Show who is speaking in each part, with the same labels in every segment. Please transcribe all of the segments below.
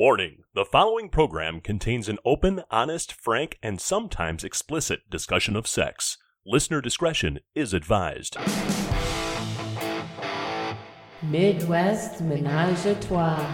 Speaker 1: Warning The following program contains an open, honest, frank, and sometimes explicit discussion of sex. Listener discretion is advised.
Speaker 2: Midwest Menage a Trois.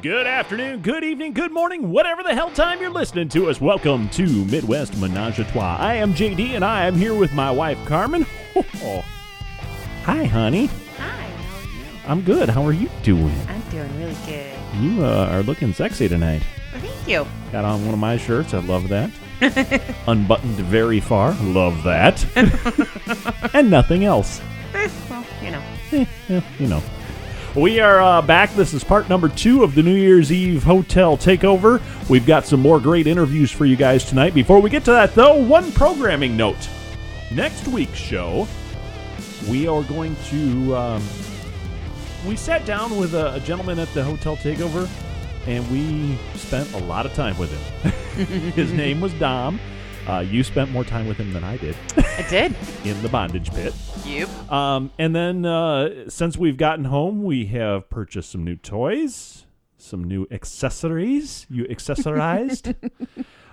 Speaker 1: Good afternoon, good evening, good morning, whatever the hell time you're listening to us. Welcome to Midwest Menage a Trois. I am JD and I am here with my wife Carmen. Hi, honey.
Speaker 3: Hi, how are you?
Speaker 1: I'm good. How are you doing?
Speaker 3: I'm doing really good.
Speaker 1: You uh, are looking sexy tonight.
Speaker 3: Thank you.
Speaker 1: Got on one of my shirts. I love that. Unbuttoned very far. Love that. and nothing else.
Speaker 3: Eh, well, you know.
Speaker 1: Eh, eh, you know. We are uh, back. This is part number two of the New Year's Eve Hotel Takeover. We've got some more great interviews for you guys tonight. Before we get to that, though, one programming note. Next week's show, we are going to. Um, we sat down with a, a gentleman at the Hotel Takeover, and we spent a lot of time with him. His name was Dom. Uh, you spent more time with him than I did
Speaker 3: I did.
Speaker 1: in the bondage pit.
Speaker 3: Yep.
Speaker 1: Um, and then uh, since we've gotten home, we have purchased some new toys, some new accessories. You accessorized.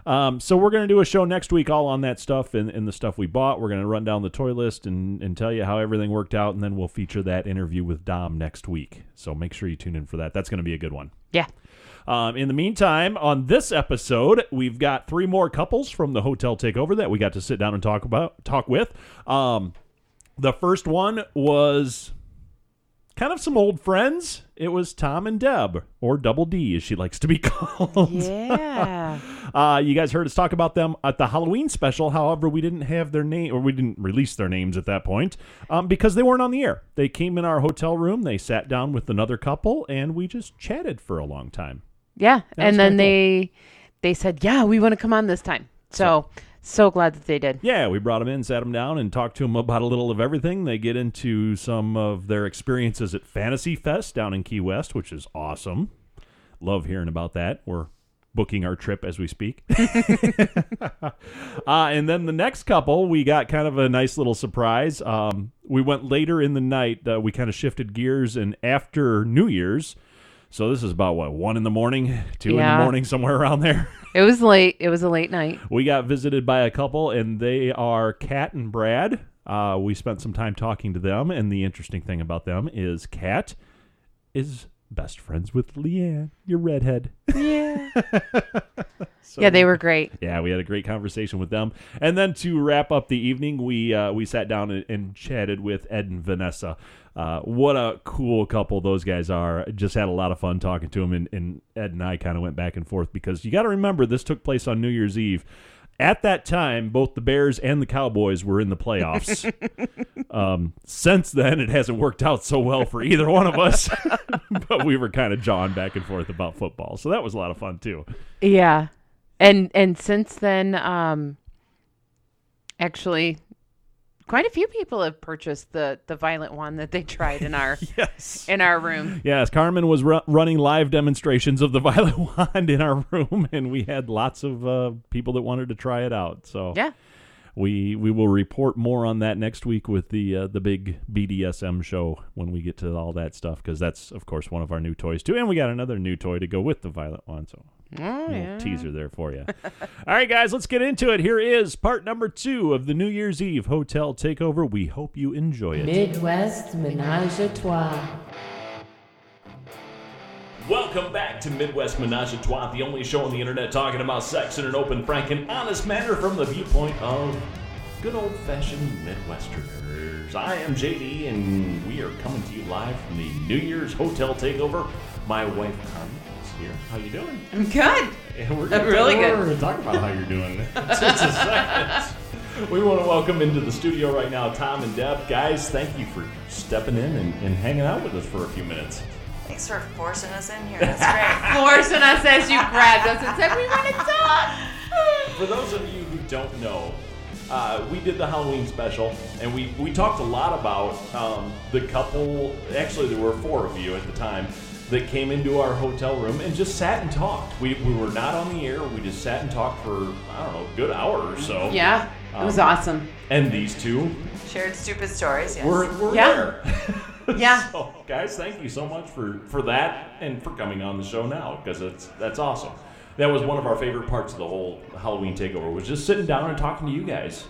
Speaker 1: um, so we're going to do a show next week all on that stuff and, and the stuff we bought. We're going to run down the toy list and, and tell you how everything worked out. And then we'll feature that interview with Dom next week. So make sure you tune in for that. That's going to be a good one.
Speaker 3: Yeah.
Speaker 1: Um, in the meantime, on this episode, we've got three more couples from the hotel takeover that we got to sit down and talk about, talk with. Um, the first one was kind of some old friends. It was Tom and Deb, or Double D, as she likes to be called.
Speaker 3: Yeah.
Speaker 1: Uh, you guys heard us talk about them at the Halloween special. However, we didn't have their name, or we didn't release their names at that point um, because they weren't on the air. They came in our hotel room, they sat down with another couple, and we just chatted for a long time.
Speaker 3: yeah.
Speaker 1: was
Speaker 3: and then
Speaker 1: kinda cool.
Speaker 3: they they said, "Yeah, we want to come on this time." So, so glad that they did.
Speaker 1: Yeah, we brought them in, sat them down, and talked to them about a little of everything. They get into some of their experiences at Fantasy Fest down in Key West, which is awesome. Love hearing about that. We're booking our trip as we speak. uh, and then the next couple, we got kind of a nice little surprise. Um, we went later in the night. Uh, we kind of shifted gears, and after New Year's, so this is about what one in the morning, two in
Speaker 3: Yeah.
Speaker 1: the morning, somewhere around there.
Speaker 3: It was late. It was a late night.
Speaker 1: We got visited by a couple, and they are Kat and Brad. Uh, we spent some time talking to them, and the interesting thing about them is Kat is best friends with Leanne, your redhead.
Speaker 3: Yeah.
Speaker 1: So-
Speaker 3: yeah, they were great.
Speaker 1: Yeah, we had a great conversation with them, and then to wrap up the evening, we uh, we sat down and, and chatted with Ed and Vanessa. Uh, what a cool couple those guys are! Just had a lot of fun talking to them, and, and Ed and I kind of went back and forth because you got to remember this took place on New Year's Eve. At that time, both the Bears and the Cowboys were in the playoffs. um, since then, it hasn't worked out so well for either one of us, but we were kind of jawing back and forth about football, so that was a lot of fun too.
Speaker 3: Yeah. And and since then um actually quite a few people have purchased the the violent one that they tried in our
Speaker 1: Yes.
Speaker 3: in our room.
Speaker 1: Yes, Carmen was ru- running live demonstrations of the violet wand in our room, and we had lots of uh, people that wanted to try it out. So
Speaker 3: Yeah.
Speaker 1: we we will report more on that next week with the uh, the big BDSM show when we get to all that stuff because that's of course one of our new toys too, and we got another new toy to go with the violet wand. So
Speaker 3: Oh,
Speaker 1: a
Speaker 3: yeah.
Speaker 1: little teaser there for you. all right, guys, let's get into it. Here is part number two of the New Year's Eve hotel takeover. We hope you enjoy it.
Speaker 2: Midwest Menage a Trois.
Speaker 1: Welcome back to Midwest Menage a Trois, the only show on the internet talking about sex in an open, frank, and honest manner from the viewpoint of good old fashioned Midwesterners. I am JD, and we are coming to you live from the New Year's Hotel Takeover. My wife Carmen is here. How you doing?
Speaker 3: I'm good.
Speaker 1: And we're gonna
Speaker 3: Really good.
Speaker 1: We're going to talk about how you're doing in just a second. We want to welcome into the studio right now Tom and Deb. Guys, thank you for stepping in and, and hanging out with us for a few minutes.
Speaker 4: Thanks for forcing us in here. That's great.
Speaker 3: Forcing us as you grabbed us and said, We want to talk.
Speaker 1: For those of you who don't know, uh, we did the Halloween special, and we, we talked a lot about um, the couple. Actually, there were four of you at the time that came into our hotel room and just sat and talked. We, we were not on the air. We just sat and talked for I don't know, a good hour or so.
Speaker 3: Yeah, it was awesome.
Speaker 1: And these two
Speaker 4: Shared stupid stories. Yes.
Speaker 1: were were
Speaker 3: Yeah.
Speaker 1: there.
Speaker 3: Yeah.
Speaker 1: So, guys, thank you so much for for that and for coming on the show now because it's that's awesome. That was one of our favorite parts of the whole Halloween takeover was just sitting down and talking to you guys,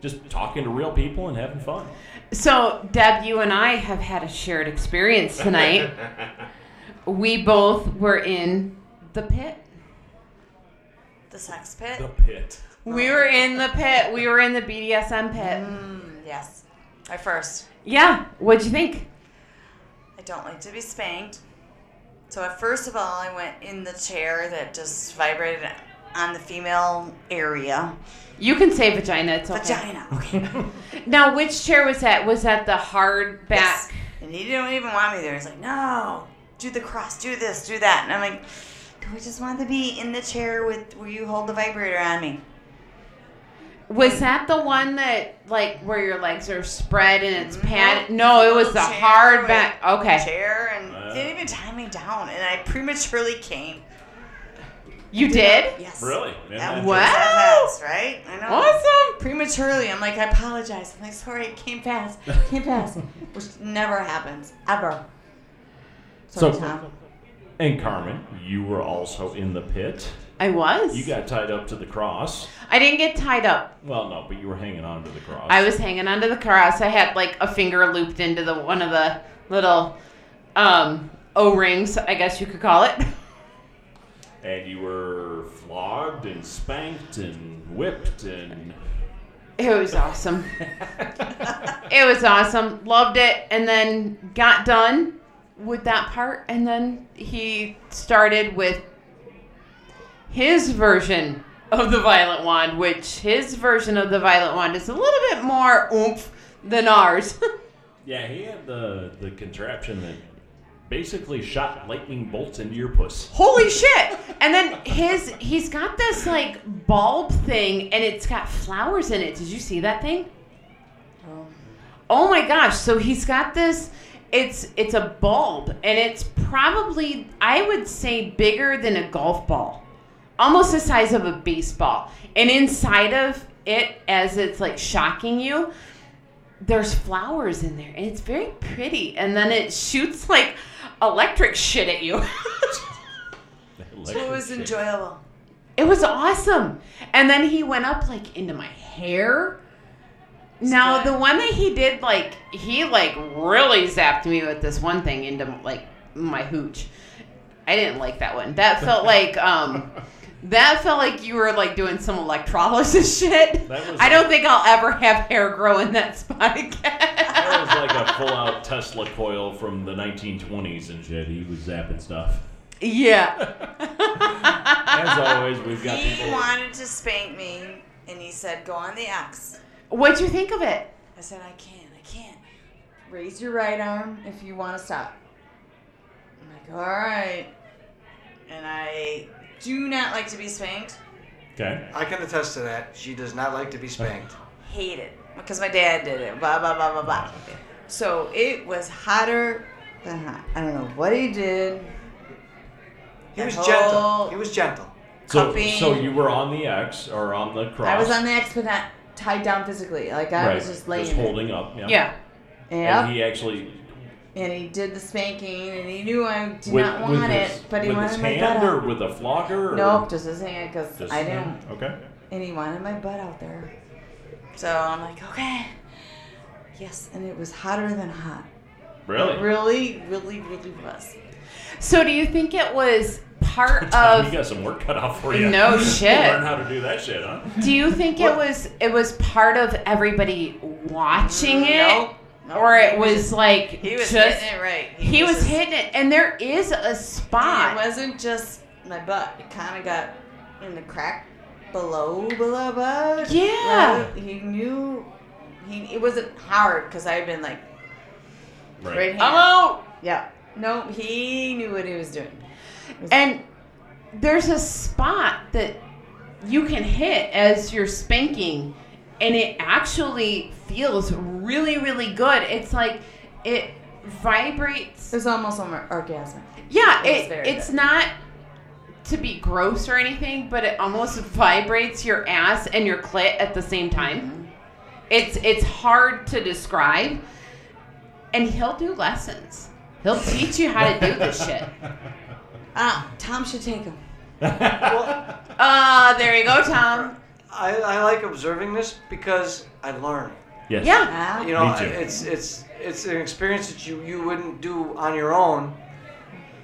Speaker 1: just talking to real people and having fun.
Speaker 3: So, Deb, you and I have had a shared experience tonight. we both were in the pit.
Speaker 4: The sex pit?
Speaker 1: The pit.
Speaker 3: We were in the pit. We were in the BDSM pit.
Speaker 4: Mm, yes. My first.
Speaker 3: Yeah. What'd you think?
Speaker 4: I don't like to be spanked. So, at first of all, I went in the chair that just vibrated on the female area.
Speaker 3: You can say vagina. It's okay.
Speaker 4: Vagina. Okay.
Speaker 3: Now, which chair was that? Was that the hard
Speaker 4: Yes.
Speaker 3: back?
Speaker 4: And he didn't even want me there. He's like, no, do the cross, do this, do that. And I'm like, do I just want to be in the chair with where you hold the vibrator on me?
Speaker 3: Was that the one that like where your legs are spread and it's pan? No, it was the
Speaker 4: Chair
Speaker 3: hard
Speaker 4: with-
Speaker 3: back. Okay, Uh.
Speaker 4: Chair and
Speaker 1: Wow.
Speaker 4: they didn't even tie me down, and I prematurely came.
Speaker 3: you did.
Speaker 4: Yes.
Speaker 1: Really? Man,
Speaker 4: That
Speaker 1: that-
Speaker 3: What?
Speaker 4: was
Speaker 3: Wow.
Speaker 4: fast, right? I know.
Speaker 3: Awesome.
Speaker 4: Prematurely, I'm like, I apologize. I'm like, sorry, it came fast, came fast, which never happens ever. Sorry,
Speaker 1: So-
Speaker 4: Tom.
Speaker 1: And Carmen, you were also in the pit.
Speaker 3: I was.
Speaker 1: You got tied up to the cross.
Speaker 3: I didn't get tied up.
Speaker 1: Well, no, but you were hanging on to the cross.
Speaker 3: I was hanging onto the cross. I had like a finger looped into the one of the little um, O rings, I guess you could call it.
Speaker 1: And you were flogged and spanked and whipped and.
Speaker 3: It was awesome. it was awesome. Loved it. And then got done with that part. And then he started with his version of the Violet Wand, which his version of the Violet Wand is a little bit more oomph than ours.
Speaker 1: Yeah, he had the the contraption that basically shot lightning bolts into your puss.
Speaker 3: Holy shit! And then his he's got this like bulb thing and it's got flowers in it. Did you see that thing?
Speaker 4: Oh.
Speaker 3: Oh my gosh, so he's got this it's it's a bulb and it's probably I would say bigger than a golf ball. Almost the size of a baseball. And inside of it as it's like shocking you, there's flowers in there and it's very pretty and then it shoots like electric shit at you.
Speaker 4: So it was enjoyable.
Speaker 3: It was awesome. And then he went up like into my hair. Now
Speaker 4: good.
Speaker 3: the one that he did like he like really zapped me with this one thing into like my hooch. I didn't like that one. That felt like um that felt like you were like doing some electrolysis shit.
Speaker 1: That was
Speaker 3: I don't think I'll ever have hair grow in that spot again.
Speaker 1: That was like a full out Tesla coil from the 1920s and shit. He was zapping stuff.
Speaker 3: yeah.
Speaker 1: As always, we've got
Speaker 4: He
Speaker 1: people.
Speaker 4: wanted to spank me, and he said, go on the X.
Speaker 3: What'd you think of it?
Speaker 4: I said, I can't, I can't. Raise your right arm if you want to stop. I'm like, all right. And I do not like to be spanked.
Speaker 1: Okay.
Speaker 5: I can attest to that. She does not like to be spanked.
Speaker 4: Hate it. Because my dad did it. Blah, blah, blah, blah, blah. So it was hotter than hot. I don't know what he did.
Speaker 5: He
Speaker 4: That
Speaker 5: was
Speaker 4: whole-
Speaker 5: gentle. He was gentle.
Speaker 1: So,
Speaker 4: Cupping.
Speaker 1: so you were on the X or on the cross.
Speaker 4: I was on the X, but not tied down physically. Like, I
Speaker 1: Right.
Speaker 4: was just laying. there.
Speaker 1: holding up. Yeah.
Speaker 3: Yeah.
Speaker 4: Yeah.
Speaker 1: And he actually
Speaker 4: And he did the spanking, and he knew I did
Speaker 1: with,
Speaker 4: not
Speaker 1: with
Speaker 4: want
Speaker 1: his,
Speaker 4: it, but he
Speaker 1: with
Speaker 4: wanted
Speaker 1: his
Speaker 4: my
Speaker 1: hand
Speaker 4: butt
Speaker 1: or
Speaker 4: out.
Speaker 1: with a flogger. Or
Speaker 4: Nope, just his hand, because
Speaker 1: Just
Speaker 4: I
Speaker 1: his
Speaker 4: didn't.
Speaker 1: hand? Okay.
Speaker 4: and he wanted my butt out there. So I'm like, okay. Yes, and it was hotter than hot.
Speaker 1: Really?
Speaker 4: It really, really, really was.
Speaker 3: So do you think it was part
Speaker 1: Tom, you
Speaker 3: of
Speaker 1: got some work cut out for you.
Speaker 3: No shit.
Speaker 1: Learn how to do that shit, huh?
Speaker 3: Do you think it was it was part of everybody watching it,
Speaker 4: Nope. Nope.
Speaker 3: or it
Speaker 4: He
Speaker 3: was,
Speaker 4: was
Speaker 3: like
Speaker 4: He was
Speaker 3: just
Speaker 4: hitting it right.
Speaker 3: he, was,
Speaker 4: just-
Speaker 3: hitting it, and there is a
Speaker 4: and It
Speaker 3: spot.
Speaker 4: wasn't just my butt. It kind of got in the crack below, below, above.
Speaker 3: Yeah.
Speaker 4: Like, he knew. He it wasn't hard because I had been like
Speaker 1: Right.
Speaker 4: right hand.
Speaker 3: I'm out.
Speaker 4: Yeah. No, he knew what he was doing.
Speaker 3: And there's a spot that you can hit as you're spanking, and it actually feels really really good. It's like it vibrates.
Speaker 4: It was almost almo- orgasmic.
Speaker 3: Yeah,
Speaker 4: It's
Speaker 3: it,
Speaker 4: very
Speaker 3: it's
Speaker 4: good.
Speaker 3: not to be gross or anything, but it almost vibrates your ass and your
Speaker 1: Mm-hmm.
Speaker 3: clit at the same time. It's it's hard to describe. and he'll do lessons. He'll teach you how to do this shit.
Speaker 4: Uh, Tom should take him.
Speaker 5: Well,
Speaker 3: Uh, there you go, Tom.
Speaker 5: I, I like observing this because I learn.
Speaker 1: Yes.
Speaker 3: Yeah.
Speaker 4: Ah.
Speaker 5: You know,
Speaker 1: Me too.
Speaker 5: it's it's it's an experience that you you wouldn't do on your own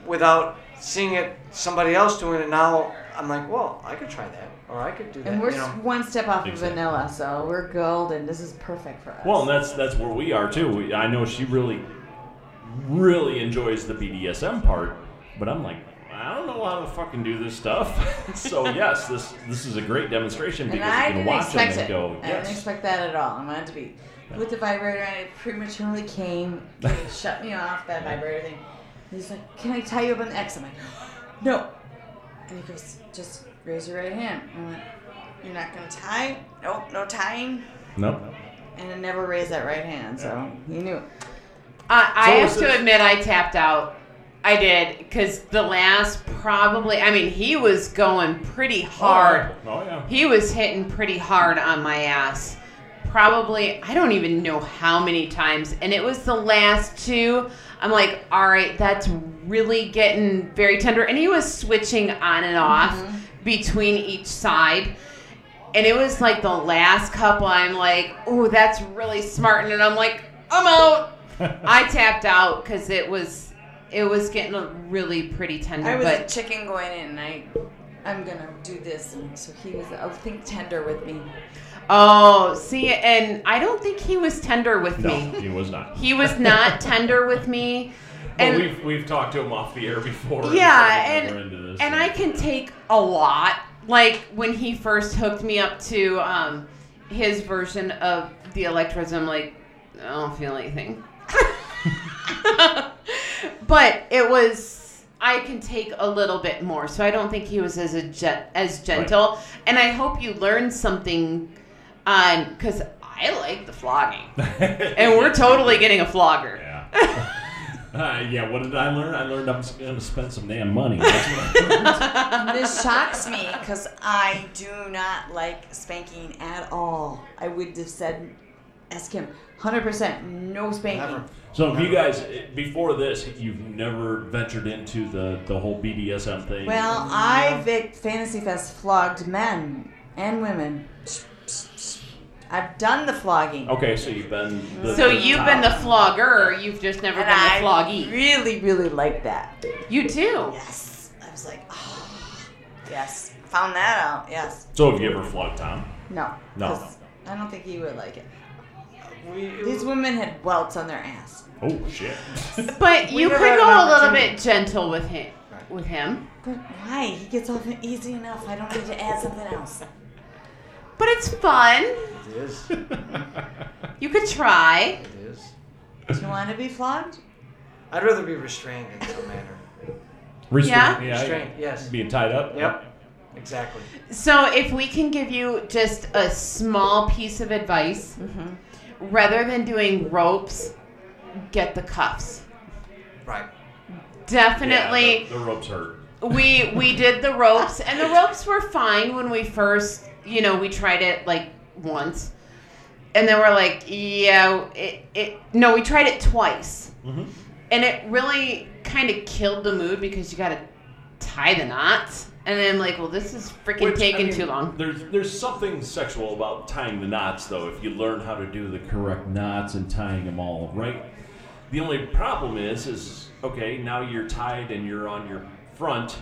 Speaker 5: without seeing it somebody else doing it. Now I'm like, well, I could try that, or I could do that.
Speaker 4: And we're
Speaker 5: you
Speaker 4: s
Speaker 5: know.
Speaker 4: one step off
Speaker 1: Exactly.
Speaker 4: of vanilla, so we're golden. This is perfect for us.
Speaker 1: Well, and that's that's where we are too. We, I know she really, really enjoys the BDSM part, but I'm like, I don't know how to fucking do this stuff. so yes, this this is a great demonstration
Speaker 4: and
Speaker 1: because
Speaker 4: I
Speaker 1: you can
Speaker 4: didn't
Speaker 1: watch them
Speaker 4: expect
Speaker 1: and
Speaker 4: it.
Speaker 1: go,
Speaker 4: I didn't
Speaker 1: yes,
Speaker 4: expect that at all. I wanted to be with the vibrator, and it prematurely came, it shut me off that vibrator thing. And he's like, "Can I tie you up on the X?" I'm like, "No." And he goes, "Just raise your right hand." And I went, "You're not gonna tie? Nope, no tying."
Speaker 1: no.
Speaker 4: And I never raised that right hand, so he knew.
Speaker 3: I, I
Speaker 1: So
Speaker 3: have
Speaker 1: is
Speaker 3: to
Speaker 1: this-
Speaker 3: admit, I tapped out. I did because the last probably. I mean, he was going pretty hard.
Speaker 1: Oh yeah.
Speaker 3: He was hitting pretty hard on my ass. Probably, I don't even know how many times. And it was the last two. I'm like, all right, that's really getting very tender. And he was switching on and off
Speaker 4: Mm-hmm.
Speaker 3: between each side. And it was like the last couple. I'm like, oh, that's really smart. And I'm like, I'm out. I tapped out because it was it was getting really pretty tender.
Speaker 4: I was
Speaker 3: but
Speaker 4: a chicken going in, and I, I'm gonna do this, and so he was. I think tender with me.
Speaker 3: Oh, see, and I don't think he was tender with
Speaker 1: No,
Speaker 3: me.
Speaker 1: he was not.
Speaker 3: He was not tender with me.
Speaker 1: But
Speaker 3: And
Speaker 1: we've we've talked to him off the air before.
Speaker 3: yeah,
Speaker 1: and, we're into
Speaker 3: and
Speaker 1: this,
Speaker 3: and I can take a lot. Like when he first hooked me up to um, his version of the electrism, like I don't feel anything. but it was I can take a little bit more, so I don't think he was as a gen- as gentle. And I hope you learned something on because I like the flogging, and we're totally getting a flogger.
Speaker 1: Yeah. Uh, yeah, what did I learn? I learned I'm going to spend some damn money. That's what I learned.
Speaker 4: This shocks me because I do not like spanking at all. I would have said, ask him, 100% no spanking.
Speaker 5: Never.
Speaker 1: So if you guys before this, you've never ventured into the the whole BDSM thing.
Speaker 4: Well, I Vic Fantasy Fest flogged men and women. I've done the flogging.
Speaker 1: okay, so you've been. The,
Speaker 3: So
Speaker 1: the
Speaker 3: you've
Speaker 1: top.
Speaker 3: been the flogger, you've just never
Speaker 4: And
Speaker 3: been the
Speaker 4: I
Speaker 3: floggee.
Speaker 4: really, really like that.
Speaker 3: You do.
Speaker 4: Yes. I was like, oh, yes. Found that out. Yes.
Speaker 1: So have you ever flogged Tom?
Speaker 4: No.
Speaker 1: No.
Speaker 4: 'cause I don't think he would like it.
Speaker 5: We-
Speaker 4: These women had welts on their ass.
Speaker 1: Oh shit!
Speaker 3: But
Speaker 5: We
Speaker 3: you
Speaker 5: never
Speaker 3: could
Speaker 5: had
Speaker 3: go
Speaker 5: an
Speaker 3: a little
Speaker 5: opportunity.
Speaker 3: bit gentle with him. With him,
Speaker 4: But why? He gets off easy enough. I don't need to add something else.
Speaker 3: but it's fun.
Speaker 5: It is.
Speaker 3: You could try.
Speaker 5: It is.
Speaker 4: Do you want to be flogged?
Speaker 5: I'd rather be restrained in some manner.
Speaker 1: Restraint.
Speaker 3: Yeah?
Speaker 5: Restrained. Yes.
Speaker 1: Being tied up.
Speaker 5: Yep. Exactly.
Speaker 3: So if we can give you just a small piece of advice,
Speaker 5: Mm-hmm.
Speaker 3: rather than doing ropes, get the cuffs.
Speaker 5: Right.
Speaker 3: Definitely.
Speaker 1: Yeah, the, the ropes hurt.
Speaker 3: we we did the ropes and the ropes were fine when we first you know we tried it like once and then we're like yeah it, it no we tried it twice
Speaker 1: Mhm.
Speaker 3: and it really kind of killed the mood because you gotta tie the knots and then i'm like well this is freaking
Speaker 1: Which, I
Speaker 3: taking
Speaker 1: mean, oh.
Speaker 3: too long
Speaker 1: There's there's something sexual about tying the knots though. If you learn how to do the correct knots and tying them all right. The only problem is is okay now you're tied and you're on your front.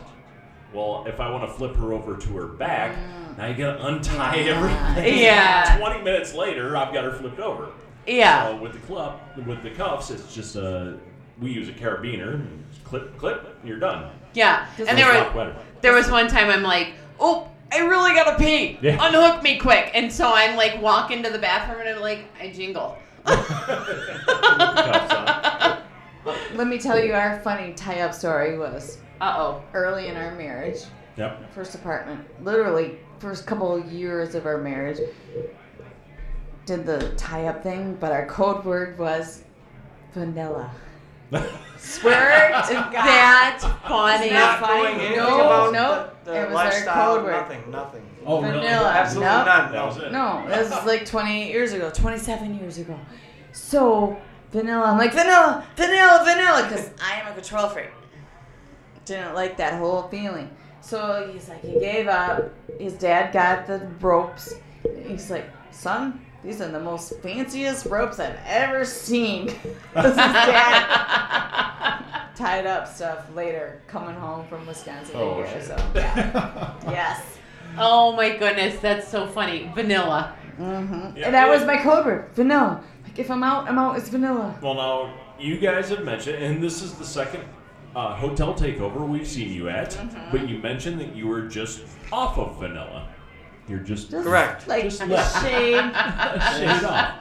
Speaker 1: Well, if I want to flip her over to her back, now you gotta untie everything.
Speaker 3: Mm. Yeah.
Speaker 1: Twenty minutes later, I've got her flipped over.
Speaker 3: yeah
Speaker 1: So with the club, with the cuffs, it's just a we use a carabiner, clip, clip, and you're done.
Speaker 3: yeah and there
Speaker 1: It's not
Speaker 3: were
Speaker 1: wetter.
Speaker 3: There was one time I'm like, oh, I really gotta pee.
Speaker 1: Yeah.
Speaker 3: Unhook me quick. And so I'm like, walk into the bathroom and I'm like, I jingle.
Speaker 1: Cuffs on.
Speaker 4: Let me tell you our funny tie up story was
Speaker 3: Uh oh.
Speaker 4: early in our marriage,
Speaker 1: Yep.
Speaker 4: first apartment, literally first couple of years of our marriage, did the tie up thing, but our code word was vanilla. Swear to God.
Speaker 3: That's funny.
Speaker 4: not
Speaker 5: Not doing anything
Speaker 4: No,
Speaker 5: about
Speaker 4: nope.
Speaker 5: the,
Speaker 4: It
Speaker 5: the
Speaker 4: was our
Speaker 5: lifestyle.
Speaker 4: code word.
Speaker 5: Nothing. Nothing.
Speaker 1: Oh,
Speaker 4: Vanilla.
Speaker 5: Absolutely
Speaker 4: Nope.
Speaker 5: none.
Speaker 1: That was it.
Speaker 4: No, this is like 28 years ago, 27 years ago. So, vanilla. I'm like, vanilla, vanilla, vanilla, because I am a control freak. Didn't like that whole feeling. So he's like, he gave up. His dad got the ropes. He's like, son, these are the most fanciest ropes I've ever seen. this is dad. Tied up stuff later, coming home from Wisconsin.
Speaker 1: Oh,
Speaker 4: here,
Speaker 1: shit.
Speaker 4: so, yeah. yes.
Speaker 3: Oh my goodness, that's so funny. Vanilla.
Speaker 4: Mm-hmm.
Speaker 1: Yeah.
Speaker 4: and that was my code word, vanilla. Like, if I'm out, I'm out. It's vanilla.
Speaker 1: Well, now you guys have mentioned, and this is the second uh, hotel takeover we've seen you at.
Speaker 4: Mm-hmm.
Speaker 1: But you mentioned that you were just off of vanilla. You're just
Speaker 4: Just
Speaker 5: Correct.
Speaker 4: Like
Speaker 1: Just left.
Speaker 4: shade.
Speaker 1: shade off.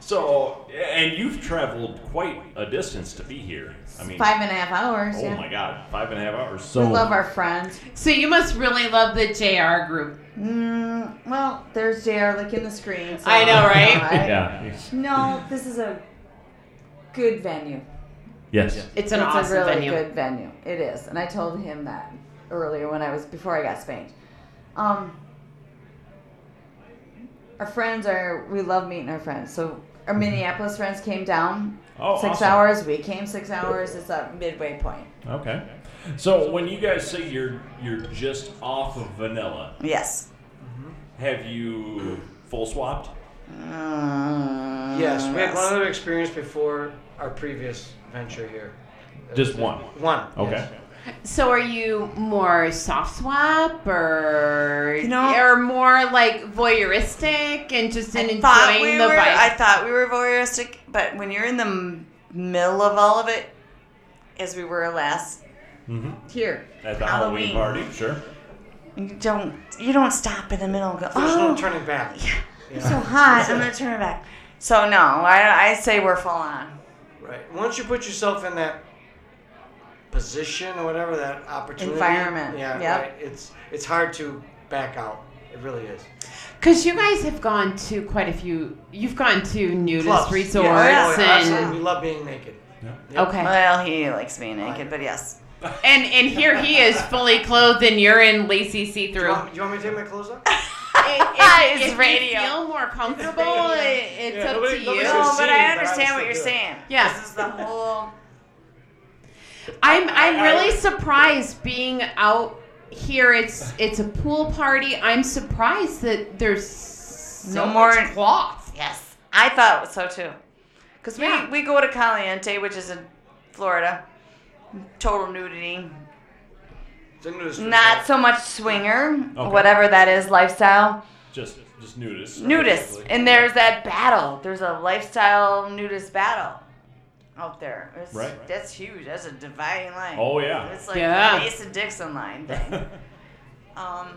Speaker 1: So, and you've traveled quite a distance to be here. I mean,
Speaker 4: five and a half hours.
Speaker 1: oh
Speaker 4: yeah.
Speaker 1: my God, five and a half hours.
Speaker 4: We
Speaker 6: So
Speaker 4: love our friends.
Speaker 3: So you must really love the JR group.
Speaker 4: Mm, well, there's JR like in the screen. So
Speaker 3: I know, right?
Speaker 6: yeah,
Speaker 4: No, this is a good venue.
Speaker 6: yes,
Speaker 3: It's an
Speaker 4: it's
Speaker 3: awesome
Speaker 4: a really
Speaker 3: venue.
Speaker 4: good venue. It is, and I told him that earlier when I was before I got spanked. Um, our friends are we love meeting our friends. So our
Speaker 5: Mm-hmm.
Speaker 4: Minneapolis friends came down
Speaker 1: Oh,
Speaker 4: six
Speaker 1: awesome.
Speaker 4: hours. We came six hours. It's a midway point.
Speaker 1: Okay. So when you guys say you're you're just off of vanilla,
Speaker 4: Yes.
Speaker 1: have you full swapped?
Speaker 4: Mm,
Speaker 5: Yes, we had one other experience before our previous venture here.
Speaker 1: Just one.
Speaker 5: One.
Speaker 6: okay.
Speaker 5: yes.
Speaker 3: So are you more soft swap or
Speaker 4: You know-
Speaker 3: or more like voyeuristic and just
Speaker 4: I
Speaker 3: enjoying
Speaker 4: thought we
Speaker 3: the
Speaker 4: were,
Speaker 3: vibe?
Speaker 4: I thought we were voyeuristic, but when you're in the m- middle of all of it, as we were last
Speaker 1: Mhm.
Speaker 5: Mm-hmm.
Speaker 4: here
Speaker 1: At the Halloween, party, sure.
Speaker 4: you don't you don't stop in the middle and go,
Speaker 5: There's
Speaker 4: oh,
Speaker 5: no turning back.
Speaker 4: I'm so hot, I'm gonna turn it back. So no, I, I say we're full on.
Speaker 5: Right. Once you put yourself in that position or whatever that opportunity
Speaker 4: Environment,
Speaker 5: Yeah.
Speaker 4: yep.
Speaker 5: Right, it's it's hard to back out. It really is.
Speaker 3: Because you guys have gone to quite a few. You've gone to nudist
Speaker 5: Clubs.
Speaker 3: resorts
Speaker 5: Yeah. Oh, yeah, absolutely.
Speaker 3: and
Speaker 5: We love being naked.
Speaker 3: okay.
Speaker 4: Well, he likes being naked, but yes,
Speaker 3: and and here he is fully clothed, and you're in lacy see
Speaker 5: Do you,
Speaker 3: through.
Speaker 5: want, you want me to take my clothes off?
Speaker 4: it's
Speaker 3: if
Speaker 4: radio.
Speaker 3: You feel more comfortable. it- it's
Speaker 5: Yeah,
Speaker 3: up
Speaker 5: nobody-
Speaker 3: to you.
Speaker 5: nobody
Speaker 4: No,
Speaker 5: should
Speaker 4: but
Speaker 5: see,
Speaker 4: I
Speaker 5: but I
Speaker 4: understand what
Speaker 5: understood
Speaker 4: you're
Speaker 5: that.
Speaker 4: saying.
Speaker 3: Yeah.
Speaker 4: this is the whole.
Speaker 3: I'm I'm
Speaker 1: I-
Speaker 3: really surprised being out here. It's it's a pool party. I'm surprised that there's so
Speaker 4: No more-
Speaker 3: much cloth.
Speaker 4: Yes, I thought so too. Because we,
Speaker 3: Yeah.
Speaker 4: we go to Caliente, which is in Florida, total nudity.
Speaker 5: It's a nudist
Speaker 4: Not
Speaker 5: resort.
Speaker 4: so much swinger,
Speaker 1: Okay.
Speaker 4: whatever that is, lifestyle.
Speaker 1: Just just nudist.
Speaker 4: Nudist.
Speaker 1: basically.
Speaker 4: And there's that battle. There's a lifestyle nudist battle out there. It's-
Speaker 1: Right.
Speaker 4: That's huge. That's a dividing line.
Speaker 1: Oh yeah.
Speaker 4: It's like
Speaker 3: Yeah.
Speaker 4: the Mason Dixon line thing. um,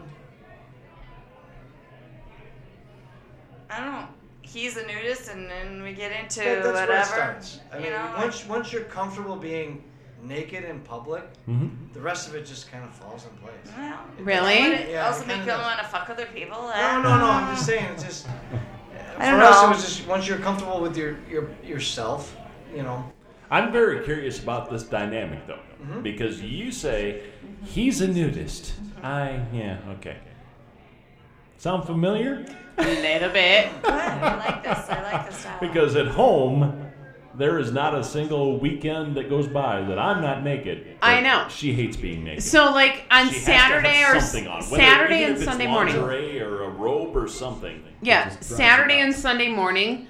Speaker 4: I don't know. He's a nudist, and then we get into
Speaker 5: That- that's where it
Speaker 4: whatever.
Speaker 5: starts. I
Speaker 4: you
Speaker 5: mean,
Speaker 4: know,
Speaker 5: once once you're comfortable being naked in public,
Speaker 6: Mhm.
Speaker 5: the rest of it just kind of falls in place.
Speaker 4: well,
Speaker 3: Really?
Speaker 4: would it
Speaker 5: Yeah,
Speaker 4: also
Speaker 5: it
Speaker 4: make
Speaker 5: kinda
Speaker 4: people
Speaker 5: does.
Speaker 4: want to fuck other people. Uh,
Speaker 5: No, no, no. I'm just saying. It's just
Speaker 4: Mm-hmm. I don't
Speaker 5: for us.
Speaker 4: know.
Speaker 5: It was just once you're comfortable with your your yourself, you know.
Speaker 1: I'm very curious about this dynamic though,
Speaker 3: Mm-hmm.
Speaker 1: because you say he's a nudist. I yeah okay. Sound familiar?
Speaker 3: A little bit.
Speaker 4: Good. I like this. I like this style.
Speaker 1: Because at home, there is not a single weekend that goes by that I'm not naked.
Speaker 3: I
Speaker 1: But
Speaker 3: know.
Speaker 1: She hates being naked.
Speaker 3: So like on
Speaker 1: She has to have
Speaker 3: Saturday or
Speaker 1: something on, whether-
Speaker 3: Saturday
Speaker 1: even
Speaker 3: and
Speaker 1: if it's
Speaker 3: Sunday morning.
Speaker 1: lingerie or a robe or something.
Speaker 3: Yeah,
Speaker 1: It just drives
Speaker 3: Saturday
Speaker 1: her
Speaker 3: and
Speaker 1: nuts.
Speaker 3: Sunday morning,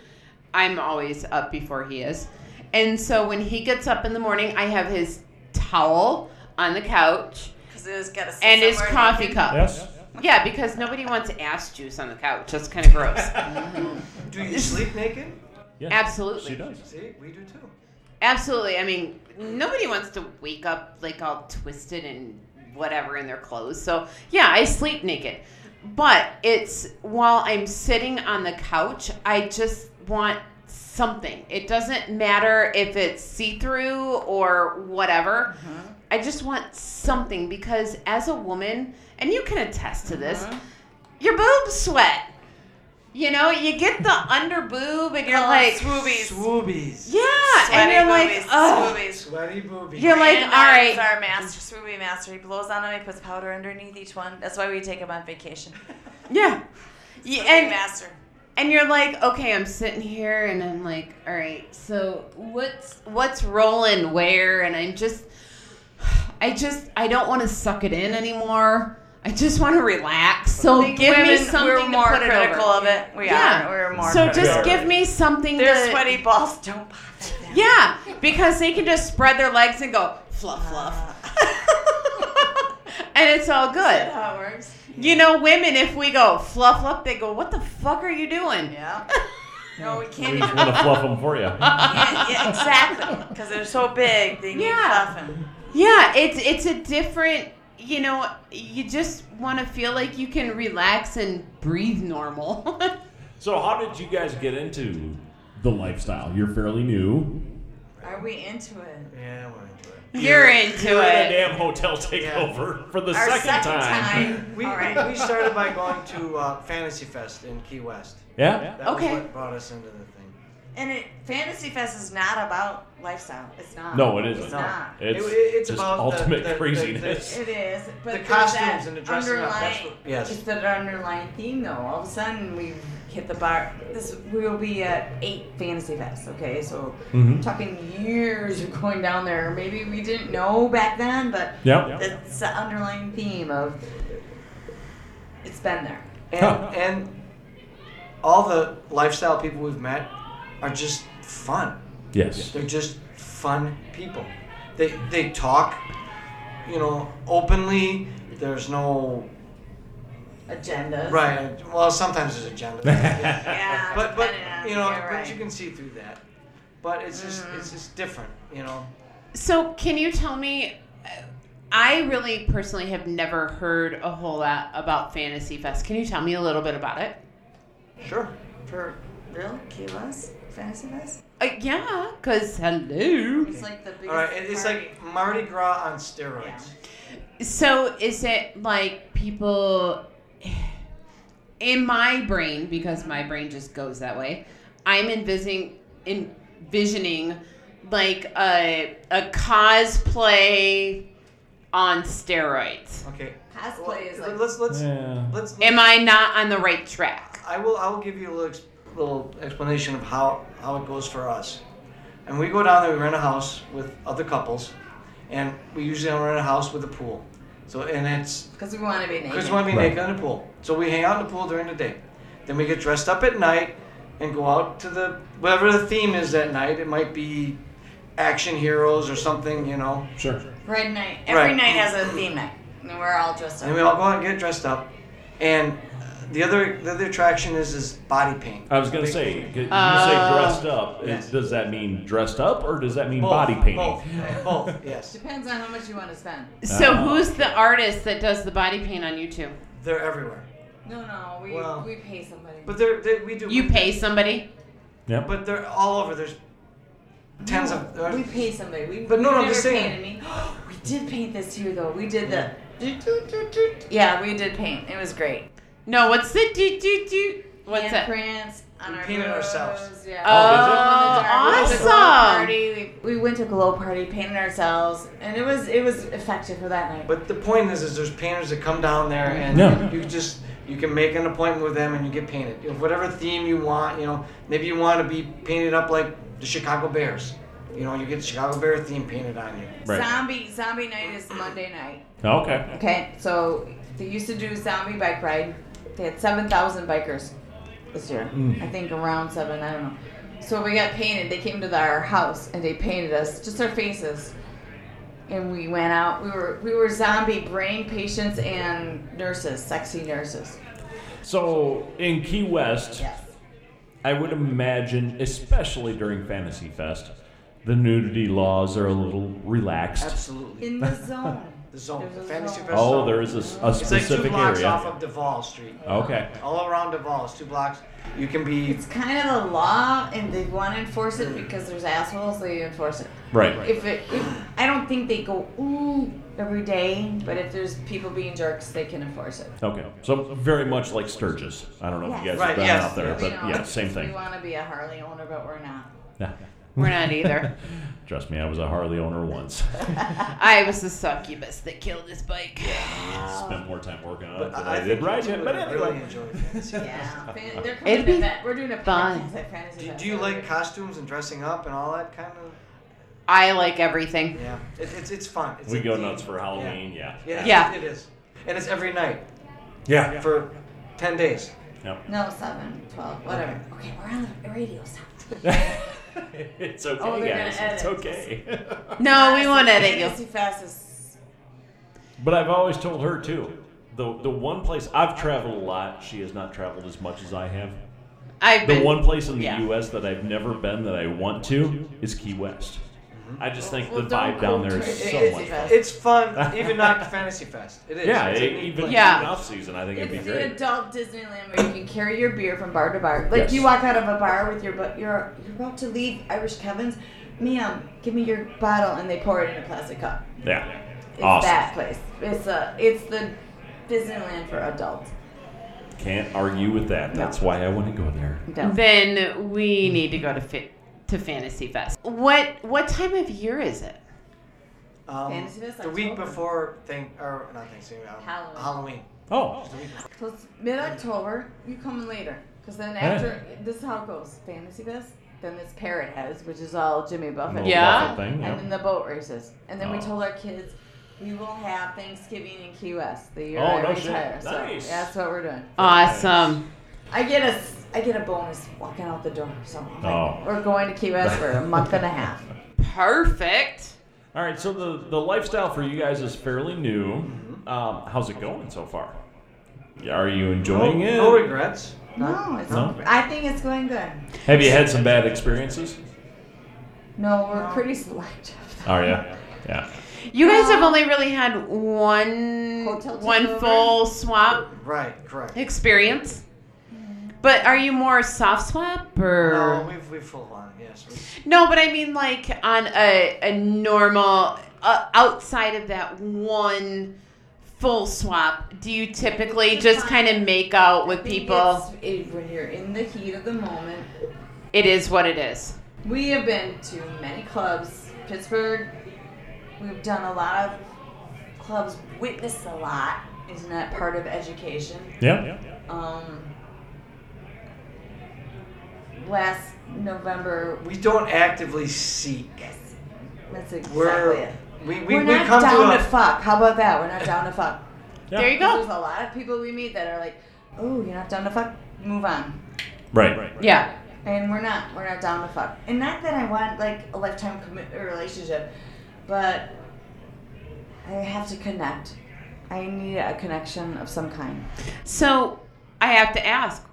Speaker 3: I'm always up before he is. And so when he gets up in the morning, I have his towel on the couch
Speaker 4: it's got to
Speaker 3: and his coffee cup.
Speaker 6: yes.
Speaker 3: Yeah, because nobody wants ass juice on the couch. That's kind of gross.
Speaker 5: Do you sleep naked?
Speaker 6: Yes.
Speaker 3: Absolutely.
Speaker 6: She does.
Speaker 5: See, we do too.
Speaker 3: Absolutely. I mean, nobody wants to wake up like all twisted and whatever in their clothes. So, yeah, I sleep naked. But it's while I'm sitting on the couch, I just want something. It doesn't matter if it's see through or whatever. I just want something because as a woman, and you can attest to this, your boobs sweat. You know, you get the under boob and you're
Speaker 4: Call it
Speaker 3: like,
Speaker 4: swoobies.
Speaker 5: Swoobies.
Speaker 3: yeah, and you're like, oh,
Speaker 4: Swoobies.
Speaker 5: Sweaty boobies.
Speaker 3: You're like,
Speaker 4: And
Speaker 3: all right.
Speaker 4: that's our master, swoopy master. He blows on them. He puts powder underneath each one. That's why we take him on vacation.
Speaker 3: yeah.
Speaker 4: Swoopy
Speaker 3: yeah and
Speaker 4: master.
Speaker 3: and you're like, okay, I'm sitting here and I'm like, all right, so what's what's rolling where? And I'm just, I just, I don't want to suck it in anymore. I just want to relax. So
Speaker 4: Like,
Speaker 3: give me
Speaker 7: women,
Speaker 3: something
Speaker 7: we're more
Speaker 3: to put
Speaker 7: critical
Speaker 3: it over.
Speaker 7: of it. We
Speaker 3: Yeah.
Speaker 7: are. We're more.
Speaker 3: so
Speaker 7: critical.
Speaker 3: just
Speaker 1: Yeah.
Speaker 3: give me something.
Speaker 7: their
Speaker 3: to,
Speaker 7: sweaty balls don't.
Speaker 3: Yeah, because they can just spread their legs and go
Speaker 7: Ah.
Speaker 3: fluff, fluff, and it's all good.
Speaker 7: How it works.
Speaker 3: You know, women, if we go fluff, fluff, they go, "What the fuck are you doing?"
Speaker 7: Yeah. No, we can't
Speaker 1: We
Speaker 7: even.
Speaker 1: just want to fluff them for you.
Speaker 7: yeah, yeah, exactly. Because they're so big, they need
Speaker 3: Yeah.
Speaker 7: fluffing.
Speaker 3: Yeah, it's it's a different. You know, you just want to feel like you can relax and breathe normal.
Speaker 1: So, how did you guys get into the lifestyle? You're fairly new.
Speaker 4: Are we into it?
Speaker 5: Yeah, we're into it.
Speaker 3: You're into
Speaker 1: You're at a
Speaker 3: it.
Speaker 1: damn hotel takeover for the
Speaker 7: Our
Speaker 1: second,
Speaker 7: second
Speaker 5: We,
Speaker 7: All right.
Speaker 5: we started by going to uh, Fantasy Fest in Key West.
Speaker 1: Yeah.
Speaker 5: That
Speaker 3: Okay.
Speaker 5: was what brought us into the thing.
Speaker 4: And it, Fantasy Fest is not about lifestyle. It's not.
Speaker 1: No, it isn't.
Speaker 4: It's not.
Speaker 1: It's,
Speaker 5: It- it's
Speaker 1: just
Speaker 5: about the-
Speaker 1: ultimate
Speaker 5: the- the-
Speaker 1: craziness.
Speaker 4: It is. But
Speaker 5: The
Speaker 4: there's
Speaker 5: costumes
Speaker 4: that
Speaker 5: and the dressing up, that's
Speaker 4: underlying-
Speaker 5: what- yes.
Speaker 4: It's that underlying theme, though. All of a sudden, we hit the bar. This we will be at eight Fantasy Fest. Okay, so talking years of going down there. Maybe we didn't know back then, but
Speaker 1: Yeah.
Speaker 4: that's the underlying theme of it's been there.
Speaker 5: And,
Speaker 1: Huh.
Speaker 5: and all the lifestyle people we've met are just fun.
Speaker 1: Yes.
Speaker 5: They're just fun people. They they talk, you know, openly. There's no
Speaker 4: Agendas.
Speaker 5: right. Well, sometimes there's agenda,
Speaker 7: Yeah.
Speaker 5: but but
Speaker 7: depending
Speaker 4: uh,
Speaker 7: on-
Speaker 5: you know,
Speaker 7: you're
Speaker 5: but
Speaker 7: right. Mm-hmm.
Speaker 5: you can see through that. But it's just it's just different, you know.
Speaker 3: So, can you tell me? uh, I really personally have never heard a whole lot about Fantasy Fest. Can you tell me a little bit about it?
Speaker 5: Sure.
Speaker 4: For real, Key West Fantasy Fest.
Speaker 3: Uh, yeah, because hello.
Speaker 4: It's like the biggest.
Speaker 5: All right. it- It's
Speaker 4: party.
Speaker 5: like Mardi Gras on steroids.
Speaker 3: So is it like people in my brain because my brain just goes that way? I'm envisaging envisioning like a a cosplay on steroids.
Speaker 5: Okay.
Speaker 4: cosplay is like
Speaker 5: let's let's
Speaker 1: Yeah.
Speaker 5: let's.
Speaker 3: Am I not on the right track?
Speaker 5: I will. I will give you a little, ex- little explanation of how how it goes for us. And we go down there. We rent a house with other couples, and we usually rent a house with a pool. So and it's
Speaker 4: because we want to be naked.
Speaker 5: Chris want to be naked in the pool. So we hang out in the pool during the day. Then we get dressed up at night and go out to the whatever the theme is that night. It might be action heroes or something, you know.
Speaker 1: Sure.
Speaker 4: Red night. Every
Speaker 5: Right.
Speaker 4: night has a theme night, and we're all dressed
Speaker 5: And
Speaker 4: up.
Speaker 5: we all go out and get dressed up. And uh, the other the other attraction is is body paint.
Speaker 1: I was gonna say, c- you say dressed up. is- Does that mean dressed up, or does that mean body painting?
Speaker 5: Uh, Both. both. Yes.
Speaker 4: Depends on how much you want to spend.
Speaker 3: So
Speaker 1: Ah.
Speaker 3: who's the artist that does the body paint on you two?
Speaker 5: They're everywhere.
Speaker 4: No, no, we
Speaker 5: Well-
Speaker 4: we pay somebody.
Speaker 5: But they're they, we do.
Speaker 3: You pay somebody?
Speaker 1: Yep.
Speaker 5: But they're all over. There's tens of. uh,
Speaker 4: we pay somebody. We
Speaker 5: But no,
Speaker 4: we
Speaker 5: no, I'm
Speaker 4: never
Speaker 5: just
Speaker 4: painted
Speaker 5: saying-
Speaker 4: me. we did paint this year though. We did the. doot, doot, doot, doot. Yeah, we did paint. It was great.
Speaker 3: No, what's the do do do? What's that?
Speaker 4: Handprints on
Speaker 5: We
Speaker 4: our
Speaker 5: painted
Speaker 4: doors,
Speaker 5: ourselves.
Speaker 4: Yeah.
Speaker 3: Oh,
Speaker 4: We went to the glow
Speaker 3: awesome!
Speaker 4: party. We, we went to a glow party, painted ourselves, and it was it was effective for that night.
Speaker 5: But the point is, is there's painters that come down there and
Speaker 1: Yeah.
Speaker 5: you just you can make an appointment with them and you get painted. You know, whatever theme you want, you know, maybe you want to be painted up like the Chicago Bears. You know, you get the Chicago Bear theme painted on you.
Speaker 1: Right.
Speaker 4: Zombie zombie night is Monday night.
Speaker 1: Okay.
Speaker 4: Okay, so they used to do zombie bike ride. They had 7,000 bikers this year. I think around seven, I don't know. So we got painted. They came to our house and they painted us, just our faces. And we went out. We were we were zombie brain patients and nurses, sexy nurses.
Speaker 1: So in Key West,
Speaker 4: Yes.
Speaker 1: I would imagine, especially during Fantasy Fest, the nudity laws are a little relaxed.
Speaker 5: Absolutely.
Speaker 4: In the zone.
Speaker 5: The zone,
Speaker 4: There's
Speaker 5: the
Speaker 4: a
Speaker 5: fantasy
Speaker 4: zone.
Speaker 5: Fest
Speaker 1: Oh,
Speaker 5: zone.
Speaker 1: there is a, s- a
Speaker 5: It's like two
Speaker 1: specific
Speaker 5: blocks off
Speaker 1: area. Oh.
Speaker 5: of Duval Street.
Speaker 1: Okay.
Speaker 5: All around Duval, it's two blocks. You can be
Speaker 4: It's kind of the law, and they want to enforce it because there's assholes. They enforce it.
Speaker 1: Right.
Speaker 4: If it, if, I don't think they go ooh every day, but if there's people being jerks, they can enforce it.
Speaker 1: Okay. So very much like Sturgis. I don't know if you guys
Speaker 5: Yes.
Speaker 1: have
Speaker 5: Right,
Speaker 1: been
Speaker 5: yes.
Speaker 1: out there,
Speaker 5: Yes.
Speaker 1: but
Speaker 4: You know,
Speaker 1: yeah, same
Speaker 4: We
Speaker 1: thing.
Speaker 4: want to be a Harley owner, but we're not.
Speaker 1: Yeah.
Speaker 3: We're not either.
Speaker 1: Trust me, I was a Harley owner once.
Speaker 3: I was the succubus that killed his bike.
Speaker 1: Spent more time working on it
Speaker 5: But
Speaker 1: than
Speaker 5: I,
Speaker 1: I,
Speaker 5: I
Speaker 1: did
Speaker 5: think
Speaker 1: riding
Speaker 5: you two
Speaker 1: it. But
Speaker 5: would really
Speaker 1: anyway,
Speaker 5: enjoy fantasy.
Speaker 4: Yeah. Fan- They're coming
Speaker 3: It'd
Speaker 4: to
Speaker 3: be
Speaker 4: that. We're doing a
Speaker 3: fun.
Speaker 4: podcast at fantasy.
Speaker 5: do,
Speaker 4: Fest.
Speaker 5: do you like costumes and dressing up and all that kind of?
Speaker 3: I like everything.
Speaker 5: Yeah, it, it's it's fun. It's
Speaker 1: we
Speaker 5: a
Speaker 1: go
Speaker 5: theme.
Speaker 1: nuts for Halloween. Yeah.
Speaker 5: Yeah,
Speaker 3: Yeah.
Speaker 5: It, it is, and it's every night
Speaker 1: Yeah.
Speaker 5: for ten days.
Speaker 4: No, 7, 12, whatever. Okay, we're on the radio. Stop.
Speaker 1: it's okay,
Speaker 4: Oh, they're gonna
Speaker 1: guys. It's
Speaker 4: edit.
Speaker 1: okay.
Speaker 3: No, Oh, we won't edit you.
Speaker 4: Fantasy Fest is
Speaker 1: But I've always told her too. The the one place I've traveled a lot, she has not traveled as much as I have.
Speaker 3: I've
Speaker 1: The
Speaker 3: been.
Speaker 1: one place in the
Speaker 3: yeah.
Speaker 1: U.S. that I've never been that I want to is Key West. I just think
Speaker 4: Well,
Speaker 1: the
Speaker 4: don't
Speaker 1: vibe down there
Speaker 4: go to
Speaker 1: is so
Speaker 4: Fantasy
Speaker 1: much fun.
Speaker 4: Fest.
Speaker 5: It's fun, even not Fantasy Fest. It is.
Speaker 1: Yeah,
Speaker 5: It's a
Speaker 1: it,
Speaker 5: neat
Speaker 1: even
Speaker 5: place.
Speaker 3: Yeah.
Speaker 1: even off season, I think it'd be
Speaker 4: It's the
Speaker 1: great.
Speaker 4: adult Disneyland where you can carry your beer from bar to bar. Like
Speaker 1: Yes.
Speaker 4: you walk out of a bar with your bu- you're you're about to leave Irish Kevin's, ma'am, give me your bottle, and they pour it in a plastic cup.
Speaker 1: Yeah,
Speaker 4: It's
Speaker 1: awesome.
Speaker 4: that place. It's a it's the Disneyland for adults.
Speaker 1: Can't argue with that. That's why I want to go there.
Speaker 4: No.
Speaker 3: Then we need to go to fit to Fantasy Fest. What what time of year is it?
Speaker 5: Um,
Speaker 4: Fantasy Fest,
Speaker 5: the week
Speaker 4: October.
Speaker 5: before thing or not Thanksgiving. um,
Speaker 4: Halloween.
Speaker 5: Halloween.
Speaker 1: Oh,
Speaker 4: So it's mid October. You come in later, because then after this is how it goes. Fantasy Fest. Then it's Parrot Heads, which is all Jimmy Buffett.
Speaker 1: little
Speaker 3: Yeah.
Speaker 1: Buffett Thing,
Speaker 4: and
Speaker 1: yeah.
Speaker 4: then the boat races. And then we
Speaker 1: Oh.
Speaker 4: told our kids we will have Thanksgiving in Key West the year
Speaker 1: Oh,
Speaker 4: I
Speaker 1: no shit.
Speaker 4: retire. So
Speaker 1: Nice.
Speaker 4: that's what we're doing.
Speaker 3: Awesome.
Speaker 4: I get a s- I get a bonus walking out the door. So I'm like,
Speaker 1: Oh.
Speaker 4: we're going to Key West for a month and a half.
Speaker 3: Perfect.
Speaker 1: All right, so the, the lifestyle for you guys is fairly new. Um, how's it going so far? Are you enjoying it?
Speaker 5: No regrets.
Speaker 4: No, it's
Speaker 1: No?
Speaker 4: I think it's going good.
Speaker 1: Have you had some bad experiences?
Speaker 4: No, we're pretty selective.
Speaker 1: Oh yeah, yeah.
Speaker 3: You guys have only really had one
Speaker 4: Hotel
Speaker 3: one
Speaker 4: takeover?
Speaker 3: full swap
Speaker 5: Right. Correct.
Speaker 3: experience. But are you more soft swap
Speaker 5: No,
Speaker 3: or
Speaker 5: we've we full on. Yes. we-
Speaker 3: no? But I mean, like on a a normal uh, outside of that one full swap, do you typically just kind of make out with people?
Speaker 4: It's- it- when you're in the heat of the moment,
Speaker 3: It is what it is.
Speaker 4: We have been to many clubs. Pittsburgh, we've done a lot of clubs, witnessed a lot. Isn't that part of education?
Speaker 1: Yeah.
Speaker 4: Um, last November,
Speaker 5: We don't actively seek.
Speaker 4: that's exactly
Speaker 5: We're
Speaker 4: it.
Speaker 5: we we,
Speaker 4: We're
Speaker 5: we
Speaker 4: not
Speaker 5: come
Speaker 4: down
Speaker 5: to
Speaker 4: to,
Speaker 5: a
Speaker 4: fuck. How about that? We're not down to fuck.
Speaker 3: There you
Speaker 4: There's
Speaker 3: go.
Speaker 4: a lot of people we meet that are like, oh, you're not down to fuck? Move on.
Speaker 1: Right. Right.
Speaker 3: Yeah.
Speaker 4: and we're not we're not down to fuck. And not that I want like a lifetime commit a relationship, but I have to connect. I need a connection of some kind.
Speaker 3: So I have to ask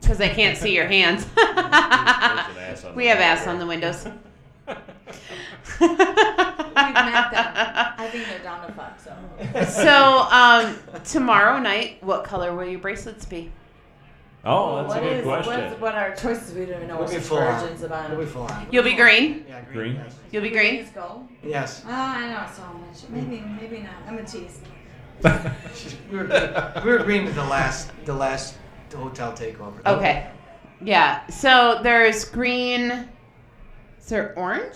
Speaker 3: because I can't see your hands. we have ass on the windows.
Speaker 4: We've met them. I think they're down to fuck. So
Speaker 3: so um, tomorrow night, what color will your bracelets be?
Speaker 1: Oh, that's a
Speaker 4: What
Speaker 1: good
Speaker 4: is- what's-
Speaker 1: question.
Speaker 4: what are our choices? We don't even know.
Speaker 5: We'll
Speaker 4: We're
Speaker 5: be full on.
Speaker 4: virgins about
Speaker 5: We'll be
Speaker 4: it.
Speaker 5: full on.
Speaker 3: You'll be green.
Speaker 5: Yeah. Green.
Speaker 1: Green.
Speaker 5: Yes.
Speaker 3: You'll be green.
Speaker 4: gold.
Speaker 5: Yes.
Speaker 4: Oh, I know so much. Maybe, maybe not. I'm a tease.
Speaker 5: We were we were green to the last the last hotel takeover.
Speaker 3: Okay. Yeah. So there's green. Is there orange?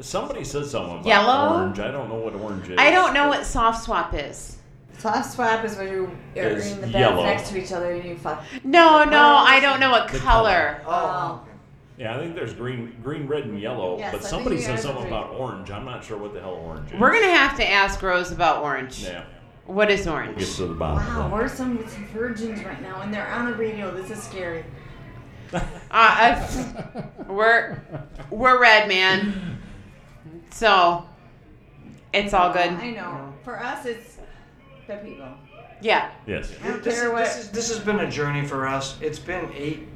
Speaker 1: Somebody said something about
Speaker 3: Yellow?
Speaker 1: orange. I don't know what orange is.
Speaker 3: I don't know what soft swap is.
Speaker 4: Soft swap is where you are
Speaker 1: It's
Speaker 4: in the bed
Speaker 1: yellow.
Speaker 4: next to each other and you fuck.
Speaker 3: No, no, I don't know what color.
Speaker 5: Oh. okay.
Speaker 1: Yeah, I think there's green, green, red, and yellow.
Speaker 4: Yes, I
Speaker 1: but
Speaker 4: think
Speaker 1: somebody
Speaker 4: you
Speaker 1: said
Speaker 4: guys
Speaker 1: something
Speaker 4: agree.
Speaker 1: about orange. I'm not sure what the hell orange is.
Speaker 3: We're gonna have to ask Rose about orange.
Speaker 1: Yeah.
Speaker 3: What is
Speaker 1: We'll get
Speaker 3: orange?
Speaker 1: to the bottom.
Speaker 4: Wow,
Speaker 1: of
Speaker 4: we're some some virgins right now, and they're on the radio. This is scary.
Speaker 3: Uh, I, we're we're red, man. So it's all
Speaker 4: I
Speaker 3: good.
Speaker 4: know. For us, it's the people.
Speaker 3: Yeah.
Speaker 1: that. Yes.
Speaker 4: I don't
Speaker 5: This,
Speaker 4: care
Speaker 5: is-
Speaker 4: what.
Speaker 5: this, is, this has been a journey for us. It's been eight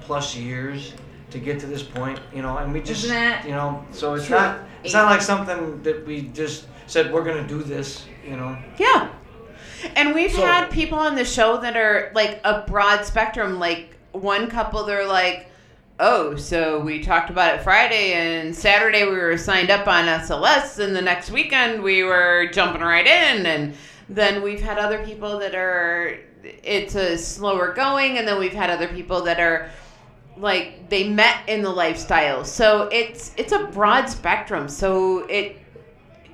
Speaker 5: plus years to get to this point, you know, and we just,
Speaker 4: Isn't that
Speaker 5: you know, so it's
Speaker 4: true?
Speaker 5: not it's not like something that we just said we're gonna do this, you know.
Speaker 3: Yeah. And we've
Speaker 5: So-
Speaker 3: had people on the show that are like a broad spectrum. Like one couple, they're like, oh, so we talked about it Friday and Saturday we were signed up on SLS and the next weekend we were jumping right in. And then we've had other people that are, it's a slower going. And then we've had other people that are, like they met in the lifestyle. So it's it's a broad spectrum. So it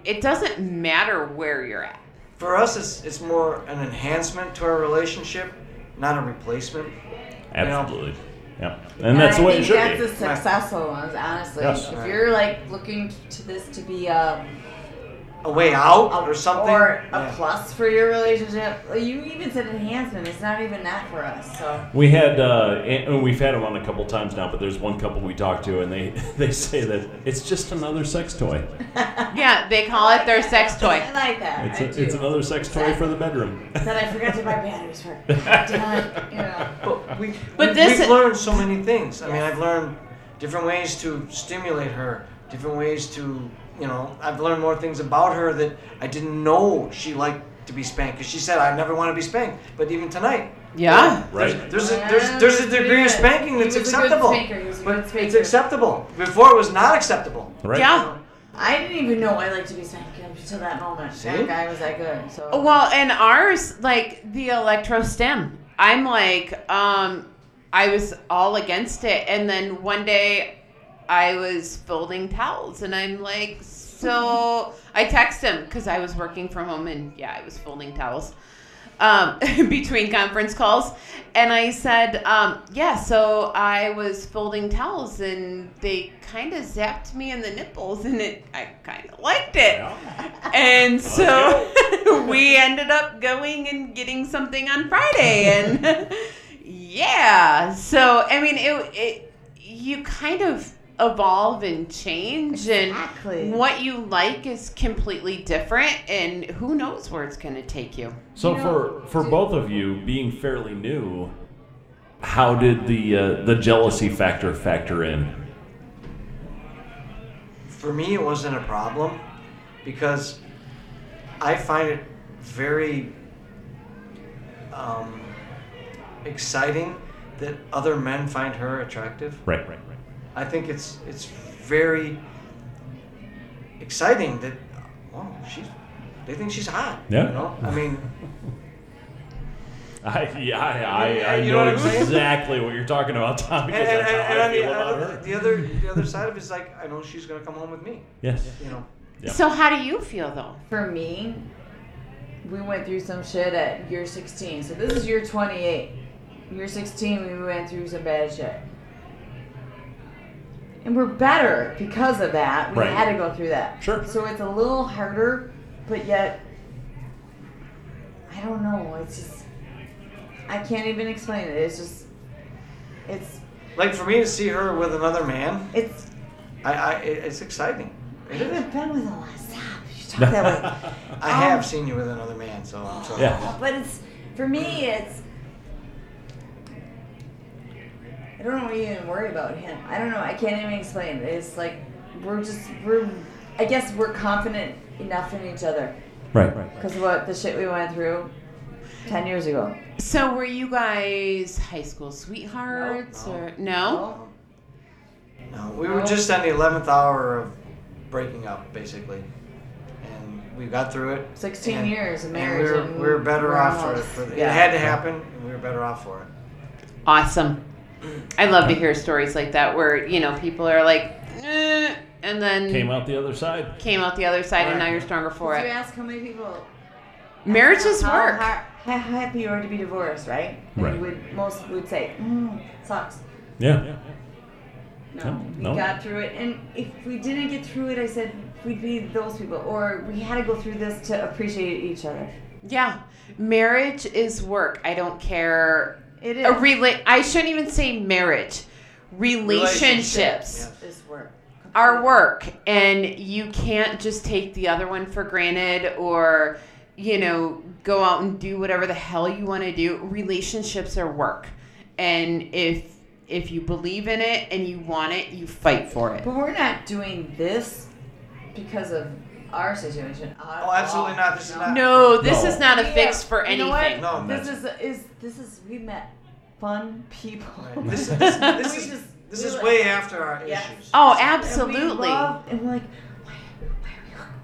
Speaker 3: it doesn't matter where you're at.
Speaker 5: For us, it's, it's more an enhancement to our relationship, not a replacement.
Speaker 1: Absolutely. Yeah. And that's
Speaker 4: I
Speaker 1: the way it
Speaker 4: think
Speaker 1: should
Speaker 4: that's
Speaker 1: be.
Speaker 4: the successful ones, honestly.
Speaker 1: Yes.
Speaker 4: If you're like looking to this to be a,
Speaker 5: A way out
Speaker 4: a
Speaker 5: or something.
Speaker 4: or a
Speaker 5: Yeah.
Speaker 4: plus for your relationship, you even said enhancement. It's not even that for us. So
Speaker 1: We had, uh, and and we've had them on a couple times now, but there's one couple we talked to, and they, they say that it's just another sex toy.
Speaker 3: Yeah, they call it their sex toy.
Speaker 4: I like that.
Speaker 1: It's,
Speaker 4: I
Speaker 1: a,
Speaker 4: do.
Speaker 1: it's another sex toy for the bedroom.
Speaker 4: Then I forgot to buy batteries for. Done. You know.
Speaker 5: But we,
Speaker 3: But
Speaker 5: we-
Speaker 3: this-
Speaker 5: we've learned so many things. I mean, I've learned different ways to stimulate her, different ways to, you know, I've learned more things about her that I didn't know she liked to be spanked. Because she said, I never want to be spanked. But even tonight,
Speaker 3: Yeah.
Speaker 1: Right.
Speaker 5: there's a, there's, there's a
Speaker 4: Yeah,
Speaker 5: degree of
Speaker 4: that's
Speaker 5: spanking
Speaker 4: pretty
Speaker 5: that's
Speaker 4: good. He was a good
Speaker 5: acceptable.
Speaker 4: spanker. He was a
Speaker 5: But
Speaker 4: good
Speaker 5: it's
Speaker 4: spanker.
Speaker 5: acceptable. Before it was not acceptable.
Speaker 1: Right.
Speaker 3: Yeah.
Speaker 4: I didn't even know I like to be psychic up until that moment. That guy was that good. So
Speaker 3: Well, and ours, like the electro stem, I'm like, um, I was all against it, and then one day, I was folding towels, and I'm like, so I text him because I was working from home, and yeah, I was folding towels um, between conference calls, and I said, um, yeah, so I was folding towels, and they kind of zapped me in the nipples, and it, I kind of liked it. And so we ended up going and getting something on Friday, and yeah. So I mean, it, it you kind of evolve and change, and
Speaker 4: Exactly.
Speaker 3: what you like is completely different, and who knows where it's going to take you.
Speaker 1: So for for both of you being fairly new, how did the uh, the jealousy factor factor in?
Speaker 5: for me it wasn't a problem because I find it very um, exciting that other men find her attractive.
Speaker 1: Right. Right. Right.
Speaker 5: I think it's it's very exciting that well she's they think she's hot.
Speaker 1: Yeah.
Speaker 5: You know? I mean
Speaker 1: I, yeah, I, I, I
Speaker 5: You know
Speaker 1: know,
Speaker 5: what I'm saying?
Speaker 1: exactly what you're talking about, Tom, because
Speaker 5: and, and,
Speaker 1: that's how
Speaker 5: and, uh,
Speaker 1: I
Speaker 5: and,
Speaker 1: feel
Speaker 5: on the,
Speaker 1: about
Speaker 5: other,
Speaker 1: her.
Speaker 5: the other the other side of it is like I know she's gonna come home with me.
Speaker 1: Yes.
Speaker 5: You know.
Speaker 1: Yeah.
Speaker 3: So how do you feel though?
Speaker 4: for me, we went through some shit at year 16. So this is year 28. Year 16, we went through some bad shit. And we're better because of that. We
Speaker 1: Right.
Speaker 4: had to go through that.
Speaker 1: Sure.
Speaker 4: So it's a little harder, but yet, I don't know. It's just, I can't even explain it. It's just, it's,
Speaker 5: Like for me to see her with another man,
Speaker 4: it's
Speaker 5: I, I it- it's exciting.
Speaker 4: I
Speaker 5: It is.
Speaker 4: haven't been with a lot. Stop. You talk that way.
Speaker 5: I
Speaker 4: Oh.
Speaker 5: have seen you with another man, so I'm sorry.
Speaker 1: Yeah.
Speaker 4: But it's for me. It's I don't know even worry about him. I don't know. I can't even explain. it. It's like we're just we're. I guess we're confident enough in each other
Speaker 1: Right. Right.
Speaker 4: because of what the shit we went through ten years ago.
Speaker 3: So were you guys high school sweethearts
Speaker 5: No, no.
Speaker 3: or no?
Speaker 5: No, we were just on the eleventh hour of breaking up, basically, and we got through it.
Speaker 4: 16
Speaker 5: and-
Speaker 4: years of
Speaker 5: and
Speaker 4: marriage
Speaker 5: we were,
Speaker 4: and
Speaker 5: we were better
Speaker 4: we're
Speaker 5: off for it.
Speaker 4: almost-
Speaker 5: For the,
Speaker 4: yeah.
Speaker 5: It had to happen, and we were better off for it.
Speaker 3: Awesome. I love to hear stories like that where you know people are like, eh, and then
Speaker 1: Came out the other side.
Speaker 3: came out the other side and now you're stronger for
Speaker 4: Did you
Speaker 3: it.
Speaker 4: ask how many people?
Speaker 3: Marriages
Speaker 4: how
Speaker 3: work.
Speaker 4: har- How happy you are to be divorced, right? And
Speaker 1: Right.
Speaker 4: You would most would say, mm, sucks.
Speaker 1: Yeah.
Speaker 4: No, we
Speaker 1: No.
Speaker 4: got through it. And if we didn't get through it, I said we'd be those people, or we had to go through this to appreciate each other.
Speaker 3: Yeah. Marriage is work. I don't care.
Speaker 4: It is.
Speaker 3: A rela- I shouldn't even say marriage. Relationships
Speaker 5: Relationships,
Speaker 4: This work.
Speaker 3: are work, and you can't just take the other one for granted or, you know, go out and do whatever the hell you want to do. Relationships are work, and if if you believe in it and you want it, you fight for it.
Speaker 4: But we're not doing this because of our situation.
Speaker 5: Oh, absolutely not. This is not.
Speaker 3: No, this
Speaker 1: No.
Speaker 3: is not a fix for anything.
Speaker 4: You know
Speaker 5: No,
Speaker 4: what? this is is this is we met fun people.
Speaker 5: This, is- this, this
Speaker 4: We
Speaker 5: is
Speaker 4: just-
Speaker 5: this
Speaker 4: we
Speaker 5: is
Speaker 4: like-
Speaker 5: way after our
Speaker 4: Yeah.
Speaker 5: issues.
Speaker 3: Oh,
Speaker 4: And we
Speaker 3: absolutely.
Speaker 4: love- And we're like, why,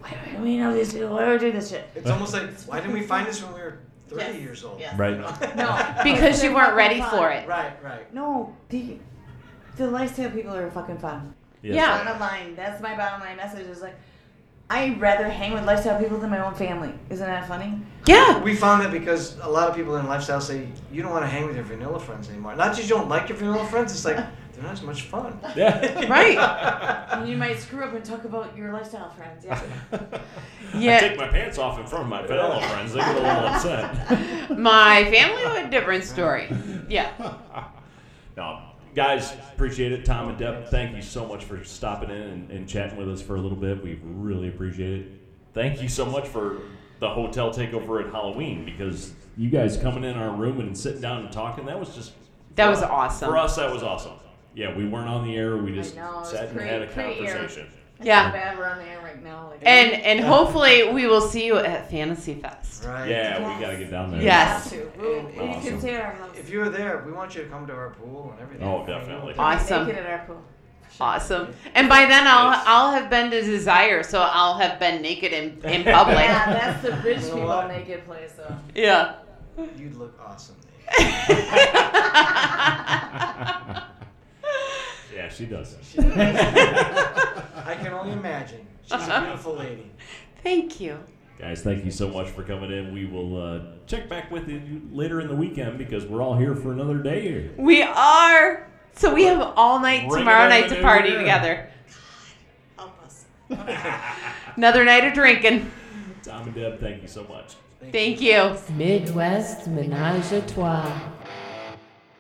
Speaker 4: why, are we, why do we know these people? Why do we do this shit?
Speaker 5: It's almost like why didn't we find this when we were thirty
Speaker 4: Yes.
Speaker 5: years old?
Speaker 4: Yes.
Speaker 1: Right.
Speaker 5: You know?
Speaker 4: No.
Speaker 3: because you
Speaker 4: They're
Speaker 3: weren't
Speaker 4: fucking
Speaker 3: ready
Speaker 4: fun.
Speaker 3: for it.
Speaker 5: right. Right.
Speaker 4: No, they The lifestyle people are fucking fun.
Speaker 6: Yes.
Speaker 3: Yeah.
Speaker 4: Bottom line, that's my bottom line message. Is like, I'd rather hang with lifestyle people than my own family. Isn't that funny?
Speaker 3: Yeah.
Speaker 5: We found that because a lot of people in lifestyle say you don't want to hang with your vanilla friends anymore. Not just you don't like your vanilla friends, it's like they're not as much fun.
Speaker 6: Yeah.
Speaker 3: Right.
Speaker 4: And you might screw up and talk about your lifestyle friends. Yeah.
Speaker 1: I
Speaker 3: Yeah.
Speaker 1: take my pants off in front of my vanilla friends. They get a little upset.
Speaker 3: My family would different story. Yeah.
Speaker 1: No, Um, guys, appreciate it. Tom and Deb, thank you so much for stopping in and, and chatting with us for a little bit. We really appreciate it. Thank you so much for the hotel takeover at Halloween because you guys coming in our room and sitting down and talking. That was just
Speaker 3: That was awesome.
Speaker 1: for us. That was awesome. Yeah, we weren't on the air. We just
Speaker 4: know, it was
Speaker 1: sat and
Speaker 4: pretty-
Speaker 1: had a
Speaker 4: pretty eerie.
Speaker 1: conversation.
Speaker 4: How
Speaker 3: Yeah.
Speaker 4: bad we're on the air right now. Like,
Speaker 3: And and hopefully we will see you at Fantasy Fest.
Speaker 5: Right.
Speaker 1: Yeah, we gotta get down there.
Speaker 3: Yes.
Speaker 4: have to. We'll- You
Speaker 1: Awesome.
Speaker 4: can stay at our house.
Speaker 5: If you were there, we want you to come to our pool and everything.
Speaker 1: Oh, definitely.
Speaker 3: Awesome.
Speaker 4: Make it at our pool.
Speaker 3: Awesome. And by then I'll
Speaker 1: Yes.
Speaker 3: I'll have been to Desire, so I'll have been naked in, in public.
Speaker 4: Yeah, that's the rich
Speaker 5: You know
Speaker 4: people
Speaker 5: what?
Speaker 4: naked place though.
Speaker 3: yeah.
Speaker 5: You'd look awesome.
Speaker 1: Yeah, she does.
Speaker 5: I can only imagine. She's a beautiful lady.
Speaker 3: Thank you.
Speaker 1: Guys, thank you so much for coming in. We will uh, check back with you later in the weekend because we're all here for another day here.
Speaker 3: We are so we have all night
Speaker 1: Bring
Speaker 3: tomorrow
Speaker 1: it
Speaker 3: night
Speaker 1: in,
Speaker 3: to party
Speaker 1: yeah.
Speaker 3: together.
Speaker 7: Help us.
Speaker 3: Another night of drinking.
Speaker 1: Tom and Deb, thank you so much.
Speaker 3: Thank you.
Speaker 2: Midwest Menage a Trois.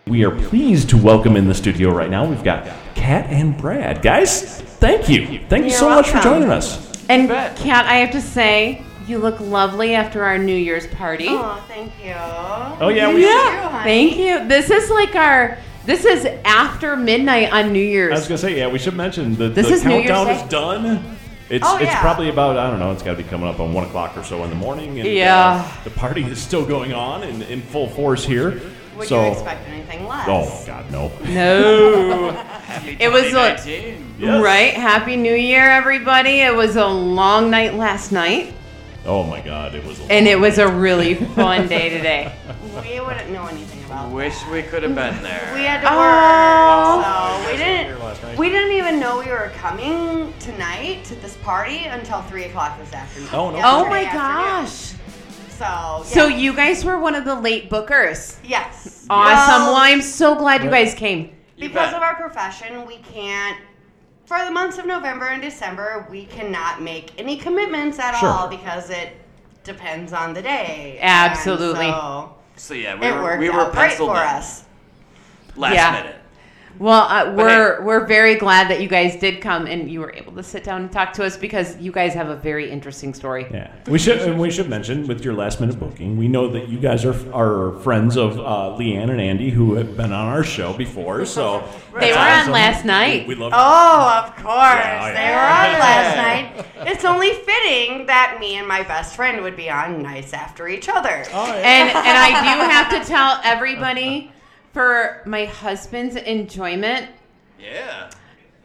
Speaker 1: We are pleased to welcome in the studio right now. We've got Kat and Brad. Guys, thank you. Thank you so much for joining us.
Speaker 3: And Kat, I have to say, you look lovely after our New Year's party.
Speaker 7: Oh, thank you.
Speaker 1: Oh, yeah, we
Speaker 3: Thank you. This is like our this is after midnight on New
Speaker 1: I was
Speaker 3: Year's.
Speaker 1: going to say, yeah, we should mention the,
Speaker 3: This
Speaker 1: the
Speaker 3: is New Year's
Speaker 1: countdown
Speaker 3: Day.
Speaker 1: is done. It's,
Speaker 7: Oh,
Speaker 1: it's
Speaker 7: yeah.
Speaker 1: probably about, I don't know, it's got to be coming up on 1 o'clock or so in the morning. And, uh,
Speaker 3: Yeah.
Speaker 1: the party is still going on in, in full force here.
Speaker 7: Would
Speaker 1: so,
Speaker 7: you expect anything less?
Speaker 1: Oh, God, no.
Speaker 3: No. it was a,
Speaker 1: Yes.
Speaker 3: Right? Happy New Year, everybody. It was a long night last night,
Speaker 1: Oh, my God, it was a
Speaker 3: and it was a really fun day today.
Speaker 7: We wouldn't know anything about that.
Speaker 8: Wish we could have been there.
Speaker 7: We had to
Speaker 3: Oh.
Speaker 7: work, so we didn't. We didn't even know we were coming tonight to this party until three o'clock this afternoon.
Speaker 1: Oh, no
Speaker 3: Oh my
Speaker 7: Yesterday afternoon.
Speaker 3: gosh.
Speaker 7: So
Speaker 3: So,
Speaker 7: yeah.
Speaker 3: you guys were one of the late bookers.
Speaker 7: yes,
Speaker 3: Awesome. Well,
Speaker 7: Well,
Speaker 3: I'm so glad you guys came.
Speaker 7: because of our profession, we can't. For the months of November and December, we cannot make any commitments at
Speaker 1: Sure.
Speaker 7: all because it depends on the day.
Speaker 3: Absolutely.
Speaker 7: And so
Speaker 8: So yeah, we
Speaker 7: it
Speaker 8: were
Speaker 7: worked
Speaker 8: we were
Speaker 7: out great
Speaker 8: penciled
Speaker 7: for
Speaker 8: in
Speaker 7: us.
Speaker 8: last
Speaker 3: Yeah.
Speaker 8: minute.
Speaker 3: Well, uh, we're we're very glad that you guys did come and you were able to sit down and talk to us because you guys have a very interesting story.
Speaker 1: Yeah, we should and we should mention with your last minute booking, we know that you guys are are friends of uh, Leanne and Andy who have been on our show before. So
Speaker 3: They
Speaker 1: that's
Speaker 3: were on last night.
Speaker 1: We, we love.
Speaker 7: Oh, of course.
Speaker 1: Yeah,
Speaker 7: They
Speaker 1: yeah.
Speaker 7: were on last night. It's only fitting that me and my best friend would be on nights after each other.
Speaker 8: Oh,
Speaker 3: And and I do have to tell everybody for my husband's enjoyment,
Speaker 8: Yeah.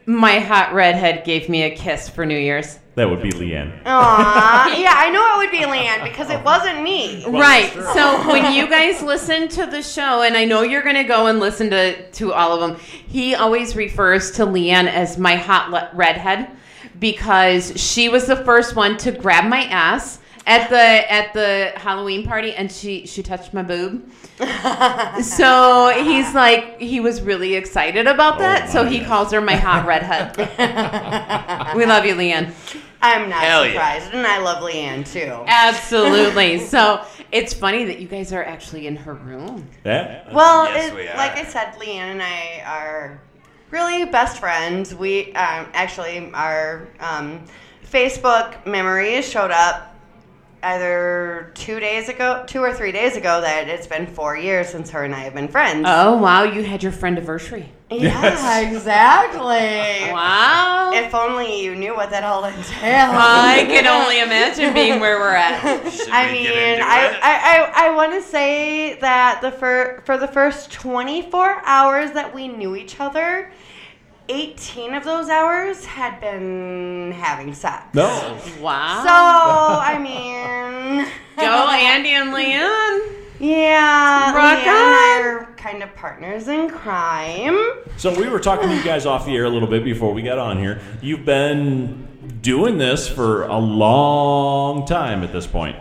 Speaker 3: my hot redhead gave me a kiss for New Year's.
Speaker 1: That would be Leanne.
Speaker 3: Oh.
Speaker 7: Aw, yeah, I know it would be Leanne because it wasn't me.
Speaker 3: right. So when you guys listen to the show, and I know you're going to go and listen to, to all of them, he always refers to Leanne as my hot le- redhead because she was the first one to grab my ass at the at the Halloween party, and she she touched my boob. so he's like he was really excited about that,
Speaker 1: Oh my
Speaker 3: so he
Speaker 1: goodness.
Speaker 3: calls her my hot redhead. we love you, Leanne.
Speaker 7: I'm not
Speaker 8: Hell yeah.
Speaker 7: surprised, and I love Leanne too.
Speaker 3: Absolutely. so it's funny that you guys are actually in her room.
Speaker 1: Yeah.
Speaker 7: Well,
Speaker 8: Yes,
Speaker 7: it,
Speaker 8: we are.
Speaker 7: like I said, Leanne and I are really best friends. We um, actually our um, Facebook memories showed up either two days ago, two or three days ago, that it's been four years since her and I have been friends.
Speaker 3: Oh wow, you had your friend anniversary.
Speaker 7: yeah, exactly.
Speaker 3: Wow.
Speaker 7: If only you knew what that all entailed.
Speaker 3: I can only imagine being where we're at.
Speaker 8: Should
Speaker 7: I
Speaker 8: we
Speaker 7: mean,
Speaker 8: get into
Speaker 7: I,
Speaker 8: it?
Speaker 7: I, I, I want to say that the fir- for the first 24 hours that we knew each other, 18 of those hours had been having sex.
Speaker 1: No.
Speaker 7: So,
Speaker 3: Wow.
Speaker 7: I mean.
Speaker 3: go Andy and Leanne.
Speaker 7: Yeah.
Speaker 3: Rock
Speaker 7: Leanne and I
Speaker 3: on.
Speaker 7: are kind kind of partners in crime.
Speaker 1: So we were talking to you guys off the air a little bit before we got on here. You've been doing this for a long time at this point.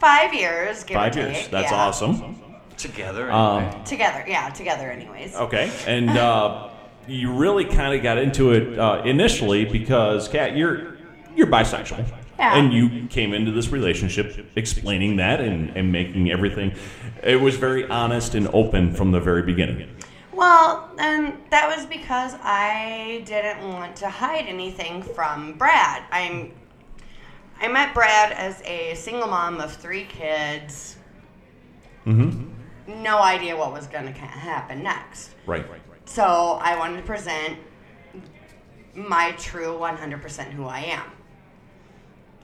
Speaker 7: Five years, give or
Speaker 1: Five years.
Speaker 7: take,
Speaker 1: That's
Speaker 7: yeah.
Speaker 1: awesome.
Speaker 8: Together.
Speaker 1: Um,
Speaker 7: Together, yeah, together, anyways.
Speaker 1: okay, and uh, you really kind of got into it uh, initially because Kat, you're you're bisexual,
Speaker 7: Yeah.
Speaker 1: and you came into this relationship explaining that and, and making everything. It was very honest and open from the very beginning.
Speaker 7: Well, and that was because I didn't want to hide anything from Brad. I'm I met Brad as a single mom of three kids. Mm-hmm. No idea what was going to happen next.
Speaker 1: Right. Right.
Speaker 7: So I wanted to present my true 100% who I am.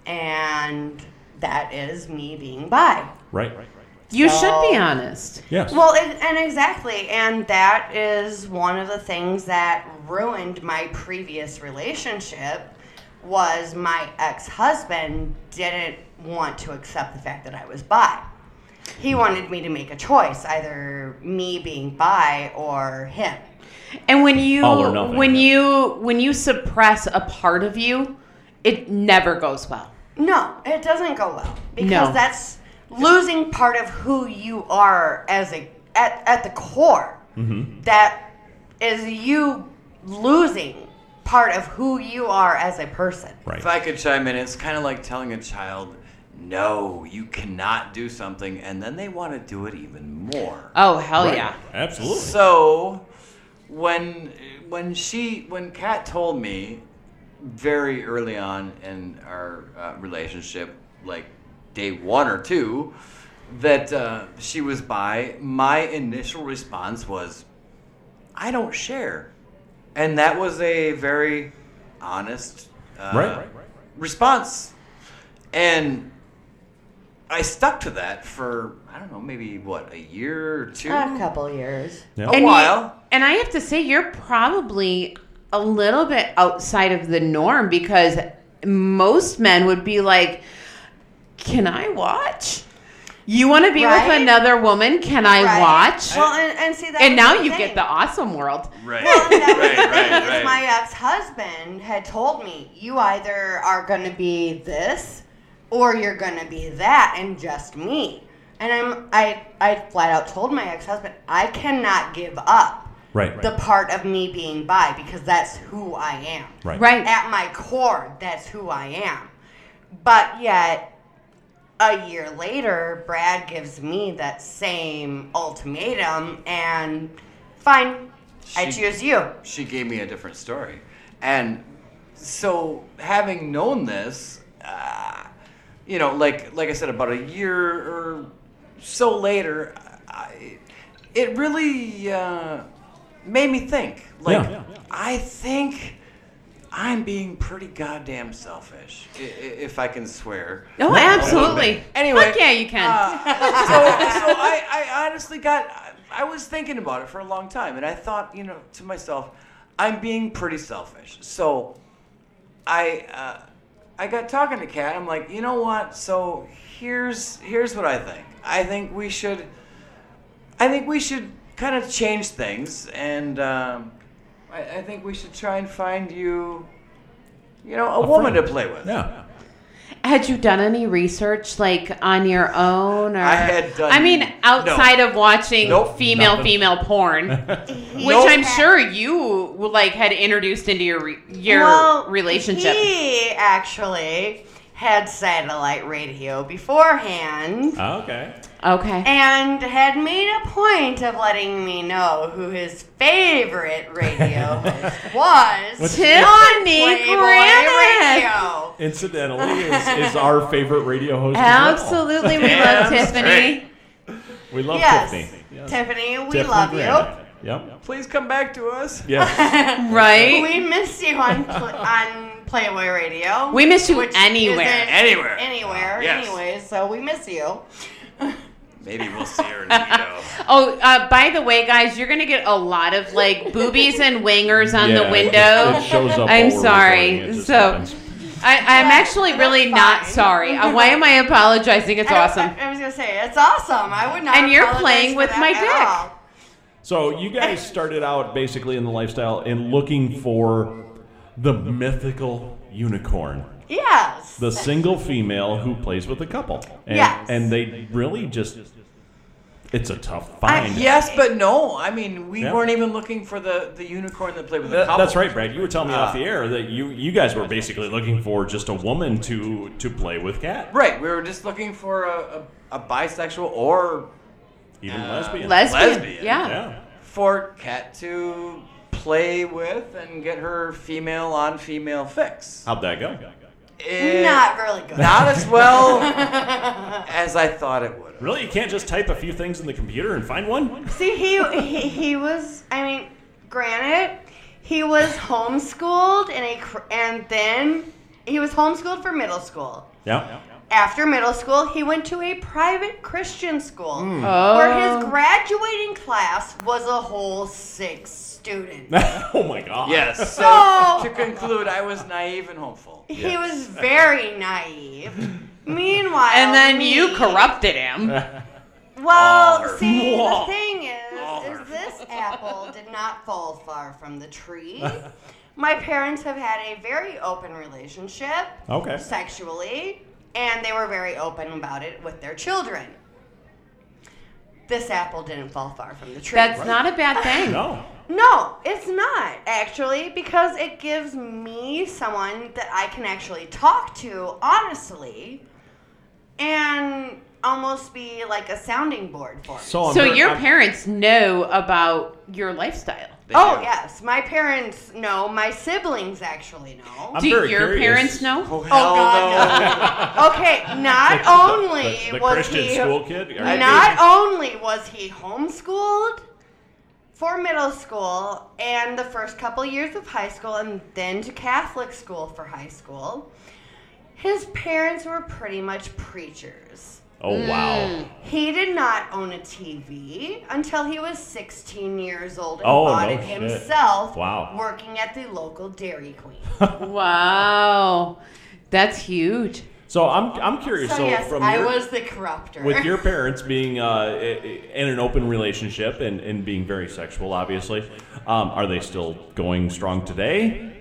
Speaker 7: And that is me being bi.
Speaker 1: Right. Right.
Speaker 3: You should be honest.
Speaker 1: Yes.
Speaker 7: Well, and, and exactly, and that is one of the things that ruined my previous relationship was my ex-husband didn't want to accept the fact that I was bi. He wanted me to make a choice, either me being bi or him.
Speaker 3: And when you
Speaker 1: All or nothing,
Speaker 3: when
Speaker 1: yeah.
Speaker 3: you when you suppress a part of you, it never goes well.
Speaker 7: No, it doesn't go well because
Speaker 3: No.
Speaker 7: that's losing part of who you are as a at, at the core.
Speaker 3: Mm-hmm.
Speaker 7: That is you losing part of who you are as a person.
Speaker 1: right.
Speaker 8: If I could chime in, it's kind of like telling a child, no, you cannot do something, and then they want to do it even more.
Speaker 3: Oh hell yeah.
Speaker 1: Absolutely.
Speaker 8: So, when when she when Kat told me very early on in our uh, relationship, like day one or two, that uh, she was by, my initial response was, "I don't share," and that was a very honest uh,
Speaker 1: Right, right, right.
Speaker 8: response, and. I stuck to that for I don't know maybe what a year or two
Speaker 7: A couple years.
Speaker 1: Yeah.
Speaker 8: a
Speaker 3: Uh, And you-
Speaker 8: while.
Speaker 3: and I have to say, you're probably a little bit outside of the norm because most men would be like, "Can I watch? You want to be with
Speaker 7: Right?
Speaker 3: another woman? Can I
Speaker 7: Right?
Speaker 3: watch?"
Speaker 7: Well, and, and see that.
Speaker 3: and now you get the awesome world.
Speaker 8: Right.
Speaker 7: Well, and that was
Speaker 8: right,
Speaker 7: the thing
Speaker 8: right,
Speaker 7: is
Speaker 8: right.
Speaker 7: my ex-husband had told me, you either are going to be this or you're going to be that and just me. And I'm I I flat out told my ex-husband, I cannot give up
Speaker 1: Right.
Speaker 7: the part of me being bi because that's who I am.
Speaker 1: Right.
Speaker 3: Right.
Speaker 7: At my core, that's who I am. But yet a year later, Brad gives me that same ultimatum and fine, I
Speaker 8: She-
Speaker 7: choose you.
Speaker 8: she gave me a different story. And so, having known this, uh, you know, like like I said, about a year or so later, I, it really uh, made me think. Like,
Speaker 1: Yeah.
Speaker 8: I think I'm being pretty goddamn selfish, i- i- if I can swear.
Speaker 3: Oh, absolutely.
Speaker 8: Anyway,
Speaker 3: Fuck yeah, you can.
Speaker 8: Uh, so, so I, I honestly got, I, I was thinking about it for a long time, and I thought, you know, to myself, I'm being pretty selfish. So, I, uh, I got talking to Kat. I'm like, you know what? So here's here's what I think. I think we should, I think we should kind of change things, and um, I, I think we should try and find you, you know, a, woman
Speaker 1: friend.
Speaker 8: to play with.
Speaker 1: Yeah.
Speaker 3: Had you done any research, like on your own, or
Speaker 8: I had done-
Speaker 3: I mean, outside of watching
Speaker 8: Nope,
Speaker 3: female
Speaker 1: nothing.
Speaker 3: female porn, which
Speaker 7: Nope.
Speaker 3: I'm sure you like had introduced into your re- your
Speaker 7: Well,
Speaker 3: relationship.
Speaker 7: He actually had satellite radio beforehand
Speaker 1: Ah, Okay.
Speaker 3: okay,
Speaker 7: and had made a point of letting me know who his favorite radio host was.
Speaker 1: What's-
Speaker 7: on
Speaker 3: Tiffany
Speaker 7: Playboy
Speaker 3: Grannis.
Speaker 7: Radio.
Speaker 1: Incidentally, is, is our favorite radio host. as well.
Speaker 3: absolutely, we love Tiffany.
Speaker 1: We love
Speaker 7: Yes.
Speaker 1: Tiffany.
Speaker 7: Tiffany, we
Speaker 1: Tiffany
Speaker 7: love you.
Speaker 1: Granite. Yep.
Speaker 8: Please come back to us.
Speaker 1: Yes.
Speaker 3: Right?
Speaker 7: We missed you on pl- on Playboy Radio.
Speaker 3: We miss you
Speaker 7: which
Speaker 3: anywhere.
Speaker 7: isn't
Speaker 8: Anywhere.
Speaker 7: Anywhere.
Speaker 8: Yes.
Speaker 7: Anyways, so we miss you.
Speaker 8: Maybe we'll see her in Vito.
Speaker 3: Oh, uh, by the way, guys, you're gonna get a lot of like boobies and wingers on
Speaker 1: Yeah,
Speaker 3: the
Speaker 1: it-
Speaker 3: window.
Speaker 1: It, shows up.
Speaker 3: I'm
Speaker 1: while we're
Speaker 3: sorry.
Speaker 1: recording. It just
Speaker 3: So-
Speaker 1: happens.
Speaker 3: I, I'm actually
Speaker 7: that's
Speaker 3: really not
Speaker 7: fine.
Speaker 3: sorry. Uh, Why am I apologizing? It's
Speaker 7: I-
Speaker 3: awesome.
Speaker 7: I, I was gonna say it's awesome. I would not.
Speaker 3: And you're
Speaker 7: apologize
Speaker 3: playing
Speaker 7: for
Speaker 3: with
Speaker 7: that
Speaker 3: my
Speaker 7: at
Speaker 3: dick.
Speaker 7: all.
Speaker 1: So you guys started out basically in the lifestyle and looking for the mythical unicorn,
Speaker 7: Yes.
Speaker 1: the single female who plays with a couple. And,
Speaker 7: Yes.
Speaker 1: and they really just, it's a tough
Speaker 7: I-
Speaker 1: find.
Speaker 8: Yes, but no. I mean, we
Speaker 1: Yeah.
Speaker 8: weren't even looking for the, the unicorn that played with the
Speaker 1: That-
Speaker 8: couple.
Speaker 1: that's right, Brad. You were telling me off
Speaker 3: Uh.
Speaker 1: the air that you, you guys were basically looking for just a woman to, to play with cat,
Speaker 8: Right. We were just looking for a, a, a bisexual or
Speaker 1: even
Speaker 3: Uh,
Speaker 1: lesbian.
Speaker 3: Lesbian.
Speaker 8: Lesbian,
Speaker 3: Yeah.
Speaker 1: yeah.
Speaker 8: for Kat to play with and get her female on female fix.
Speaker 1: How'd that go?
Speaker 8: It-
Speaker 7: Not really good.
Speaker 8: not as well as I thought it would.
Speaker 1: Really? You can't just type a few things in the computer and find one?
Speaker 7: See, he, he he was. I mean, granted, he was homeschooled in a, cr- and then he was homeschooled for middle school.
Speaker 1: Yeah.
Speaker 7: After middle school, he went to a private Christian school where
Speaker 3: Oh.
Speaker 7: his graduating class was a whole six students.
Speaker 1: oh my god.
Speaker 8: Yes.
Speaker 7: So-
Speaker 8: So to conclude, I was naive and hopeful.
Speaker 7: He was very naive. Meanwhile,
Speaker 3: And then
Speaker 7: me-
Speaker 3: you corrupted him.
Speaker 7: Well,
Speaker 8: Arf.
Speaker 7: see, the
Speaker 8: Arf.
Speaker 7: thing is, is
Speaker 8: Arf.
Speaker 7: this apple did not fall far from the tree. My parents have had a very open relationship
Speaker 1: Okay.
Speaker 7: sexually, and they were very open about it with their children. This apple didn't fall far from the tree.
Speaker 3: That's not a bad thing.
Speaker 1: No.
Speaker 7: No, it's not actually because it gives me someone that I can actually talk to honestly and almost be like a sounding board for. me.
Speaker 1: So, I'm
Speaker 3: So
Speaker 1: very-
Speaker 3: your
Speaker 1: I'm-
Speaker 3: parents know about your lifestyle.
Speaker 8: They
Speaker 7: oh,
Speaker 8: do.
Speaker 7: yes, my parents know, my siblings actually know.
Speaker 1: I'm
Speaker 3: Do your
Speaker 1: very curious.
Speaker 3: parents know?
Speaker 8: Oh, hell
Speaker 7: God,
Speaker 8: no.
Speaker 7: okay, not only
Speaker 1: The, the
Speaker 7: was
Speaker 1: Christian
Speaker 7: he
Speaker 1: school kid? Are you-
Speaker 7: Not only was he homeschooled for middle school and the first couple years of high school and then to Catholic school for high school, his parents were pretty much preachers.
Speaker 1: Oh wow.
Speaker 7: He did not own a TV until he was 16 years old and
Speaker 1: Oh,
Speaker 7: bought
Speaker 1: no
Speaker 7: it
Speaker 1: shit.
Speaker 7: himself
Speaker 1: Wow.
Speaker 7: working at the local Dairy Queen.
Speaker 3: Wow. That's huge.
Speaker 1: So I'm I'm curious.
Speaker 7: so,
Speaker 1: So,
Speaker 7: yes,
Speaker 1: from
Speaker 7: I
Speaker 1: your,
Speaker 7: was the corruptor.
Speaker 1: with your parents being uh, i- i- in an open relationship and, and being very sexual, obviously, um, are they still going strong today?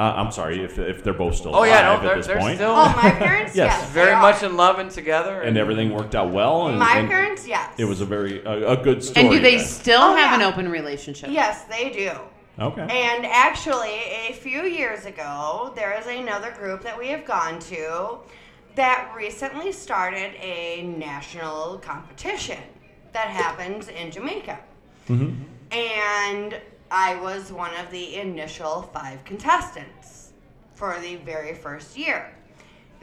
Speaker 1: Uh, I'm sorry if, if they're both still
Speaker 8: Oh
Speaker 1: alive
Speaker 8: yeah, no,
Speaker 1: at
Speaker 8: they're,
Speaker 1: this
Speaker 8: they're
Speaker 1: point.
Speaker 8: still
Speaker 7: oh, my parents?
Speaker 1: Yes,
Speaker 7: yes.
Speaker 8: very
Speaker 7: they are.
Speaker 8: much in love and together.
Speaker 1: and everything worked out well. And,
Speaker 7: My
Speaker 1: and
Speaker 7: parents, yes.
Speaker 1: It was a very a, a good story.
Speaker 3: And do they
Speaker 1: then.
Speaker 3: still
Speaker 7: Oh,
Speaker 3: have
Speaker 7: yeah.
Speaker 3: an open relationship?
Speaker 7: Yes, they do.
Speaker 1: Okay.
Speaker 7: And actually, a few years ago, there is another group that we have gone to that recently started a national competition that happens in Jamaica.
Speaker 1: Mm-hmm.
Speaker 7: And I was one of the initial five contestants for the very first year.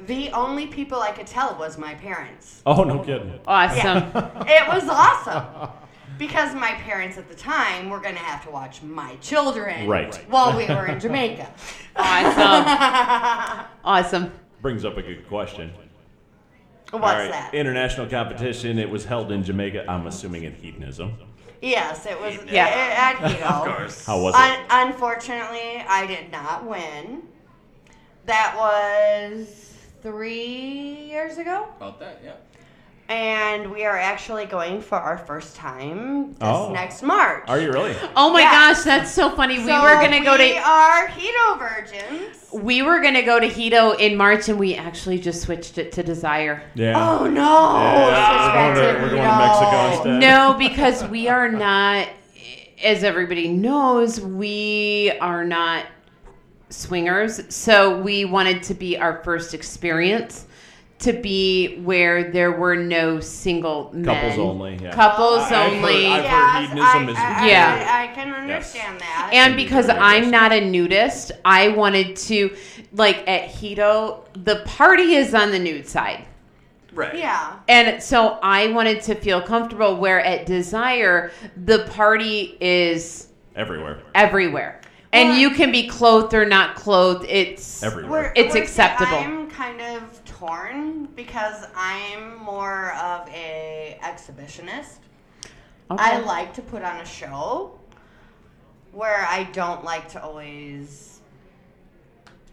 Speaker 7: The only people I could tell was my parents.
Speaker 1: Oh no kidding.
Speaker 3: Awesome.
Speaker 7: It was awesome. Because my parents at the time were going to have to watch my children
Speaker 1: Right.
Speaker 7: while we were in Jamaica.
Speaker 3: Awesome. awesome.
Speaker 1: Brings up a good question.
Speaker 7: What's
Speaker 1: All right,
Speaker 7: that?
Speaker 1: International competition. It was held in Jamaica. I'm assuming in hedonism.
Speaker 7: yes, it was
Speaker 3: Yeah.
Speaker 7: yeah. at Hito.
Speaker 8: of course.
Speaker 1: How was it?
Speaker 7: Un- unfortunately, I did not win. That was three years ago.
Speaker 8: About that, yeah.
Speaker 7: And we are actually going for our first time this
Speaker 1: Oh.
Speaker 7: next March.
Speaker 1: Are you really?
Speaker 3: Oh my
Speaker 7: Yeah.
Speaker 3: gosh, that's so funny. we
Speaker 7: So
Speaker 3: were gonna go
Speaker 7: We
Speaker 3: to
Speaker 7: are Hito virgins.
Speaker 3: we were gonna go to Hito in March, and we actually just switched it to Desire.
Speaker 1: Yeah.
Speaker 7: Oh no!
Speaker 1: Yeah, we're going to-
Speaker 7: Suspected,
Speaker 1: we're going to
Speaker 7: no.
Speaker 1: Mexico instead.
Speaker 3: No, because we are not, as everybody knows, we are not swingers. So we wanted to be our first experience to be where there were no single men.
Speaker 1: Couples only, yeah.
Speaker 3: Couples
Speaker 1: I've heard-
Speaker 3: only.
Speaker 1: I've-
Speaker 7: Yes,
Speaker 1: hedonism is-
Speaker 7: I, I,
Speaker 3: Yeah.
Speaker 7: I, I can understand that.
Speaker 3: and
Speaker 1: can be
Speaker 3: because
Speaker 1: very
Speaker 3: I'm
Speaker 1: aggressive.
Speaker 3: not a nudist, I wanted to, like at Hito, the party is on the nude side.
Speaker 8: Right.
Speaker 7: yeah.
Speaker 3: And so I wanted to feel comfortable where at Desire, the party is
Speaker 1: Everywhere.
Speaker 3: everywhere. And
Speaker 7: Well,
Speaker 3: you can be clothed or not clothed. It's
Speaker 1: Everywhere.
Speaker 3: It's acceptable.
Speaker 7: I'm kind of torn because I'm more of a exhibitionist.
Speaker 3: Okay.
Speaker 7: I like to put on a show where I don't like to always.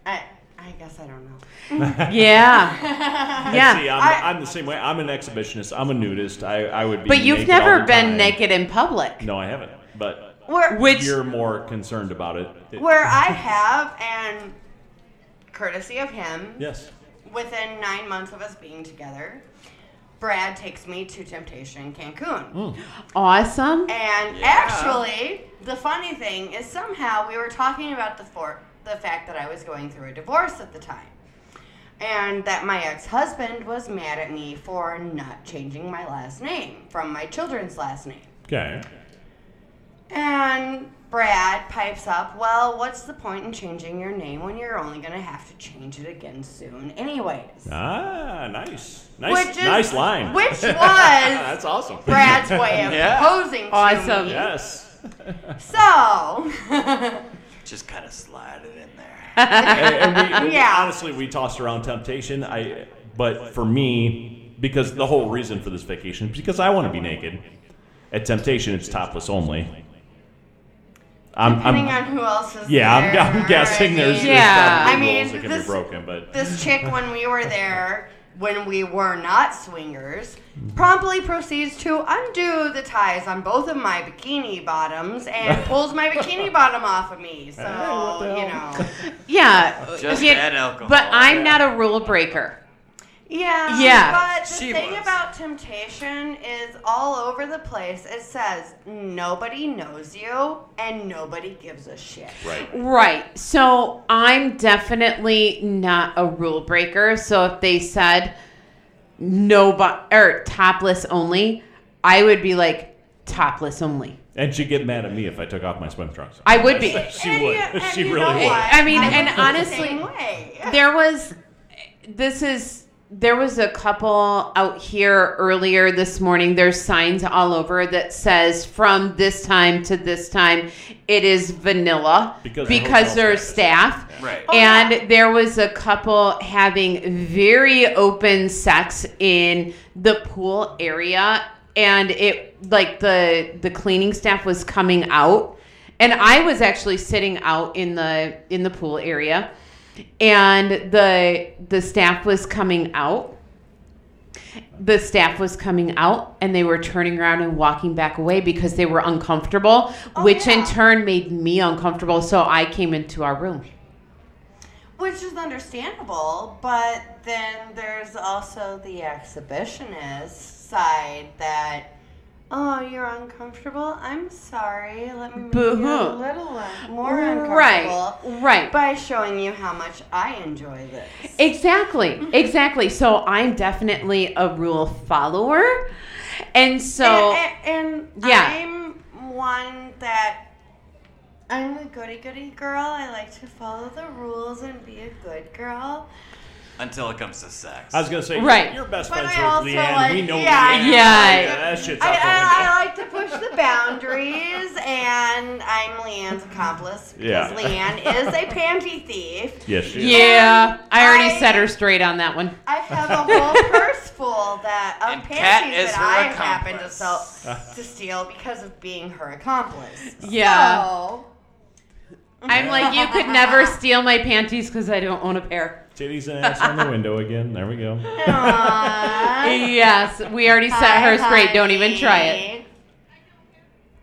Speaker 7: I I guess I don't know.
Speaker 3: yeah. Yeah.
Speaker 1: See, I'm,
Speaker 7: I-
Speaker 1: I, am the same way. I'm an exhibitionist. I'm a nudist. I, I would be.
Speaker 3: but you've
Speaker 1: naked all
Speaker 3: never
Speaker 1: the
Speaker 3: been
Speaker 1: time.
Speaker 3: naked in public.
Speaker 1: No, I haven't. but
Speaker 7: Where
Speaker 3: Which
Speaker 1: you're more concerned about it. It-
Speaker 7: where I have and courtesy of him,
Speaker 1: yes.
Speaker 7: within nine months of us being together, Brad takes me to Temptation Cancun.
Speaker 3: awesome.
Speaker 7: And actually, the funny thing is somehow we were talking about the for- the fact that I was going through a divorce at the time. And that my ex husband was mad at me for not changing my last name from my children's last name.
Speaker 6: Okay.
Speaker 7: And Brad pipes up, Well, what's the point in changing your name when you're only going to have to change it again soon, anyways?
Speaker 1: Ah, nice, nice,
Speaker 7: Which is-
Speaker 1: nice line.
Speaker 7: which was-
Speaker 1: that's awesome.
Speaker 7: Brad's way of
Speaker 8: Yeah.
Speaker 7: posing to
Speaker 3: Awesome.
Speaker 7: me.
Speaker 1: Yes.
Speaker 7: So,
Speaker 8: Just kind of slide it in there.
Speaker 1: and, and we, we-
Speaker 7: Yeah.
Speaker 1: honestly, we tossed around temptation. I, but for me, because the whole reason for this vacation is because I want to be naked. At temptation, it's topless only. I'm,
Speaker 7: depending
Speaker 1: I'm
Speaker 7: on who else is
Speaker 1: yeah, I'm,
Speaker 7: there,
Speaker 1: I'm guessing
Speaker 7: I
Speaker 1: there's,
Speaker 7: mean-
Speaker 1: there's
Speaker 3: Yeah.
Speaker 1: probably
Speaker 7: I
Speaker 1: rules that
Speaker 7: mean,
Speaker 1: can
Speaker 7: this-
Speaker 1: be broken, but
Speaker 7: this chick when we were there when we were not swingers promptly proceeds to undo the ties on both of my bikini bottoms and pulls my bikini bottom off of me so you know
Speaker 3: Yeah.
Speaker 8: Just
Speaker 3: Yeah,
Speaker 8: add alcohol.
Speaker 3: But I'm not a rule breaker.
Speaker 7: yeah
Speaker 3: Yeah.
Speaker 7: but the
Speaker 8: She
Speaker 7: thing
Speaker 8: was.
Speaker 7: about temptation is all over the place it says nobody knows you and nobody gives a shit
Speaker 1: right.
Speaker 3: Right. So I'm definitely not a rule breaker. So if they said no bu- or topless only, I would be like topless only.
Speaker 1: And she'd get mad at me if I took off my swim trunks.
Speaker 3: I would be.
Speaker 1: she
Speaker 7: And
Speaker 1: would.
Speaker 7: you- and
Speaker 1: she
Speaker 7: you
Speaker 1: really
Speaker 7: know
Speaker 1: would.
Speaker 7: what?
Speaker 3: I mean,
Speaker 7: was
Speaker 3: and
Speaker 7: the
Speaker 3: honestly-
Speaker 7: same way.
Speaker 3: There was this is there was a couple out here earlier this morning. There's signs all over that says from this time to this time it is vanilla
Speaker 1: Because the
Speaker 3: because
Speaker 1: hotel
Speaker 3: there's
Speaker 1: staff
Speaker 3: staff.
Speaker 8: Right.
Speaker 7: Oh,
Speaker 3: and
Speaker 7: yeah.
Speaker 3: there was a couple having very open sex in the pool area and it like the the cleaning staff was coming out and i was actually sitting out in the in the pool area and the the staff was coming out the staff was coming out and they were turning around and walking back away because they were uncomfortable
Speaker 7: Oh,
Speaker 3: which in
Speaker 7: yeah.
Speaker 3: turn made me uncomfortable so i came into our room
Speaker 7: Which is understandable, but then there's also the exhibitionist side that, oh, you're uncomfortable? I'm sorry. Let me make you a
Speaker 3: Boo-hoo.
Speaker 7: little un- more
Speaker 3: right
Speaker 7: uncomfortable
Speaker 3: right
Speaker 7: by showing you how much I enjoy this.
Speaker 3: exactly
Speaker 7: Mm-hmm.
Speaker 3: exactly so i'm definitely a rule follower and so
Speaker 7: and, and
Speaker 3: Yeah.
Speaker 7: I'm one that I'm a goody goody girl. I like to follow the rules and be a good girl.
Speaker 8: Until it comes to sex.
Speaker 1: I was gonna say,
Speaker 3: Right.
Speaker 1: Your best
Speaker 7: But
Speaker 1: friends
Speaker 7: I also
Speaker 1: with Leanne.
Speaker 7: like-
Speaker 1: we know
Speaker 7: yeah,
Speaker 1: Leanne.
Speaker 3: yeah.
Speaker 1: Yeah, that shit's out the window.
Speaker 7: I, I, I like to push the boundaries, and I'm Leanne's accomplice because
Speaker 1: Yeah.
Speaker 7: Leanne is a panty thief.
Speaker 1: yes, she is.
Speaker 3: yeah i already
Speaker 7: I-
Speaker 3: set her straight on that one
Speaker 7: I have a whole purse full that of
Speaker 8: And Kat
Speaker 7: panties
Speaker 8: is
Speaker 7: that
Speaker 8: her
Speaker 7: I happen to,
Speaker 8: accomplice.
Speaker 7: sell, to steal because of being her accomplice.
Speaker 3: Yeah.
Speaker 7: So,
Speaker 3: i'm like you could never steal my panties because i don't own a pair
Speaker 1: Titties and ass on the window again. There we go.
Speaker 7: aw,
Speaker 3: yes we already set her
Speaker 7: hi,
Speaker 3: straight don't even try it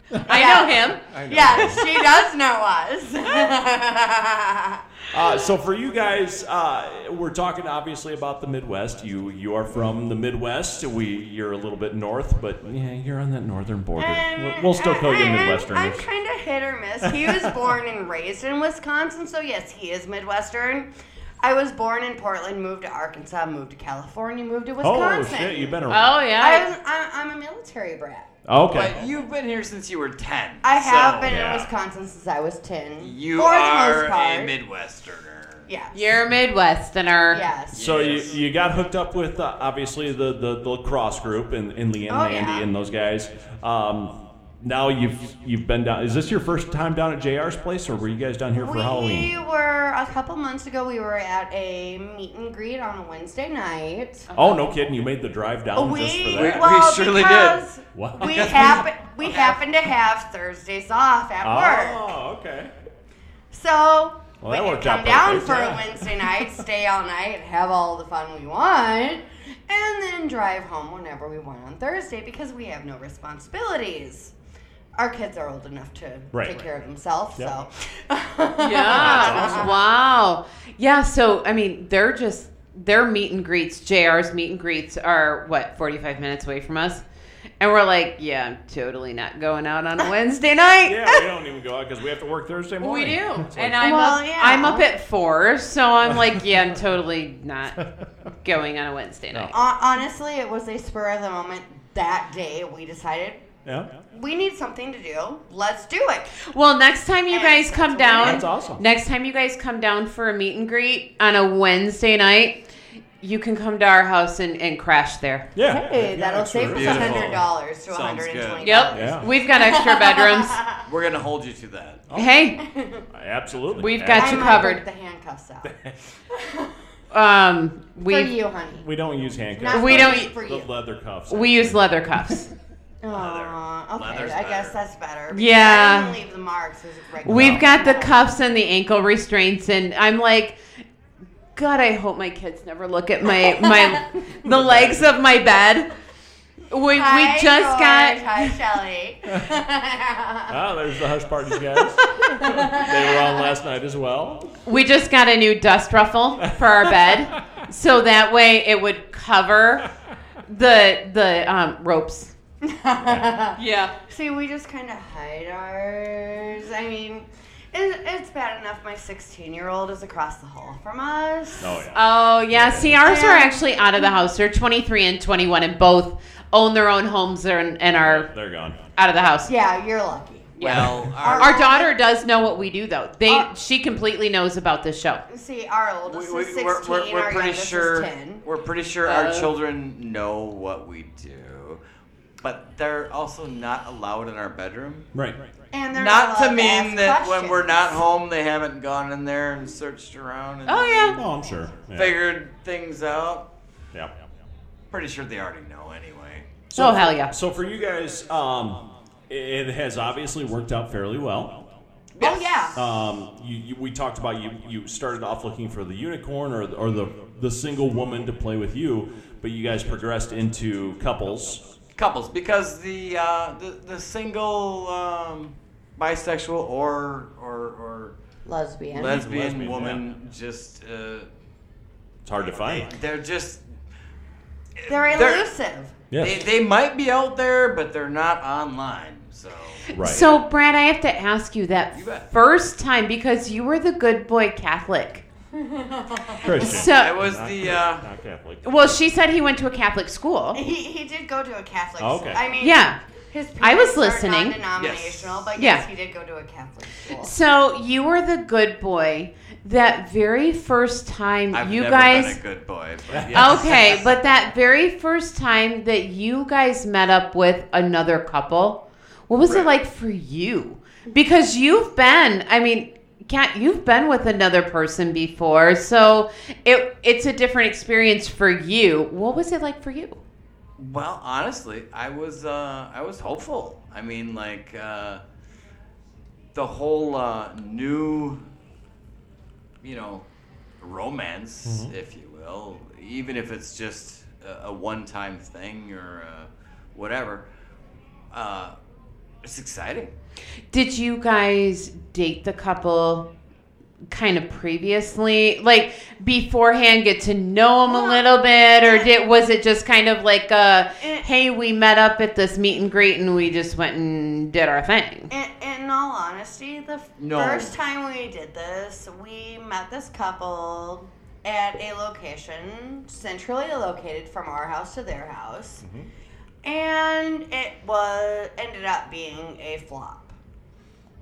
Speaker 7: honey.
Speaker 3: i know him
Speaker 7: Yes, she does know us.
Speaker 1: Uh, so for you guys, uh, we're talking obviously about the Midwest. You you are from the Midwest. We you're a little bit north, but yeah, you're on that northern border. We'll, we'll still call you
Speaker 7: uh, I- I- I'm,
Speaker 1: Midwesterners.
Speaker 7: kind of hit or miss. He was born and raised in Wisconsin, so yes, he is Midwestern. I was born in Portland, moved to Arkansas, moved to California, moved to
Speaker 1: Oh
Speaker 7: Wisconsin.
Speaker 1: shit, you've been around.
Speaker 3: oh
Speaker 7: I
Speaker 3: yeah
Speaker 7: was, I'm, I'm a military brat.
Speaker 1: okay.
Speaker 8: But you've been here since you were 10.
Speaker 7: I have
Speaker 8: so
Speaker 7: been
Speaker 1: yeah.
Speaker 7: in Wisconsin since I was 10.
Speaker 8: You
Speaker 7: for
Speaker 8: are
Speaker 7: the most part.
Speaker 8: a Midwesterner.
Speaker 7: Yeah.
Speaker 3: you're a midwesterner
Speaker 7: Yes.
Speaker 1: So
Speaker 8: Yes.
Speaker 1: you, you got hooked up with uh, obviously the, the the cross group and, and Leanne
Speaker 7: Oh,
Speaker 1: and Andy
Speaker 7: yeah.
Speaker 1: and those guys. Um, now you've you've been down. Is this your first time down at JR's place, or were you guys down here for
Speaker 7: we
Speaker 1: Halloween?
Speaker 7: were a couple months ago. We were at a meet and greet on a Wednesday night.
Speaker 1: Oh no, kidding! You made the drive down
Speaker 7: Oh, we,
Speaker 1: just for
Speaker 8: We-
Speaker 1: that.
Speaker 8: we
Speaker 7: well,
Speaker 8: surely did.
Speaker 7: because
Speaker 1: Wow.
Speaker 7: We
Speaker 1: Because we-
Speaker 7: happen we happen to have Thursdays off at work,
Speaker 1: Oh, okay.
Speaker 7: so
Speaker 1: Well,
Speaker 7: we
Speaker 1: that
Speaker 7: can
Speaker 1: worked
Speaker 7: come
Speaker 1: out
Speaker 7: down
Speaker 1: perfect,
Speaker 7: for
Speaker 1: yeah.
Speaker 7: a Wednesday night, stay all night, and have all the fun we want, and then drive home whenever we want on Thursday because we have no responsibilities. our kids are old enough to
Speaker 6: Right,
Speaker 7: take
Speaker 6: right.
Speaker 7: care of themselves.
Speaker 6: Yeah.
Speaker 7: So
Speaker 3: Yeah. Wow. Yeah. So I mean, they're just their meet and greets. Jr's meet and greets are what forty five minutes away from us, and we're like, yeah, I'm totally not going out on a Wednesday night.
Speaker 1: yeah, we don't even go out because we have to work Thursday
Speaker 3: We
Speaker 1: morning.
Speaker 3: do, and I'm
Speaker 7: Well,
Speaker 3: up.
Speaker 7: yeah.
Speaker 3: I'm up at four, so I'm like, yeah, I'm totally not going on a Wednesday night.
Speaker 7: Hon- honestly, it was a spur of the moment. That day, we decided
Speaker 6: Yeah.
Speaker 7: we need something to do. Let's do it.
Speaker 3: Well, next time you
Speaker 7: And
Speaker 3: guys come down,
Speaker 1: That's awesome.
Speaker 3: Next time you guys come down for a meet and greet on a Wednesday night, you can come to our house and, and crash there.
Speaker 6: Yeah.
Speaker 7: Hey,
Speaker 6: Yeah,
Speaker 7: that'll save us
Speaker 6: absolutely.
Speaker 7: us
Speaker 8: Beautiful.
Speaker 7: hundred dollars to
Speaker 8: Sounds
Speaker 7: one hundred and twenty.
Speaker 8: good.
Speaker 3: Yep.
Speaker 6: Yeah.
Speaker 3: We've got extra bedrooms.
Speaker 8: We're gonna hold you to that.
Speaker 1: Oh,
Speaker 3: Hey,
Speaker 1: Absolutely.
Speaker 3: We've got
Speaker 7: I
Speaker 3: you
Speaker 7: might
Speaker 3: covered.
Speaker 7: break The handcuffs out
Speaker 3: um,
Speaker 7: for
Speaker 3: we
Speaker 7: you, honey.
Speaker 1: We don't use handcuffs.
Speaker 7: Not
Speaker 3: We
Speaker 7: for
Speaker 3: don't-
Speaker 7: me, for
Speaker 1: The
Speaker 7: you.
Speaker 1: leather cuffs.
Speaker 3: we use leather cuffs.
Speaker 7: Aw, okay,
Speaker 8: Leather's
Speaker 7: I guess
Speaker 8: better.
Speaker 7: that's better. because
Speaker 3: Yeah.
Speaker 7: I didn't leave the marks. as a regular-
Speaker 3: We've got the cuffs and the ankle restraints, and I'm like, God, I hope my kids never look at my my the legs of my bed. We we
Speaker 7: Hi,
Speaker 3: just
Speaker 7: George.
Speaker 3: got
Speaker 7: Hi, Shelly.
Speaker 1: Ah, there's the hush parties guys. they were on last night as well.
Speaker 3: We just got a new dust ruffle for our bed, so that way it would cover the the um, ropes. Yeah.
Speaker 7: See, we just kind of hide ours. I mean, it, it's bad enough my 16 year old is across the hall from us.
Speaker 1: Oh yeah.
Speaker 3: Oh yeah. See, ours are
Speaker 7: Yeah.
Speaker 3: actually out of the house. They're 23 and 21, and both own their own homes and, and are
Speaker 1: They're gone.
Speaker 3: out of the house.
Speaker 7: Yeah, you're lucky.
Speaker 8: Well, our,
Speaker 3: Our daughter does know what we do, though. They
Speaker 7: Uh,
Speaker 3: she completely knows about this show.
Speaker 7: See, our oldest is 16,
Speaker 8: we're, we're, we're
Speaker 7: our
Speaker 8: pretty
Speaker 7: youngest
Speaker 8: sure
Speaker 7: is 10.
Speaker 8: we're pretty sure
Speaker 3: Uh,
Speaker 8: our children know what we do, but they're also not allowed in our bedroom.
Speaker 6: Right.
Speaker 7: And they're
Speaker 8: Not to
Speaker 7: allowed
Speaker 8: mean
Speaker 7: ask
Speaker 8: that when
Speaker 7: questions.
Speaker 8: we're not home, they haven't gone in there and searched around and
Speaker 3: Oh yeah.
Speaker 6: Oh, I'm sure. Yeah.
Speaker 8: figured things out.
Speaker 1: Yeah.
Speaker 8: Pretty sure they already know anyway.
Speaker 3: oh hell yeah.
Speaker 1: So for you guys, um, it has obviously worked out fairly well.
Speaker 7: Oh, yeah.
Speaker 1: Um, you, you, we talked about you. You started off looking for the unicorn or or the the single woman to play with you, but you guys progressed into couples.
Speaker 8: Couples, because the uh, the, the single um, bisexual or or, or
Speaker 7: Lesbian.
Speaker 8: lesbian,
Speaker 1: Lesbian,
Speaker 8: woman just uh,
Speaker 1: It's hard to find.
Speaker 8: they're just
Speaker 7: they're
Speaker 8: They're-
Speaker 7: elusive.
Speaker 6: Yes.
Speaker 8: They, they might be out there, but they're not online. So
Speaker 1: Right.
Speaker 3: So, Brad, I have to ask you that
Speaker 8: You bet.
Speaker 3: first time because you were the good boy Catholic.
Speaker 6: Christian.
Speaker 8: I
Speaker 3: So,
Speaker 8: was the uh,
Speaker 1: not Catholic.
Speaker 3: well, she said he went to a Catholic school.
Speaker 7: He, he did go to a Catholic
Speaker 1: Oh, okay.
Speaker 7: school. I mean,
Speaker 3: Yeah.
Speaker 7: His
Speaker 3: I was
Speaker 7: parents are
Speaker 3: listening.
Speaker 7: Non-denominational,
Speaker 8: Yes.
Speaker 7: but
Speaker 3: Yeah.
Speaker 7: yes, he did go to a Catholic school.
Speaker 3: So you were the good boy that very first time
Speaker 8: I've
Speaker 3: you
Speaker 8: never
Speaker 3: guys.
Speaker 8: been a good boy. But yes.
Speaker 3: Okay, but that very first time that you guys met up with another couple, what was it
Speaker 8: Right.
Speaker 3: like for you? Because you've been, I mean, Kat, you've been with another person before, so it it's a different experience for you. What was it like for you?
Speaker 8: Well, honestly, I was uh, I was hopeful. I mean, like uh, the whole uh, new, you know, romance,
Speaker 1: Mm-hmm.
Speaker 8: if you will, even if it's just a, a one-time thing or uh, whatever. Uh, it's exciting.
Speaker 3: Did you guys date the couple kind of previously, like beforehand, get to know them a little bit, or did was it just kind of like a
Speaker 7: Eh.
Speaker 3: hey, we met up at this meet and greet and we just went and did our thing?
Speaker 7: In, in all honesty, the f-
Speaker 8: No.
Speaker 7: first time we did this, we met this couple at a location centrally located from our house to their house, and it was ended up being a flop.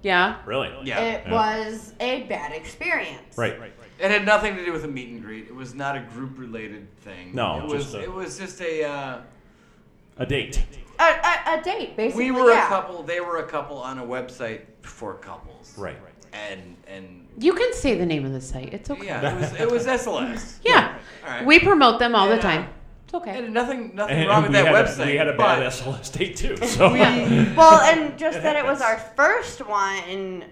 Speaker 3: Yeah,
Speaker 1: Really?
Speaker 8: Yeah.
Speaker 7: It was a bad experience.
Speaker 1: Right. Right.
Speaker 8: It had nothing to do with a meet and greet. It was not a group related thing.
Speaker 1: No,
Speaker 8: it was
Speaker 1: just a-
Speaker 8: it was just a. Uh,
Speaker 1: A date.
Speaker 7: A, a, a date, basically.
Speaker 8: we were
Speaker 7: yeah.
Speaker 8: a couple. They were a couple on a website for couples.
Speaker 1: Right.
Speaker 8: And and
Speaker 3: you can say the name of the site. It's okay. Yeah,
Speaker 8: yeah, it was it was SLS. Alright.
Speaker 3: we promote them all the
Speaker 8: Yeah.
Speaker 3: time. It's okay.
Speaker 8: And nothing nothing
Speaker 1: And
Speaker 8: wrong with
Speaker 1: we
Speaker 8: that
Speaker 1: had
Speaker 8: website.
Speaker 1: A, we had a
Speaker 8: but
Speaker 1: bad SLS date too. So
Speaker 3: Uh,
Speaker 7: well, and just that it was our first one,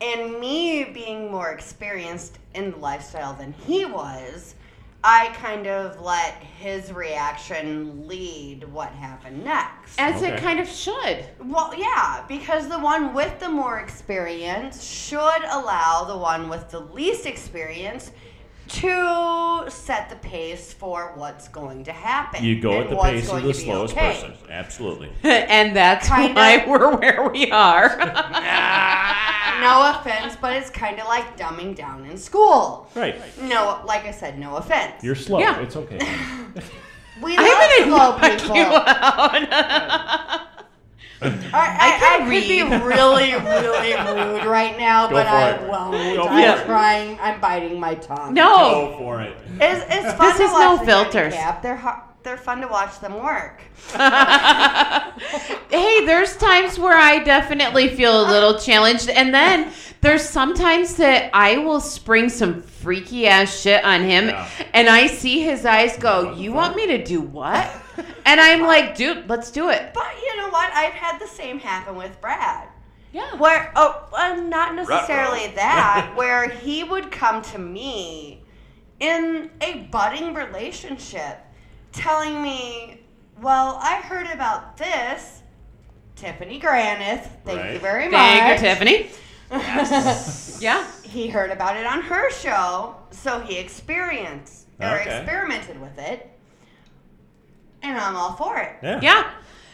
Speaker 7: and me being more experienced in the lifestyle than he was, I kind of let his reaction lead what happened next.
Speaker 3: As it
Speaker 6: Okay.
Speaker 3: kind of should.
Speaker 7: Well, yeah, because the one with the more experience should allow the one with the least experience to set the pace for what's going to happen.
Speaker 1: You go at
Speaker 7: and
Speaker 1: the
Speaker 7: what's
Speaker 1: pace of
Speaker 7: going
Speaker 1: the
Speaker 7: to be
Speaker 1: slowest
Speaker 7: okay.
Speaker 1: person. Absolutely.
Speaker 3: and that's
Speaker 7: Kinda.
Speaker 3: why we're where we are.
Speaker 7: No offense, but it's kind of like dumbing down in school.
Speaker 6: Right.
Speaker 7: No, like I said, no offense.
Speaker 6: You're slow.
Speaker 3: Yeah.
Speaker 6: It's okay.
Speaker 7: we
Speaker 3: I'm
Speaker 7: love
Speaker 3: gonna knock
Speaker 7: slow people.
Speaker 3: you
Speaker 7: I, I, I,
Speaker 3: can
Speaker 7: could be
Speaker 3: read.
Speaker 7: really, really rude right now,
Speaker 1: Go
Speaker 7: but
Speaker 1: for
Speaker 7: I
Speaker 1: it.
Speaker 7: won't.
Speaker 1: Go for
Speaker 7: I'm
Speaker 3: it.
Speaker 7: trying. I'm biting my tongue.
Speaker 3: No,
Speaker 1: Go for it.
Speaker 7: It's, it's fun
Speaker 3: This
Speaker 7: to
Speaker 3: is
Speaker 7: watch
Speaker 3: no
Speaker 7: the
Speaker 3: filters.
Speaker 7: handicap. They're har they're fun to watch them work.
Speaker 3: hey, there's times where I definitely feel a little challenged, and then there's sometimes that I will spring some freaky ass shit on him,
Speaker 1: Yeah.
Speaker 3: and I see his eyes go, "You want me to do what?" And I'm like, "Dude, let's do it."
Speaker 7: But you know what? I've had the same happen with Brad.
Speaker 3: Yeah.
Speaker 7: Where oh, uh, not necessarily that. Where he would come to me in a budding relationship, telling me, "Well, I heard about this." Tiffany Granith, thank you
Speaker 1: Right.
Speaker 7: very
Speaker 3: Thank you,
Speaker 7: much.
Speaker 3: Tiffany. yeah.
Speaker 7: he heard about it on her show, so he experienced or
Speaker 1: Okay.
Speaker 7: experimented with it. And I'm all for it.
Speaker 6: Yeah.
Speaker 3: Yeah.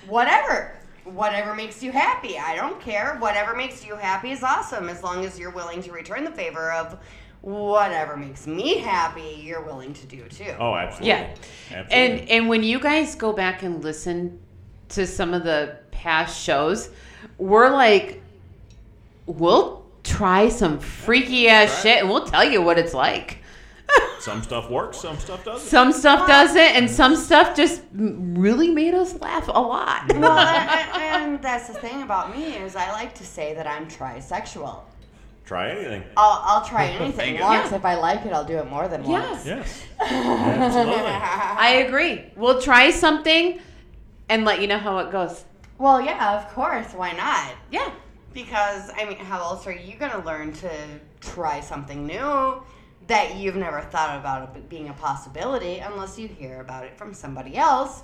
Speaker 7: Whatever. Whatever makes you happy. I don't care. Whatever makes you happy is awesome as long as you're willing to return the favor of whatever makes me happy, you're willing to do too.
Speaker 1: Oh, absolutely.
Speaker 3: Yeah.
Speaker 1: Absolutely.
Speaker 3: And and when you guys go back and listen to some of the past shows, we're like, we'll try some freaky ass shit and we'll tell you what it's like.
Speaker 1: some stuff works, some stuff doesn't.
Speaker 3: Some stuff doesn't, and some stuff just m- really made us laugh a lot.
Speaker 7: Well, and, and that's the thing about me is I like to say that I'm trisexual.
Speaker 1: Try anything.
Speaker 7: I'll, I'll try anything once. If I like it, I'll do it more than once.
Speaker 3: yes,
Speaker 6: Yes.
Speaker 1: Absolutely.
Speaker 3: I agree. We'll try something and let you know how it goes.
Speaker 7: Well, yeah, of course. Why not?
Speaker 3: Yeah.
Speaker 7: Because I mean, how else are you gonna learn to try something new that you've never thought about it being a possibility unless you hear about it from somebody else?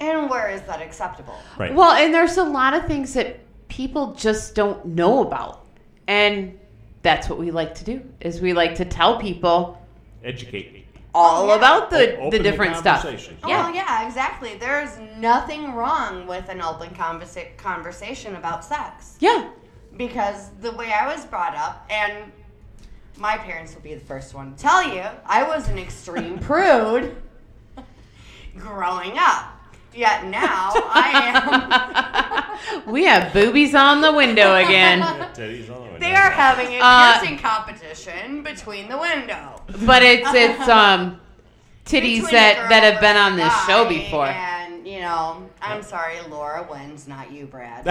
Speaker 7: And where is that acceptable?
Speaker 6: Right.
Speaker 3: Well, and there's a lot of things that people just don't know about. And that's what we like to do is we like to tell people
Speaker 6: Educate me.
Speaker 3: all
Speaker 7: Oh, yeah.
Speaker 3: about the,
Speaker 1: O- open
Speaker 3: the different stuff.
Speaker 1: conversation.
Speaker 7: Oh,
Speaker 3: Yeah.
Speaker 7: Well, yeah, exactly. There's nothing wrong with an open conversa- conversation about sex
Speaker 3: Yeah.
Speaker 7: because the way I was brought up, and my parents will be the first one to tell you, I was an extreme prude growing up. Yet now I am.
Speaker 3: we have boobies on the window again.
Speaker 1: Yeah, Teddy's on the way
Speaker 7: They
Speaker 1: down.
Speaker 7: are having a
Speaker 3: Uh,
Speaker 7: piercing competition between the window.
Speaker 3: But it's it's um titties
Speaker 7: Between a
Speaker 3: that
Speaker 7: girl
Speaker 3: that have been
Speaker 7: and
Speaker 3: on
Speaker 7: a
Speaker 3: this show
Speaker 7: guy,
Speaker 3: before.
Speaker 7: And you know, I'm sorry, Laura wins, not you, Brad.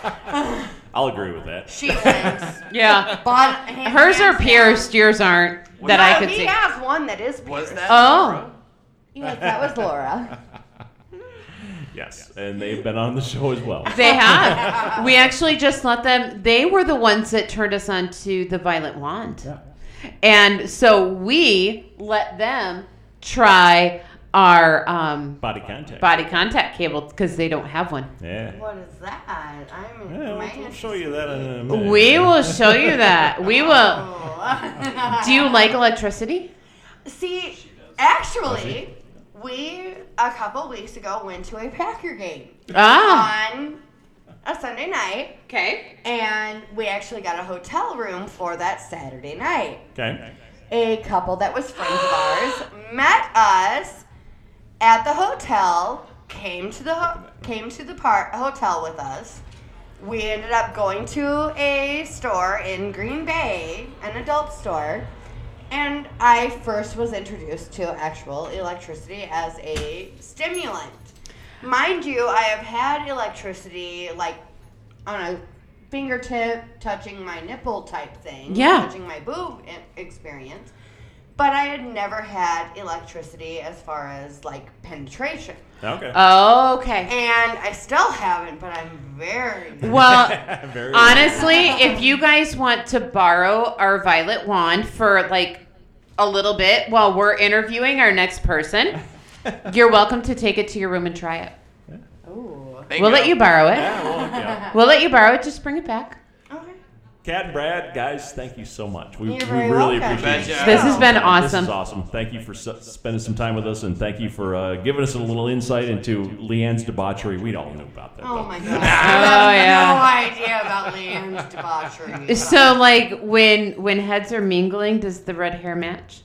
Speaker 7: Sorry.
Speaker 1: I'll agree with that.
Speaker 7: she wins.
Speaker 3: Yeah.
Speaker 7: But
Speaker 3: Hers are pierced, yours aren't that I could
Speaker 7: he
Speaker 3: see.
Speaker 7: has Uh, one that is pierced.
Speaker 8: Was that?
Speaker 3: Oh.
Speaker 7: Yes, that was Laura.
Speaker 1: Yes. And they've been on the show as well.
Speaker 3: They have. we actually just let them. They were the ones that turned us on to the Violet Wand, and so we let them try our um,
Speaker 1: Body contact.
Speaker 3: body contact cable because they don't have one.
Speaker 1: Yeah.
Speaker 7: What is that? I'm.
Speaker 1: Yeah, we'll,
Speaker 7: my
Speaker 1: we'll show you that in a minute.
Speaker 3: We will show you that. We will.
Speaker 7: interest-
Speaker 3: Do you like electricity?
Speaker 7: See, actually, we a couple weeks ago went to a Packer game
Speaker 3: Ah.
Speaker 7: on a Sunday night,
Speaker 3: Okay.
Speaker 7: and we actually got a hotel room for that Saturday night.
Speaker 1: Okay.
Speaker 7: a couple that was friends of ours met us at the hotel came to the ho- came to the par- hotel with us we ended up going to a store in green bay an adult store and i first was introduced to actual electricity as a stimulant mind you i have had electricity like on a fingertip touching my nipple type thing
Speaker 3: Yeah.
Speaker 7: touching my boob e- experience but i had never had electricity as far as like penetration
Speaker 3: uh,
Speaker 1: Okay.
Speaker 3: Okay.
Speaker 7: and i still haven't but i'm very
Speaker 3: Well,
Speaker 1: Very
Speaker 3: Honestly, if you guys want to borrow our violet wand for like a a little bit while we're interviewing our next person, you're welcome to take it to your room and try it.
Speaker 8: Thank
Speaker 3: We'll let you borrow it.
Speaker 1: Yeah, well, yeah.
Speaker 3: We'll let you borrow it. Just bring it back.
Speaker 7: Okay.
Speaker 1: Cat and Brad, guys, thank you so much. We,
Speaker 7: You're
Speaker 1: we
Speaker 7: very
Speaker 1: really
Speaker 7: welcome.
Speaker 1: appreciate
Speaker 8: Betcha.
Speaker 1: it.
Speaker 3: This has been
Speaker 1: This
Speaker 3: awesome.
Speaker 1: is awesome. Thank you for su- spending some time with us, and thank you for uh, giving us a little insight into Leanne's debauchery. We all knew about that.
Speaker 7: Oh
Speaker 1: though.
Speaker 7: my god. I have
Speaker 3: Oh, yeah.
Speaker 7: no idea about Leanne's debauchery.
Speaker 3: So, like, when when heads are mingling, does the red hair match?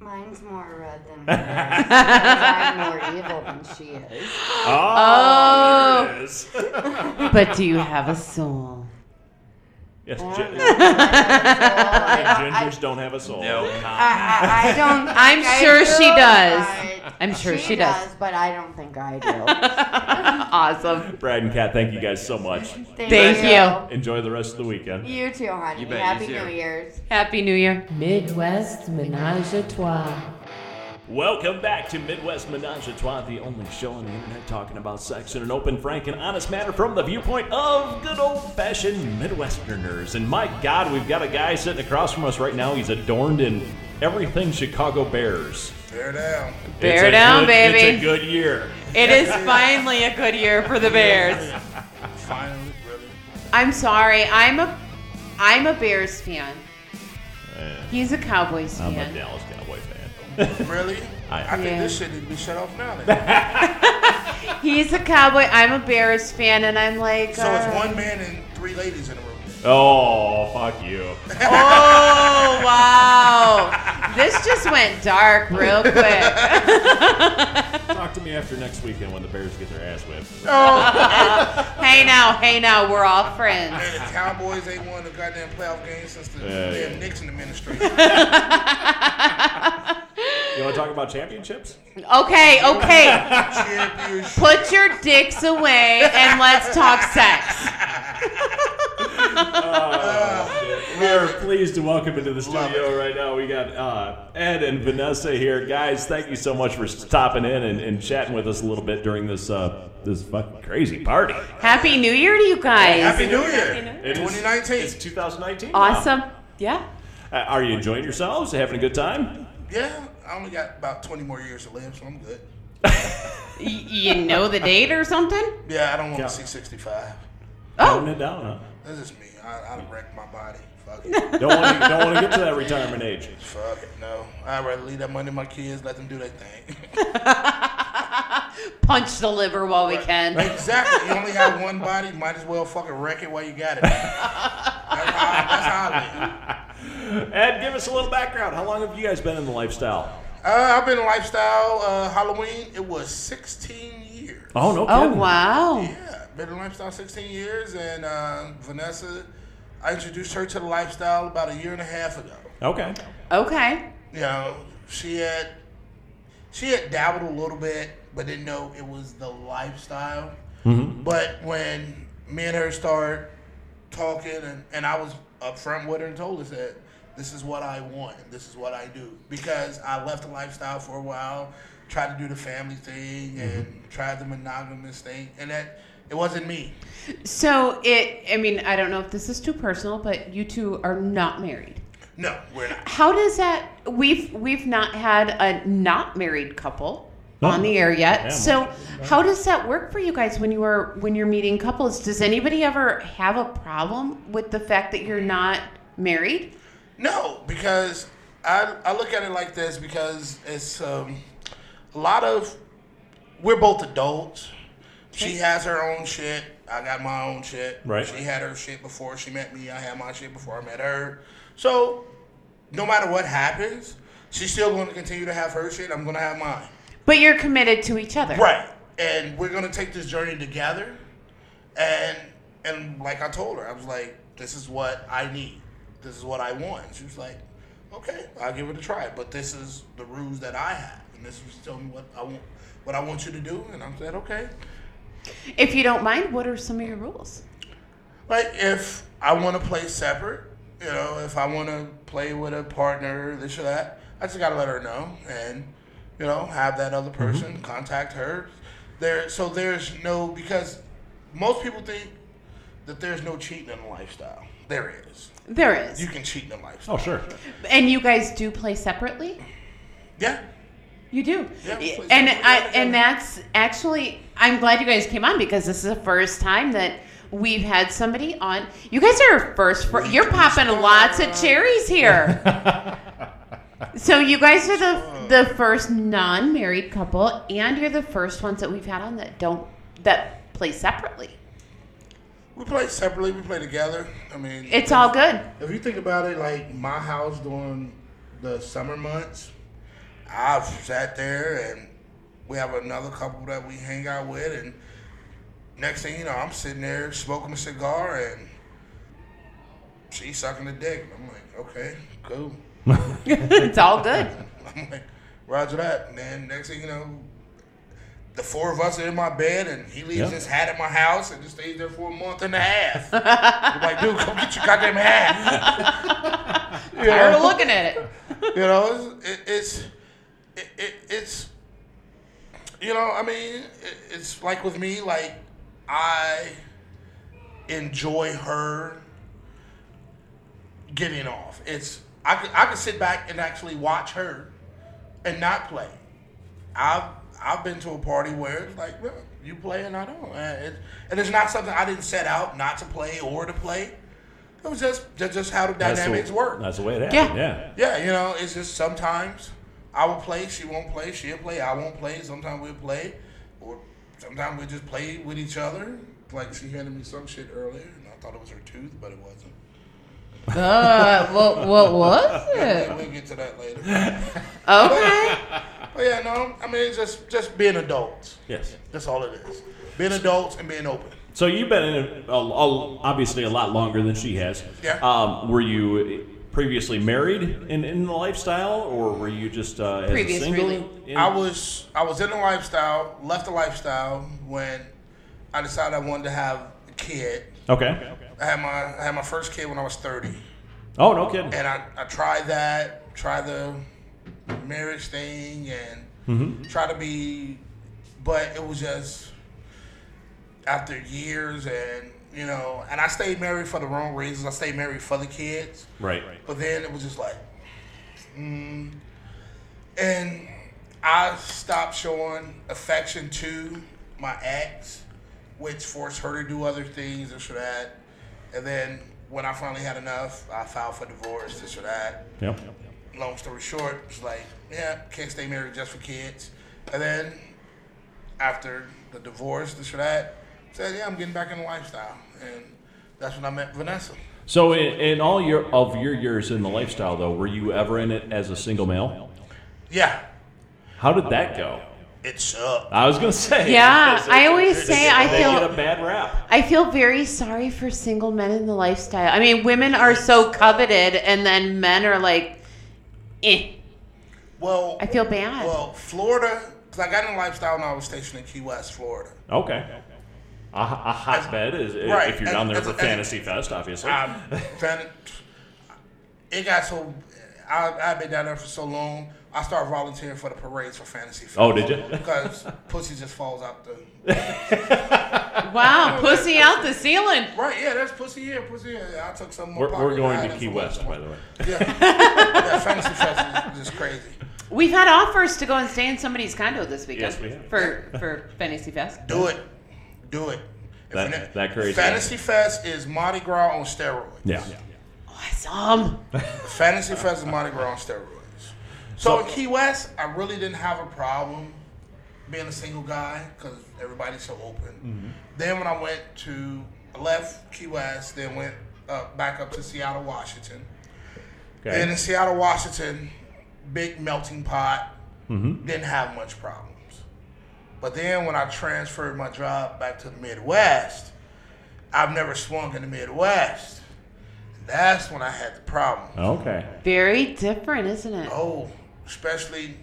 Speaker 7: Mine's more red than hers. 'cause I'm more evil than she is.
Speaker 1: Oh, there it is.
Speaker 3: But do you have a soul?
Speaker 1: yes,
Speaker 7: I don't know.
Speaker 1: gi-
Speaker 7: Oh I don't- I-
Speaker 1: gingers don't have a soul.
Speaker 8: No
Speaker 3: Ah,
Speaker 7: I- I- I don't. think
Speaker 3: I'm
Speaker 7: I
Speaker 3: sure
Speaker 7: do,
Speaker 3: she does.
Speaker 7: but-
Speaker 3: I'm sure she does.
Speaker 7: but I don't think I do.
Speaker 3: awesome.
Speaker 1: Brad and Kat, thank you guys so much.
Speaker 3: Thank you.
Speaker 1: Enjoy the rest of the weekend.
Speaker 7: you. You too, honey.
Speaker 8: You bet, you
Speaker 7: Happy
Speaker 8: too.
Speaker 7: New Year's.
Speaker 3: Happy New Year.
Speaker 2: Midwest Menage a Trois.
Speaker 1: Welcome back to Midwest Menage a Trois, the only show on the internet talking about sex in an open, frank, and honest manner from the viewpoint of good old fashioned Midwesterners. And my God, we've got a guy sitting across from us right now. He's adorned in everything Chicago Bears.
Speaker 9: Bear down.
Speaker 3: Bear
Speaker 1: It's a
Speaker 3: down,
Speaker 1: good-
Speaker 3: baby.
Speaker 1: It's a good year.
Speaker 3: It is finally a good year for the Bears.
Speaker 9: Finally, brother.
Speaker 3: I'm sorry. I'm a I'm a Bears fan. He's a Cowboys
Speaker 1: I'm a
Speaker 3: fan.
Speaker 1: Dallas Cowboy fan.
Speaker 9: Really?
Speaker 1: I-
Speaker 9: I think
Speaker 3: Yeah.
Speaker 9: this shit needs to be shut off now. then.
Speaker 3: He's a Cowboy. I'm a Bears fan, and I'm like,
Speaker 9: so it's
Speaker 3: uh,
Speaker 9: one man and three ladies in the room.
Speaker 1: oh, fuck you.
Speaker 3: oh wow, this just went dark real quick.
Speaker 1: Talk to me after next weekend when the Bears get their ass whipped.
Speaker 9: Oh.
Speaker 3: hey now, hey now, we're all friends.
Speaker 9: And the Cowboys ain't won a goddamn playoff game since the
Speaker 1: Yeah,
Speaker 9: damn
Speaker 1: yeah.
Speaker 9: Nixon administration.
Speaker 1: You want to talk about championships?
Speaker 3: Okay, okay,
Speaker 9: Champions.
Speaker 3: put your dicks away and let's talk sex.
Speaker 9: Oh,
Speaker 1: We are pleased to welcome into the studio right now. We got uh, Ed and Vanessa here, guys. Thank you so much for stopping in and, and chatting with us a little bit during this uh, this fucking crazy party.
Speaker 3: Happy New Year to you guys.
Speaker 9: Happy New Year.
Speaker 1: It is-
Speaker 9: 2019.
Speaker 1: it's 2019. now.
Speaker 3: Awesome. Yeah.
Speaker 1: Uh, are you enjoying yourselves? Having a good time?
Speaker 9: Yeah, I only got about 20 more years to live, so I'm good.
Speaker 3: Y- you know the date or something?
Speaker 9: Yeah, I don't want
Speaker 1: Yeah.
Speaker 9: to see 65.
Speaker 3: Oh.
Speaker 1: Counting it down, huh?
Speaker 9: That's just me. I, I'd wreck my body. Fuck it.
Speaker 1: Don't want to don't want to get to that retirement age.
Speaker 9: Fuck it. No. I'd rather leave that money to my kids, let them do their thing.
Speaker 3: punch the liver while we can.
Speaker 9: exactly. You only got one body, might as well fucking wreck it while you got it. That's how, that's how I live.
Speaker 1: Ed, give us a little background. How long have you guys been in the lifestyle?
Speaker 9: Uh, I've been in lifestyle uh, Halloween. It was 16 years.
Speaker 1: Oh no!
Speaker 3: Oh
Speaker 1: kidding.
Speaker 3: wow.
Speaker 9: Yeah, been in lifestyle 16 years, and uh, Vanessa, I introduced her to the lifestyle about a year and a half ago.
Speaker 1: Okay.
Speaker 3: Okay.
Speaker 9: You know, she had she had dabbled a little bit, but didn't know it was the lifestyle. But when me and her started talking, and, and I was upfront with her and told her that this is what I want, and this is what I do, because I left the lifestyle for a while, tried to do the family thing, and tried the monogamous thing, and that it wasn't me.
Speaker 3: So it I mean, I don't know if this is too personal, but you two are not married.
Speaker 9: No, we're not.
Speaker 3: How does that we've we've not had a not married couple on the air yet.
Speaker 1: Yeah.
Speaker 3: so how does that work for you guys when you are when you're meeting couples? Does anybody ever have a problem with the fact that you're not married?
Speaker 9: No, because I I look at it like this because it's um, a lot of we're both adults. She has her own shit. I got my own shit.
Speaker 1: Right.
Speaker 9: She had her shit before she met me. I had my shit before I met her. So no matter what happens, she's still going to continue to have her shit. I'm going to have mine.
Speaker 3: But you're committed to each other.
Speaker 9: Right. And we're gonna take this journey together. And and like I told her, I was like, this is what I need. This is what I want. And she was like, okay, I'll give it a try. But this is the rules that I have, and this is tell me what I want, what I want you to do. And I said, okay.
Speaker 3: If you don't mind, what are some of your rules?
Speaker 9: Like if I want to play separate, you know, if I want to play with a partner, this or that, I just gotta let her know, and you know, have that
Speaker 6: Mm-hmm.
Speaker 9: other person contact her. There, so there's no because most people think that there's no cheating in the lifestyle. There is.
Speaker 3: There is.
Speaker 9: You can cheat in the lifestyle.
Speaker 6: Oh, sure.
Speaker 3: and you guys do play separately?
Speaker 9: Yeah.
Speaker 3: You do.
Speaker 9: Yeah, we play
Speaker 3: and
Speaker 9: separately.
Speaker 3: I, and that's actually I'm glad you guys came on because this is the first time that we've had somebody on. You guys are first for you're popping lots of cherries here. so you guys are the the first non-married couple and you're the first ones that we've had on that don't that play separately.
Speaker 9: We play separately. We play together. I mean,
Speaker 3: It's all good.
Speaker 9: If you think about it, like my house during the summer months, I've sat there and we have another couple that we hang out with, and next thing you know, I'm sitting there smoking a cigar and she's sucking a dick. I'm like, okay, cool.
Speaker 3: it's all good.
Speaker 9: I'm like, Roger that. And then next thing you know, the four of us are in my bed, and he leaves
Speaker 6: Yeah.
Speaker 9: his hat at my house and just stays there for a month and a half. I'm like, dude, come get your goddamn hat. you
Speaker 3: Tired of
Speaker 9: know,
Speaker 3: looking at it.
Speaker 9: you know it's, it, it's, it, it, it's, you know, I mean, it, it's like with me, like, I enjoy her getting off. It's, I could, I could sit back and actually watch her and not play. I've I've been to a party where it's like, well, you play and I don't, and it's, and it's not something I didn't set out not to play or to play. It was just that's just how the
Speaker 6: That's the-
Speaker 9: dynamics work.
Speaker 6: That's the way it happened.
Speaker 3: Yeah.
Speaker 6: Yeah.
Speaker 9: Yeah, you know, it's just sometimes I will play, she won't play, she'll play, I won't play. Sometimes we'll play, or sometimes we just play with each other. Like she handed me some shit earlier, and I thought it was her tooth, but it wasn't.
Speaker 3: Uh, what what was
Speaker 9: Yeah,
Speaker 3: it?
Speaker 9: we'll get to that later. but
Speaker 3: Okay.
Speaker 9: yeah, no, I mean, it's just just being adults.
Speaker 6: Yes.
Speaker 9: That's all it is. Being adults and being open.
Speaker 1: So you've been in it a, a, obviously a lot longer than she has.
Speaker 9: Yeah.
Speaker 1: Um, were you previously married in, in the lifestyle, or were you just uh, as
Speaker 3: Previous
Speaker 1: a single?
Speaker 3: rela-
Speaker 1: in-
Speaker 9: I was I was in the lifestyle, left the lifestyle when I decided I wanted to have a kid.
Speaker 6: Okay.
Speaker 9: I had my I had my first kid when I was thirty.
Speaker 6: Oh, no kidding.
Speaker 9: And I, I tried that, try the marriage thing and try to be but it was just after years and you know, and I stayed married for the wrong reasons. I stayed married for the kids.
Speaker 6: Right.
Speaker 9: But then it was just like, mm. and I stopped showing affection to my ex, which forced her to do other things, this or that. And then when I finally had enough, I filed for divorce, this or that.
Speaker 6: Yep.
Speaker 9: Long story short, it's like, yeah, can't stay married just for kids. And then after the divorce, this or that, said, yeah, I'm getting back in the lifestyle. And that's when I met Vanessa.
Speaker 6: So in, in all your of your years in the lifestyle, though, were you ever in it as a single male?
Speaker 9: Yeah,
Speaker 6: How did that go?
Speaker 9: it sucked.
Speaker 6: I was gonna say.
Speaker 3: Yeah, I always say I
Speaker 1: They
Speaker 3: feel
Speaker 1: get a bad rap.
Speaker 3: I feel very sorry for single men in the lifestyle. I mean, women are so coveted, and then men are like, eh.
Speaker 9: Well,
Speaker 3: I feel bad.
Speaker 9: Well, Florida, because I got in the lifestyle when I was stationed in Key West, Florida.
Speaker 6: Okay. A, a hotbed is
Speaker 9: Right,
Speaker 6: if you're
Speaker 9: as-
Speaker 6: down there
Speaker 9: as-
Speaker 6: for
Speaker 9: as- Um,
Speaker 6: Fantasy Fest, obviously.
Speaker 9: I found it, it got so. I, I've been down there for so long. I started volunteering for the parades for Fantasy Fest.
Speaker 6: Oh, did you?
Speaker 9: Because pussy just falls out the.
Speaker 3: Wow, pussy out the ceiling.
Speaker 9: Right, yeah, that's pussy here, pussy here. I took some. in my
Speaker 6: we're,
Speaker 9: pocket
Speaker 6: we're
Speaker 9: and I
Speaker 6: going
Speaker 9: had
Speaker 6: to
Speaker 9: it
Speaker 6: Key
Speaker 9: for
Speaker 6: West,
Speaker 9: myself.
Speaker 6: by the way.
Speaker 9: Yeah. yeah, Fantasy Fest is just crazy.
Speaker 3: We've had offers to go and stay in somebody's condo this weekend
Speaker 6: Yes, we have.
Speaker 3: for for Fantasy Fest.
Speaker 9: Do it. Do it. If
Speaker 6: That-
Speaker 9: you ne-
Speaker 6: that crazy.
Speaker 9: Fantasy Fest is Mardi Gras on steroids.
Speaker 6: Yeah.
Speaker 3: Awesome.
Speaker 9: Fantasy Fest is Mardi Gras on steroids. So, in Key West, I really didn't have a problem being a single guy because everybody's so open. Then when I went to, I left Key West, then went uh, back up to Seattle, Washington.
Speaker 6: Okay.
Speaker 9: And in Seattle, Washington, big melting pot, didn't have much problems. But then when I transferred my job back to the Midwest, I've never swung in the Midwest. That's when I had the problem.
Speaker 6: Okay.
Speaker 3: Very different, isn't it?
Speaker 9: Oh, especially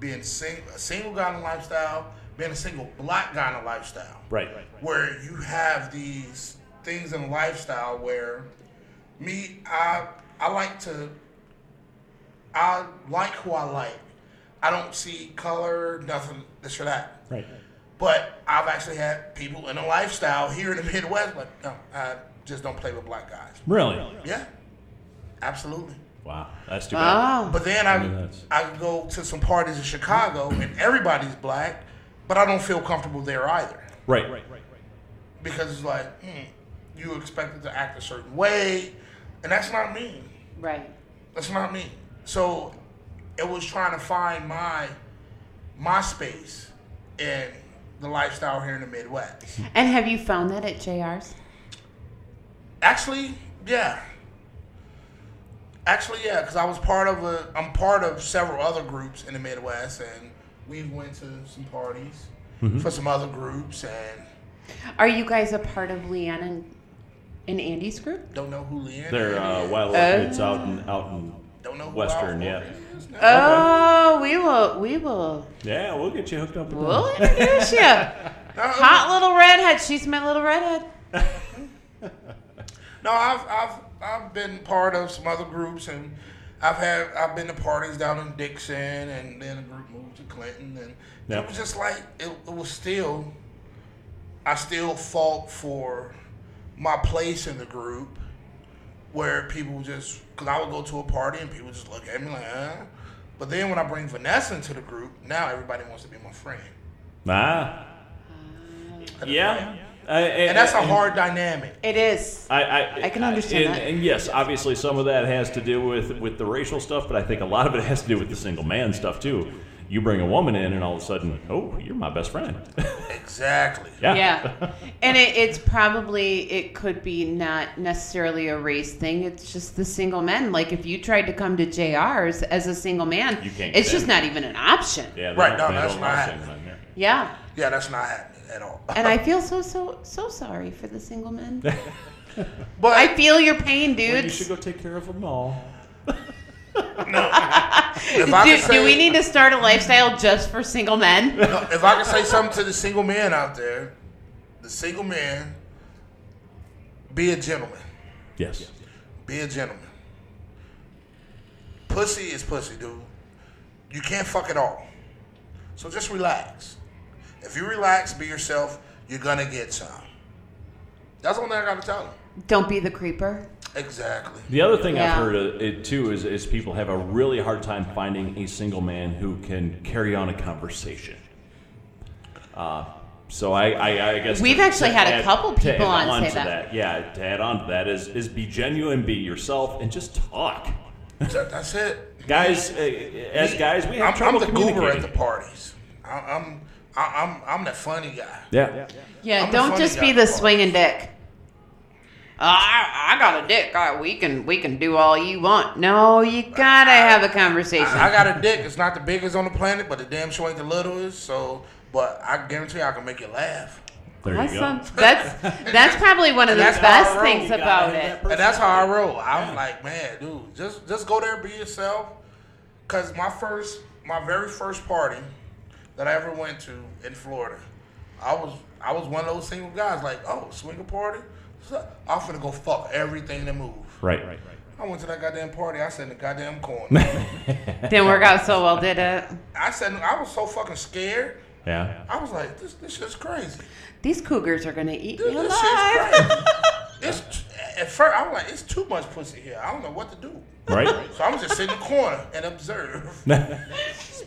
Speaker 9: being sing- a single guy in the lifestyle, being a single black guy in the lifestyle.
Speaker 6: Right. Right.
Speaker 9: Where you have these things in lifestyle where me, I I like to I like who I like. I don't see color, nothing, this or that.
Speaker 6: Right.
Speaker 9: But I've actually had people in a lifestyle here in the Midwest, like, no, I just don't play with black guys.
Speaker 6: Really?
Speaker 9: Yeah, absolutely.
Speaker 1: Wow, that's too bad.
Speaker 3: Oh.
Speaker 9: But then
Speaker 1: mean,
Speaker 9: I
Speaker 1: that's-
Speaker 9: I go to some parties in Chicago and everybody's black, but I don't feel comfortable there either
Speaker 1: Right. Right.
Speaker 9: because it's like mm, you expected to act a certain way, and that's not me.
Speaker 3: Right.
Speaker 9: That's not me. So it was trying to find my my space in the lifestyle here in the Midwest.
Speaker 3: And have you found that at JR's?
Speaker 9: Actually, yeah. Actually, yeah, because I was part of a. I'm part of several other groups in the Midwest, and we went to some parties
Speaker 1: Mm-hmm.
Speaker 9: for some other groups, and
Speaker 3: Are you guys a part of Leanne and, and Andy's group?
Speaker 9: don't know who Leanne.
Speaker 1: They're uh,
Speaker 9: is.
Speaker 1: wildlife groups out in out in
Speaker 9: Don't know who
Speaker 1: Western.
Speaker 9: Wild
Speaker 1: Yeah.
Speaker 9: Fork is. No.
Speaker 3: Oh, we will. We will.
Speaker 1: Yeah, we'll get you hooked up with
Speaker 3: We'll
Speaker 1: them.
Speaker 3: introduce you.
Speaker 9: No, it
Speaker 3: Hot little redhead. She's my little redhead.
Speaker 9: No, I've I've I've been part of some other groups, and I've had I've been to parties down in Dixon, and then a group moved to Clinton, and
Speaker 1: Yep.
Speaker 9: it was just like it, it was still. I still fought for my place in the group, where people just because I would go to a party and people just look at me like, huh? But then when I bring Vanessa into the group, now everybody wants to be my friend,
Speaker 1: Ah. Yeah. I-
Speaker 9: and that's a hard dynamic.
Speaker 3: It is.
Speaker 1: I, I,
Speaker 3: I can understand
Speaker 1: and,
Speaker 3: that.
Speaker 1: and yes, obviously some of that has to do with, with the racial stuff, but I think a lot of it has to do with the single man stuff too. You bring a woman in, and all of a sudden, oh, you're my best friend.
Speaker 9: Exactly.
Speaker 1: yeah.
Speaker 3: Yeah. And it, it's probably, it could be not necessarily a race thing. It's just the single men. Like if you tried to come to JR's as a single man,
Speaker 1: You can't get
Speaker 3: it's just
Speaker 1: in.
Speaker 3: not even an option. Yeah.
Speaker 1: Yeah, they
Speaker 9: Right,
Speaker 1: don't-
Speaker 9: no,
Speaker 1: they
Speaker 9: that's
Speaker 1: don't
Speaker 9: not
Speaker 1: want
Speaker 9: happening.
Speaker 1: single men there.
Speaker 9: Yeah, that's not happening at all.
Speaker 3: And I feel so, so, so sorry for the single men.
Speaker 9: but
Speaker 3: I feel your pain, dude.
Speaker 1: You should go take care of them all.
Speaker 9: if I
Speaker 3: do,
Speaker 9: could say,
Speaker 3: do we need to start a lifestyle just for single men?
Speaker 9: No, if I can say something to the single man out there, the single man, be a gentleman.
Speaker 1: Yes.
Speaker 9: Be a gentleman. Pussy is pussy, dude. You can't fuck it all. So just relax. If you relax, be yourself, you're gonna get some. That's all I gotta tell him.
Speaker 3: Don't be the creeper.
Speaker 9: Exactly.
Speaker 1: The other thing I've
Speaker 3: Yeah.
Speaker 1: heard uh, it too is, is people have a really hard time finding a single man who can carry on a conversation. Uh, so I, I, I guess
Speaker 3: We've actually had a couple
Speaker 1: to
Speaker 3: people
Speaker 1: add
Speaker 3: on say
Speaker 1: to
Speaker 3: that.
Speaker 1: Yeah, to add on to that is is be genuine, be yourself, and just talk,
Speaker 9: That- That's it.
Speaker 1: guys. Uh, as guys, we have
Speaker 9: I'm, I'm
Speaker 1: trouble
Speaker 9: the goober at
Speaker 1: communicating.
Speaker 9: the parties. I, I'm I, I'm I'm the funny guy.
Speaker 1: yeah,
Speaker 3: Yeah,
Speaker 9: I'm the
Speaker 3: don't
Speaker 9: funny
Speaker 3: just
Speaker 9: guy.
Speaker 3: be the swinging dick. Uh, I, I got a dick. Uh, we can we can do all you want. No, you gotta have a conversation.
Speaker 9: I, I got a dick. It's not the biggest on the planet, but the damn sure ain't the littlest. So, but I guarantee I can make you laugh.
Speaker 1: there you go.
Speaker 3: Awesome. That's that's probably one of the
Speaker 9: That's how I
Speaker 3: best
Speaker 9: roll.
Speaker 3: things
Speaker 9: You gotta
Speaker 3: about
Speaker 1: have
Speaker 3: it.
Speaker 1: that
Speaker 9: And that's how I roll. I'm like, man, dude, just just go there, be yourself. Cause my first, my very first party that I ever went to in Florida, I was I was one of those single guys. Like, oh, swinger party. So I'm finna go fuck everything that move.
Speaker 1: Right, right, right.
Speaker 9: I went to that goddamn party. I sat in the goddamn corner.
Speaker 3: Didn't work out so well, did it?
Speaker 9: I said I was so fucking scared.
Speaker 1: Yeah.
Speaker 9: I was like, this this shit's crazy.
Speaker 3: These cougars are gonna eat
Speaker 9: Dude,
Speaker 3: me
Speaker 9: this
Speaker 3: alive.
Speaker 9: shit's crazy. it's at first I'm like, it's too much pussy here. I don't know what to do.
Speaker 1: Right.
Speaker 9: So I'm just sit in the corner and observe.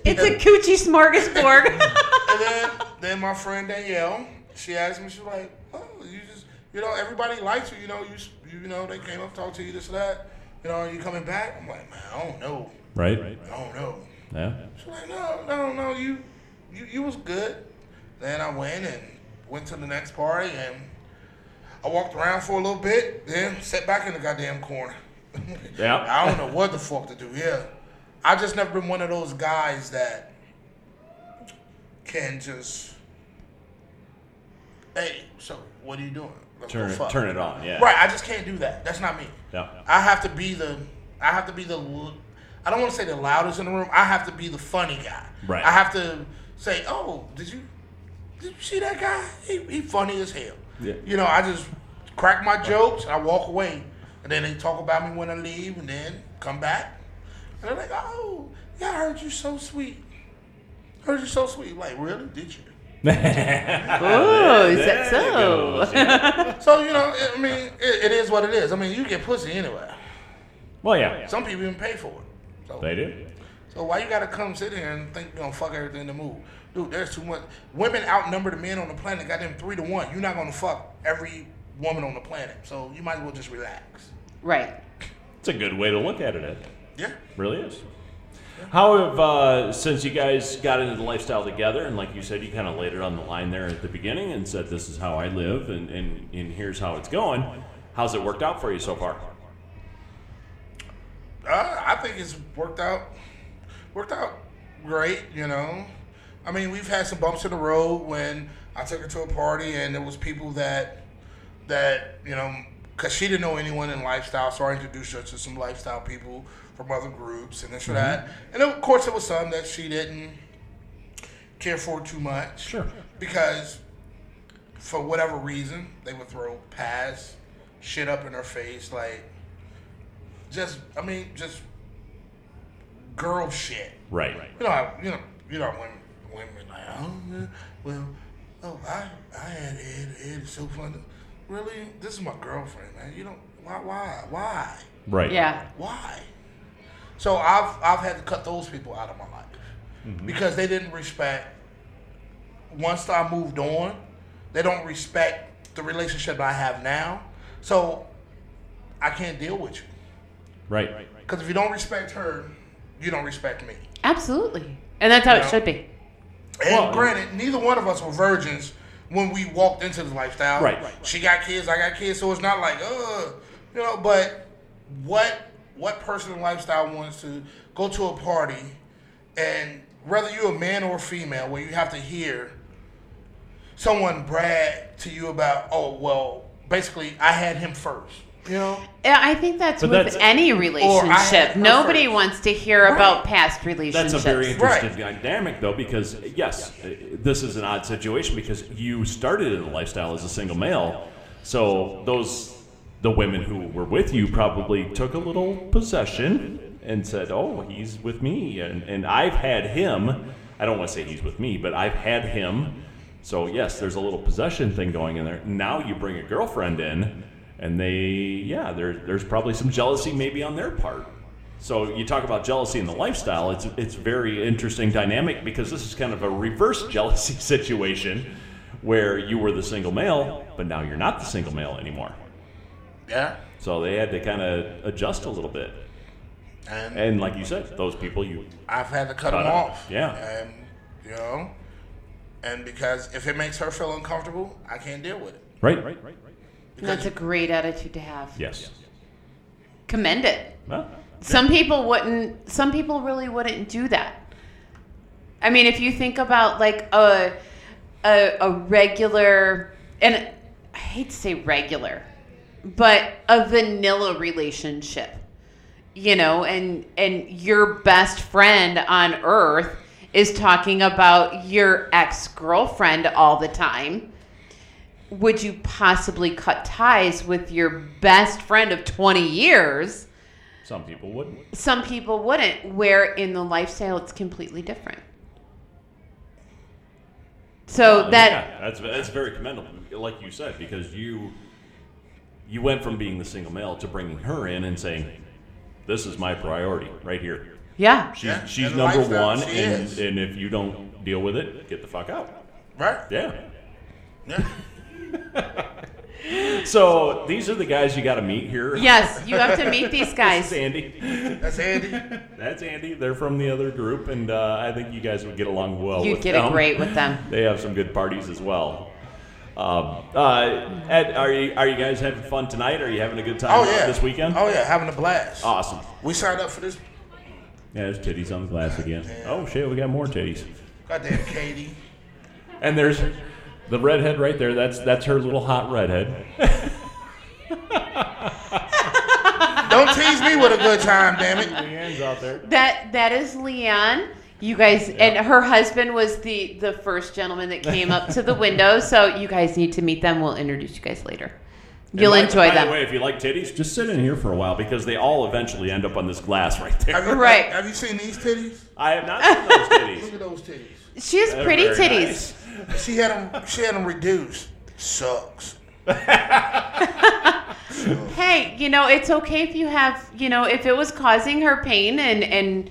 Speaker 3: It's a coochie smorgasbord.
Speaker 9: And then then my friend Danielle, she asked me, she's like, oh, you just you know everybody likes you. You know you s- you know they came up talked to you this that. You know, are you coming back? I'm like, man, I don't know.
Speaker 1: right, right.
Speaker 9: I don't know.
Speaker 1: Yeah.
Speaker 9: She's like, no, no, no, you, you, you was good. Then I went and went to the next party and I walked around for a little bit, then sat back in the goddamn corner.
Speaker 1: Yeah.
Speaker 9: I don't know what the fuck to do. Yeah, I just never been one of those guys that can just, hey, so what are you doing? Let's go
Speaker 1: Turn it,
Speaker 9: fuck."
Speaker 1: turn it on. Yeah.
Speaker 9: Right, I just can't do that. That's not me.
Speaker 1: Yeah.
Speaker 9: I have to be the. I have to be the. l- I don't want to say the loudest in the room. I have to be the funny guy.
Speaker 1: Right.
Speaker 9: I have to say, oh, did you, did you see that guy? He, he funny as hell.
Speaker 1: Yeah.
Speaker 9: You know, I just crack my jokes. I walk away, and then they talk about me when I leave, and then come back, and they're like, oh, yeah, I heard you so sweet. Heard you so sweet. Like, really? Did you?
Speaker 3: Oh, is that
Speaker 1: There you go.
Speaker 3: so?
Speaker 9: So you know, it, I mean, it, it is what it is. I mean, you get pussy anyway.
Speaker 1: Well, yeah,
Speaker 9: Some people even pay for it. So,
Speaker 1: they do.
Speaker 9: so why you gotta come sit here and think you're gonna fuck everything in the move? Dude, there's too much. Women outnumber the men on the planet. Got them three to one. You're not gonna fuck every woman on the planet. So you might as well just relax.
Speaker 3: Right.
Speaker 1: It's a good way to look at it. Ed.
Speaker 9: Yeah.
Speaker 1: Really is. How have uh, since you guys got into the lifestyle together, and like you said, you kind of laid it on the line there at the beginning and said, "This is how I live, and, and, and here's how it's going." How's it worked out for you so far?
Speaker 9: Uh, I think it's worked out, worked out great. You know, I mean, we've had some bumps in the road when I took her to a party and there was people that that you know, cause she didn't know anyone in lifestyle, so I introduced her to some lifestyle people from other groups and this or that. And of course, there was some that she didn't care for too much,
Speaker 1: Sure.
Speaker 9: because for whatever reason they would throw pass shit up in her face like just I mean just girl shit.
Speaker 1: Right. right.
Speaker 9: You know how you know you know when women like oh yeah, well oh I I had Ed Ed is so fun. Really, this is my girlfriend, man. You don't why why why
Speaker 1: Right.
Speaker 3: Yeah.
Speaker 9: why? So I've I've had to cut those people out of my life because they didn't respect. Once I moved on, they don't respect the relationship I have now. So I can't deal with you
Speaker 1: Right. Right.
Speaker 9: because if you don't respect her, you don't respect me.
Speaker 3: Absolutely. And that's how it should be.
Speaker 9: And
Speaker 1: Well-
Speaker 9: granted, neither one of us were virgins when we walked into the lifestyle.
Speaker 1: Right, right.
Speaker 9: She got kids, I got kids, so it's not like, uh, you know. But what what person in lifestyle wants to go to a party, and whether you're a man or a female, where you have to hear someone brag to you about, oh well, basically I had him first, you know.
Speaker 3: Yeah, I think that's
Speaker 1: But
Speaker 3: with
Speaker 1: that's-
Speaker 3: any relationship.
Speaker 9: had
Speaker 3: Nobody
Speaker 9: preference.
Speaker 3: wants to hear about past relationships.
Speaker 1: That's a very
Speaker 9: Right.
Speaker 1: interesting dynamic, though, because yes, uh, this is an odd situation because you started in the lifestyle as a single male, so those the women who were with you probably took a little possession and said, "Oh, he's with me," and, and I've had him. I don't want to say he's with me, but I've had him. So yes, there's a little possession thing going in there. Now you bring a girlfriend in, and they yeah, there, there's probably some jealousy maybe on their part. So you talk about jealousy in the lifestyle. It's it's very interesting dynamic because this is kind of a reverse jealousy situation, where you were the single male, but now you're not the single male anymore.
Speaker 9: Yeah.
Speaker 1: So they had to kind of adjust a little bit.
Speaker 9: And,
Speaker 1: And like you said, those people you
Speaker 9: I've had to cut,
Speaker 1: Cut
Speaker 9: him
Speaker 1: him.
Speaker 9: off.
Speaker 1: Yeah.
Speaker 9: And, you know, and because if it makes her feel uncomfortable, I can't deal with it.
Speaker 1: right right right
Speaker 3: And that's a great attitude to have.
Speaker 1: yes.
Speaker 3: Commend it.
Speaker 1: Well,
Speaker 3: Some people wouldn't. Some people really wouldn't do that. I mean, if you think about like a a, a regular and I hate to say regular, but a vanilla relationship, you know, and and your best friend on earth is talking about your ex girlfriend all the time. Would you possibly cut ties with your best friend of 20 years?
Speaker 1: some people wouldn't.
Speaker 3: some people wouldn't where in the lifestyle it's completely different so
Speaker 1: Uh,
Speaker 3: that
Speaker 1: yeah, that's that's very commendable, like you said, because you you went from being the single male to bringing her in and saying, "This is my priority right here.
Speaker 3: yeah
Speaker 1: She's
Speaker 9: Yeah,
Speaker 1: she's
Speaker 9: and the
Speaker 1: number
Speaker 9: lifestyle
Speaker 1: one,
Speaker 9: she
Speaker 1: and
Speaker 9: is.
Speaker 1: and if you don't deal with it, get the fuck out."
Speaker 9: Right?
Speaker 1: Yeah.
Speaker 9: Yeah.
Speaker 1: So these are the guys you got to meet here.
Speaker 3: yes you have to meet these
Speaker 1: This is
Speaker 3: guys
Speaker 1: Andy.
Speaker 9: That's Andy.
Speaker 1: That's Andy. They're from the other group, and uh, I think you guys would get along well.
Speaker 3: you
Speaker 1: with
Speaker 3: get
Speaker 1: them.
Speaker 3: it great with them
Speaker 1: They have some good parties as well. Um, uh, Ed, are you are you guys having fun tonight? Are you having a good time
Speaker 9: Oh,
Speaker 1: out
Speaker 9: yeah.
Speaker 1: this weekend? Oh.
Speaker 9: Oh, yeah. Having a blast.
Speaker 1: Awesome.
Speaker 9: we signed up for this
Speaker 1: Yeah, there's titties on the glass again. Oh shit, we got more titties.
Speaker 9: goddamn Katie.
Speaker 1: And there's the redhead right there. That's that's her little hot redhead.
Speaker 9: Don't tease me with a good time, damn it.
Speaker 1: Leanne's out there.
Speaker 3: that that is leon you guys and her husband was the the first gentleman that came up to the window so you guys need to meet them we'll introduce you guys later you'll
Speaker 1: And by-
Speaker 3: enjoy
Speaker 1: By
Speaker 3: them
Speaker 1: the way, if you like titties, just sit in here for a while because they all eventually end up on this glass right there.
Speaker 9: Have you,
Speaker 3: Right.
Speaker 9: Have you seen these titties?
Speaker 1: I have not seen those titties.
Speaker 9: Look at those titties.
Speaker 3: she has
Speaker 1: They're
Speaker 3: pretty
Speaker 1: very
Speaker 3: titties
Speaker 1: nice.
Speaker 9: She had him. She had him reduced. Sucks.
Speaker 3: hey, you know, it's okay if you have, you know, if it was causing her pain and and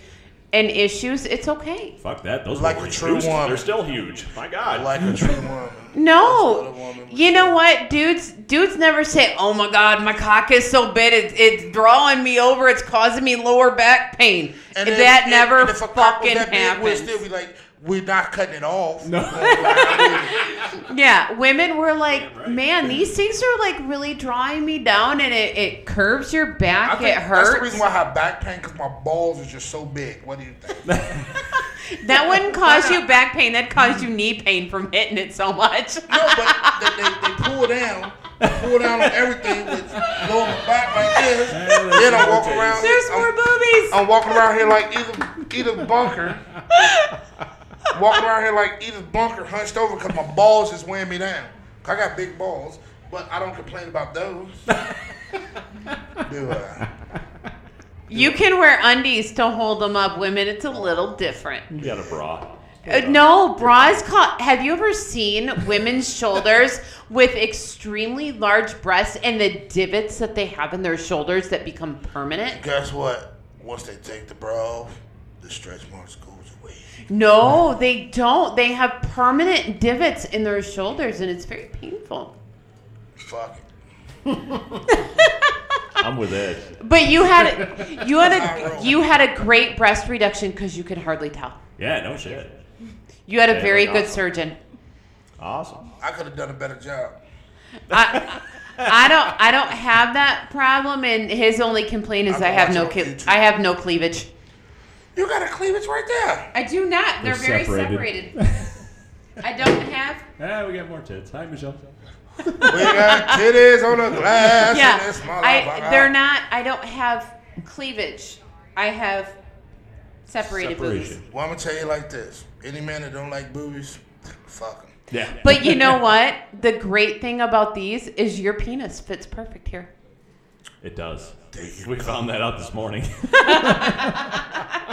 Speaker 3: and issues, it's okay.
Speaker 1: Fuck that. Those
Speaker 9: Like
Speaker 1: were
Speaker 9: a true
Speaker 1: huge.
Speaker 9: woman.
Speaker 1: They're still huge. My God.
Speaker 9: Like a true woman. That's what a
Speaker 3: No,
Speaker 9: woman would
Speaker 3: you know what, dudes? Dudes never say, "Oh my God, my cock is so big, it's, it's drawing me over, it's causing me lower back pain."
Speaker 9: if-
Speaker 3: that
Speaker 9: if-
Speaker 3: never
Speaker 9: and if a cop was
Speaker 3: fucking
Speaker 9: that big, We'd
Speaker 3: happens.
Speaker 9: still be like, we're not cutting it off.
Speaker 3: Yeah, women were like, "Man, these things are like really drawing me down, and it, it curves your
Speaker 9: I
Speaker 3: back.
Speaker 9: think
Speaker 3: It
Speaker 9: That's the
Speaker 3: hurts.
Speaker 9: reason why I have back pain because my balls are just so big. What do you think?
Speaker 3: that wouldn't cause you back pain. That caused you knee pain from hitting it so much."
Speaker 9: No, but they, they, they pull down, they pull down on everything with lower my back like this. Then I walk around.
Speaker 3: There's
Speaker 9: I'm,
Speaker 3: more boobies.
Speaker 9: I'm walking around here like either either bunker. walking around here like either bunker hunched over because my balls is weighing me down. 'Cause I got big balls, but I don't complain about those. do I?
Speaker 3: You can wear undies to hold them up, women. It's a little different.
Speaker 1: You got a bra.
Speaker 3: Uh, no, bras. Ca- have you ever seen women's shoulders with extremely large breasts and the divots that they have in their shoulders that become permanent?
Speaker 9: Guess what? Once they take the bra off, the stretch marks goes away.
Speaker 3: No, they don't. They have permanent divots in their shoulders, and it's very painful.
Speaker 9: Fuck it.
Speaker 1: I'm with Ed.
Speaker 3: But you had you had a you had a great breast reduction because you could hardly tell.
Speaker 1: Yeah, no shit.
Speaker 3: You had a
Speaker 1: Yeah,
Speaker 3: very
Speaker 1: like
Speaker 3: good
Speaker 1: awesome.
Speaker 3: surgeon.
Speaker 1: Awesome.
Speaker 9: I could have done a better job.
Speaker 3: I, I don't I don't have that problem, and his only complaint is
Speaker 9: I'm
Speaker 3: I have no
Speaker 9: watching
Speaker 3: cle-
Speaker 9: YouTube.
Speaker 3: I have no cleavage.
Speaker 9: You got a cleavage right there.
Speaker 3: I do not. They're, very separated. I don't have.
Speaker 1: Yeah, we got more tits. Hi, Michelle.
Speaker 9: We got titties on a glass. and
Speaker 3: Yeah,
Speaker 9: it's my
Speaker 3: I
Speaker 9: life.
Speaker 3: they're not. I don't have cleavage. I have separated boobies.
Speaker 1: Separation.
Speaker 9: Well, I'm gonna tell you like this: any man that don't like boobies, fuck him.
Speaker 1: Yeah.
Speaker 3: But you know what? The great thing about these is your penis fits perfect here.
Speaker 1: It does. We found that out this morning.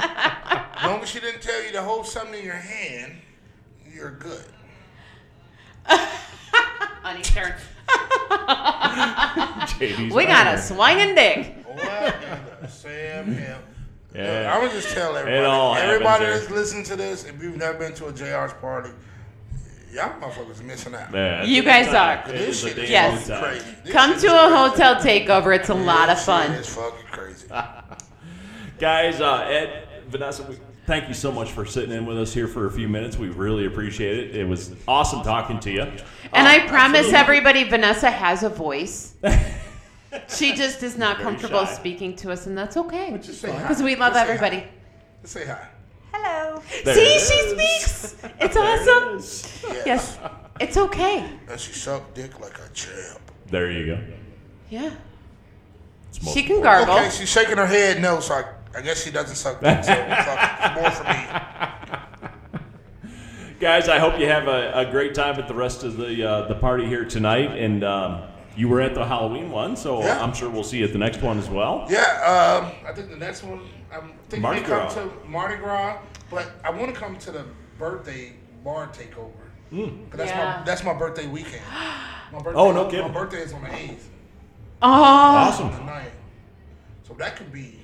Speaker 9: As long as she didn't tell you to hold something in your hand, you're good.
Speaker 3: On each turn.
Speaker 1: JD's
Speaker 3: We got a swinging dick.
Speaker 1: Oh,
Speaker 9: What in the Sam Hill?
Speaker 1: Yeah.
Speaker 9: I'm gonna just tell everybody.
Speaker 1: all happens
Speaker 9: everybody
Speaker 1: there.
Speaker 9: that's listening to this, if you've never been to a JR's party, y'all motherfuckers missing out.
Speaker 1: Yeah,
Speaker 3: You
Speaker 1: it's a
Speaker 3: guys
Speaker 1: good time.
Speaker 3: are.
Speaker 1: It is
Speaker 9: This
Speaker 1: a
Speaker 9: shit
Speaker 1: damn
Speaker 9: is
Speaker 3: Yes.
Speaker 1: good
Speaker 9: fucking
Speaker 1: time.
Speaker 9: crazy. This
Speaker 3: Come
Speaker 9: shit
Speaker 3: to
Speaker 9: is
Speaker 3: a
Speaker 9: crazy.
Speaker 3: hotel takeover. It's a lot of
Speaker 9: This shit
Speaker 3: fun.
Speaker 9: is fucking crazy.
Speaker 1: Guys, uh, Ed, Vanessa, we, thank you so much for sitting in with us here for a few minutes. We really appreciate it. It was awesome talking to you.
Speaker 3: And
Speaker 1: Uh,
Speaker 3: I promise
Speaker 1: absolutely.
Speaker 3: everybody, Vanessa has a voice. she just is not comfortable
Speaker 1: shy.
Speaker 3: speaking to us, and that's okay.
Speaker 9: Just say hi.
Speaker 3: Because we love
Speaker 9: Just say
Speaker 3: everybody.
Speaker 9: hi. Just say hi.
Speaker 7: Hello.
Speaker 1: There
Speaker 3: See,
Speaker 1: it
Speaker 3: she
Speaker 1: is.
Speaker 3: speaks. It's
Speaker 1: There it
Speaker 3: awesome.
Speaker 1: is.
Speaker 3: Yes, it's okay.
Speaker 9: And she sucked dick like a champ.
Speaker 1: There you go.
Speaker 3: Yeah,
Speaker 1: It's most
Speaker 3: she can
Speaker 1: important.
Speaker 3: gargle.
Speaker 9: Okay, she's shaking her head no, so I, I guess she doesn't suck dick, so fuck, more for me.
Speaker 1: Guys, I hope you have a, a great time at the rest of the uh, the party here tonight. And um, you were at the Halloween one, so
Speaker 9: Yeah.
Speaker 1: I'm sure we'll see you at the next one as well.
Speaker 9: Yeah, um, I think the next one, I'm thinking
Speaker 1: Mardi
Speaker 9: we come
Speaker 1: Gras.
Speaker 9: to Mardi Gras, but I want to come to the birthday bar takeover. Cause that's,
Speaker 3: Yeah.
Speaker 9: my, that's my birthday weekend. My birthday,
Speaker 1: Mm. Oh, no kidding.
Speaker 9: My birthday is on the 8th,
Speaker 3: Oh,
Speaker 9: on the
Speaker 1: Awesome.
Speaker 9: 9th. So that could be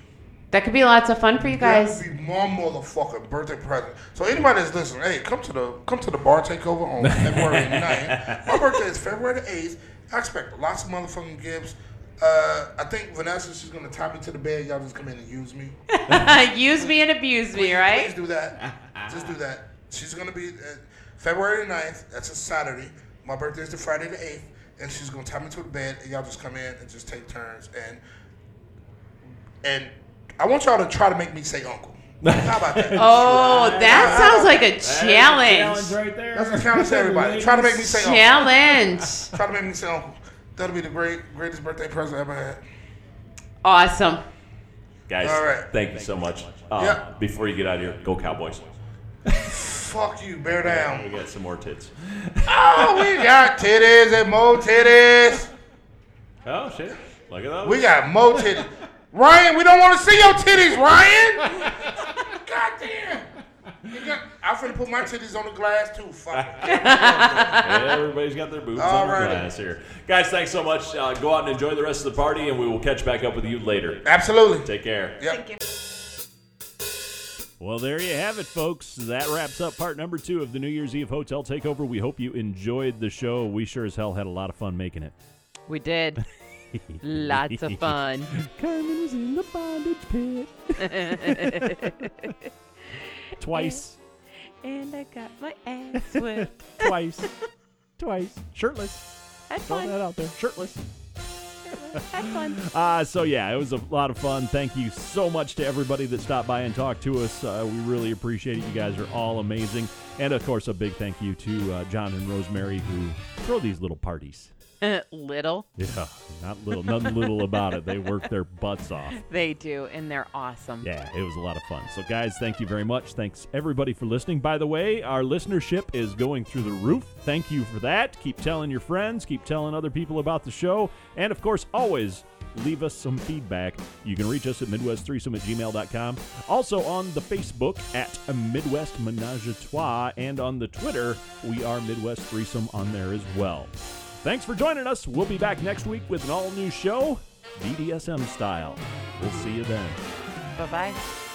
Speaker 3: that could be lots of fun for you
Speaker 9: That
Speaker 3: guys.
Speaker 9: would be my motherfucking birthday present. So anybody that's listening, hey, come to the come to the bar takeover on February 9th. My birthday is February the eighth. I expect lots of motherfucking gifts. Uh, I think Vanessa, she's gonna tie me to the bed. Y'all just come in and use me.
Speaker 3: Use me and abuse me,
Speaker 9: Please
Speaker 3: right?
Speaker 9: do that. Just do that. She's gonna be uh, February the 9th. That's a Saturday. My birthday is the Friday the eighth, and she's gonna tie me to the bed, and y'all just come in and just take turns. And and I want y'all to try to make me say uncle. How about that?
Speaker 3: Oh, that sounds like a
Speaker 6: Challenge
Speaker 3: challenge.
Speaker 6: right there.
Speaker 9: That's a challenge to everybody. Try to make me say uncle.
Speaker 3: Challenge.
Speaker 9: Try to make me say uncle. That'll be the great greatest birthday present I ever had.
Speaker 3: Awesome.
Speaker 1: Guys,
Speaker 9: All right.
Speaker 1: thank you so much. Uh,
Speaker 9: Yeah.
Speaker 1: Before you get out of here, go Cowboys.
Speaker 9: Fuck you, bear
Speaker 1: We
Speaker 9: down.
Speaker 1: got some more tits.
Speaker 9: Oh, we got titties and more titties.
Speaker 1: Oh shit! Look at those.
Speaker 9: We got more titties. Ryan, we don't want to see your titties, Ryan. God damn. Nigga, I'm finna put my titties on the glass too. Fuck it.
Speaker 10: Everybody's got their boobs on their
Speaker 9: Alrighty.
Speaker 10: glass here. Guys, thanks so much. Uh, go out and enjoy the rest of the party, and we will catch back up with you later.
Speaker 9: Absolutely.
Speaker 10: Take care.
Speaker 9: Yep.
Speaker 11: Thank you.
Speaker 1: Well, there you have it, folks. That wraps up part number two of the New Year's Eve Hotel Takeover. We hope you enjoyed the show. We sure as hell had a lot of fun making it.
Speaker 3: We did. Lots of fun.
Speaker 1: Carmen was in the bondage pit. twice,
Speaker 3: And I got my ass whipped.
Speaker 1: twice, twice. Shirtless.
Speaker 3: Had
Speaker 1: Throw
Speaker 3: fun.
Speaker 1: that out there. Shirtless.
Speaker 3: Had fun.
Speaker 1: Uh, so yeah, it was a lot of fun. Thank you so much to everybody that stopped by and talked to us. Uh, we really appreciate it. You guys are all amazing, and of course, a big thank you to uh, John and Rosemary who throw these little parties.
Speaker 3: Little.
Speaker 1: Yeah, not little, nothing little about it. They work their butts off.
Speaker 3: They do, and they're awesome.
Speaker 1: Yeah, it was a lot of fun. So, guys, thank you very much. Thanks everybody for listening. By the way, our listenership is going through the roof. Thank you for that. Keep telling your friends, keep telling other people about the show, and of course, always leave us some feedback. You can reach us at Midwest3some at gmail.com. Also on the Facebook at Midwest Menage a Trois, and on the Twitter, we are Midwest Threesome on there as well. Thanks for joining us. We'll be back next week with an all new show, BDSM style. We'll see you then.
Speaker 3: Bye bye.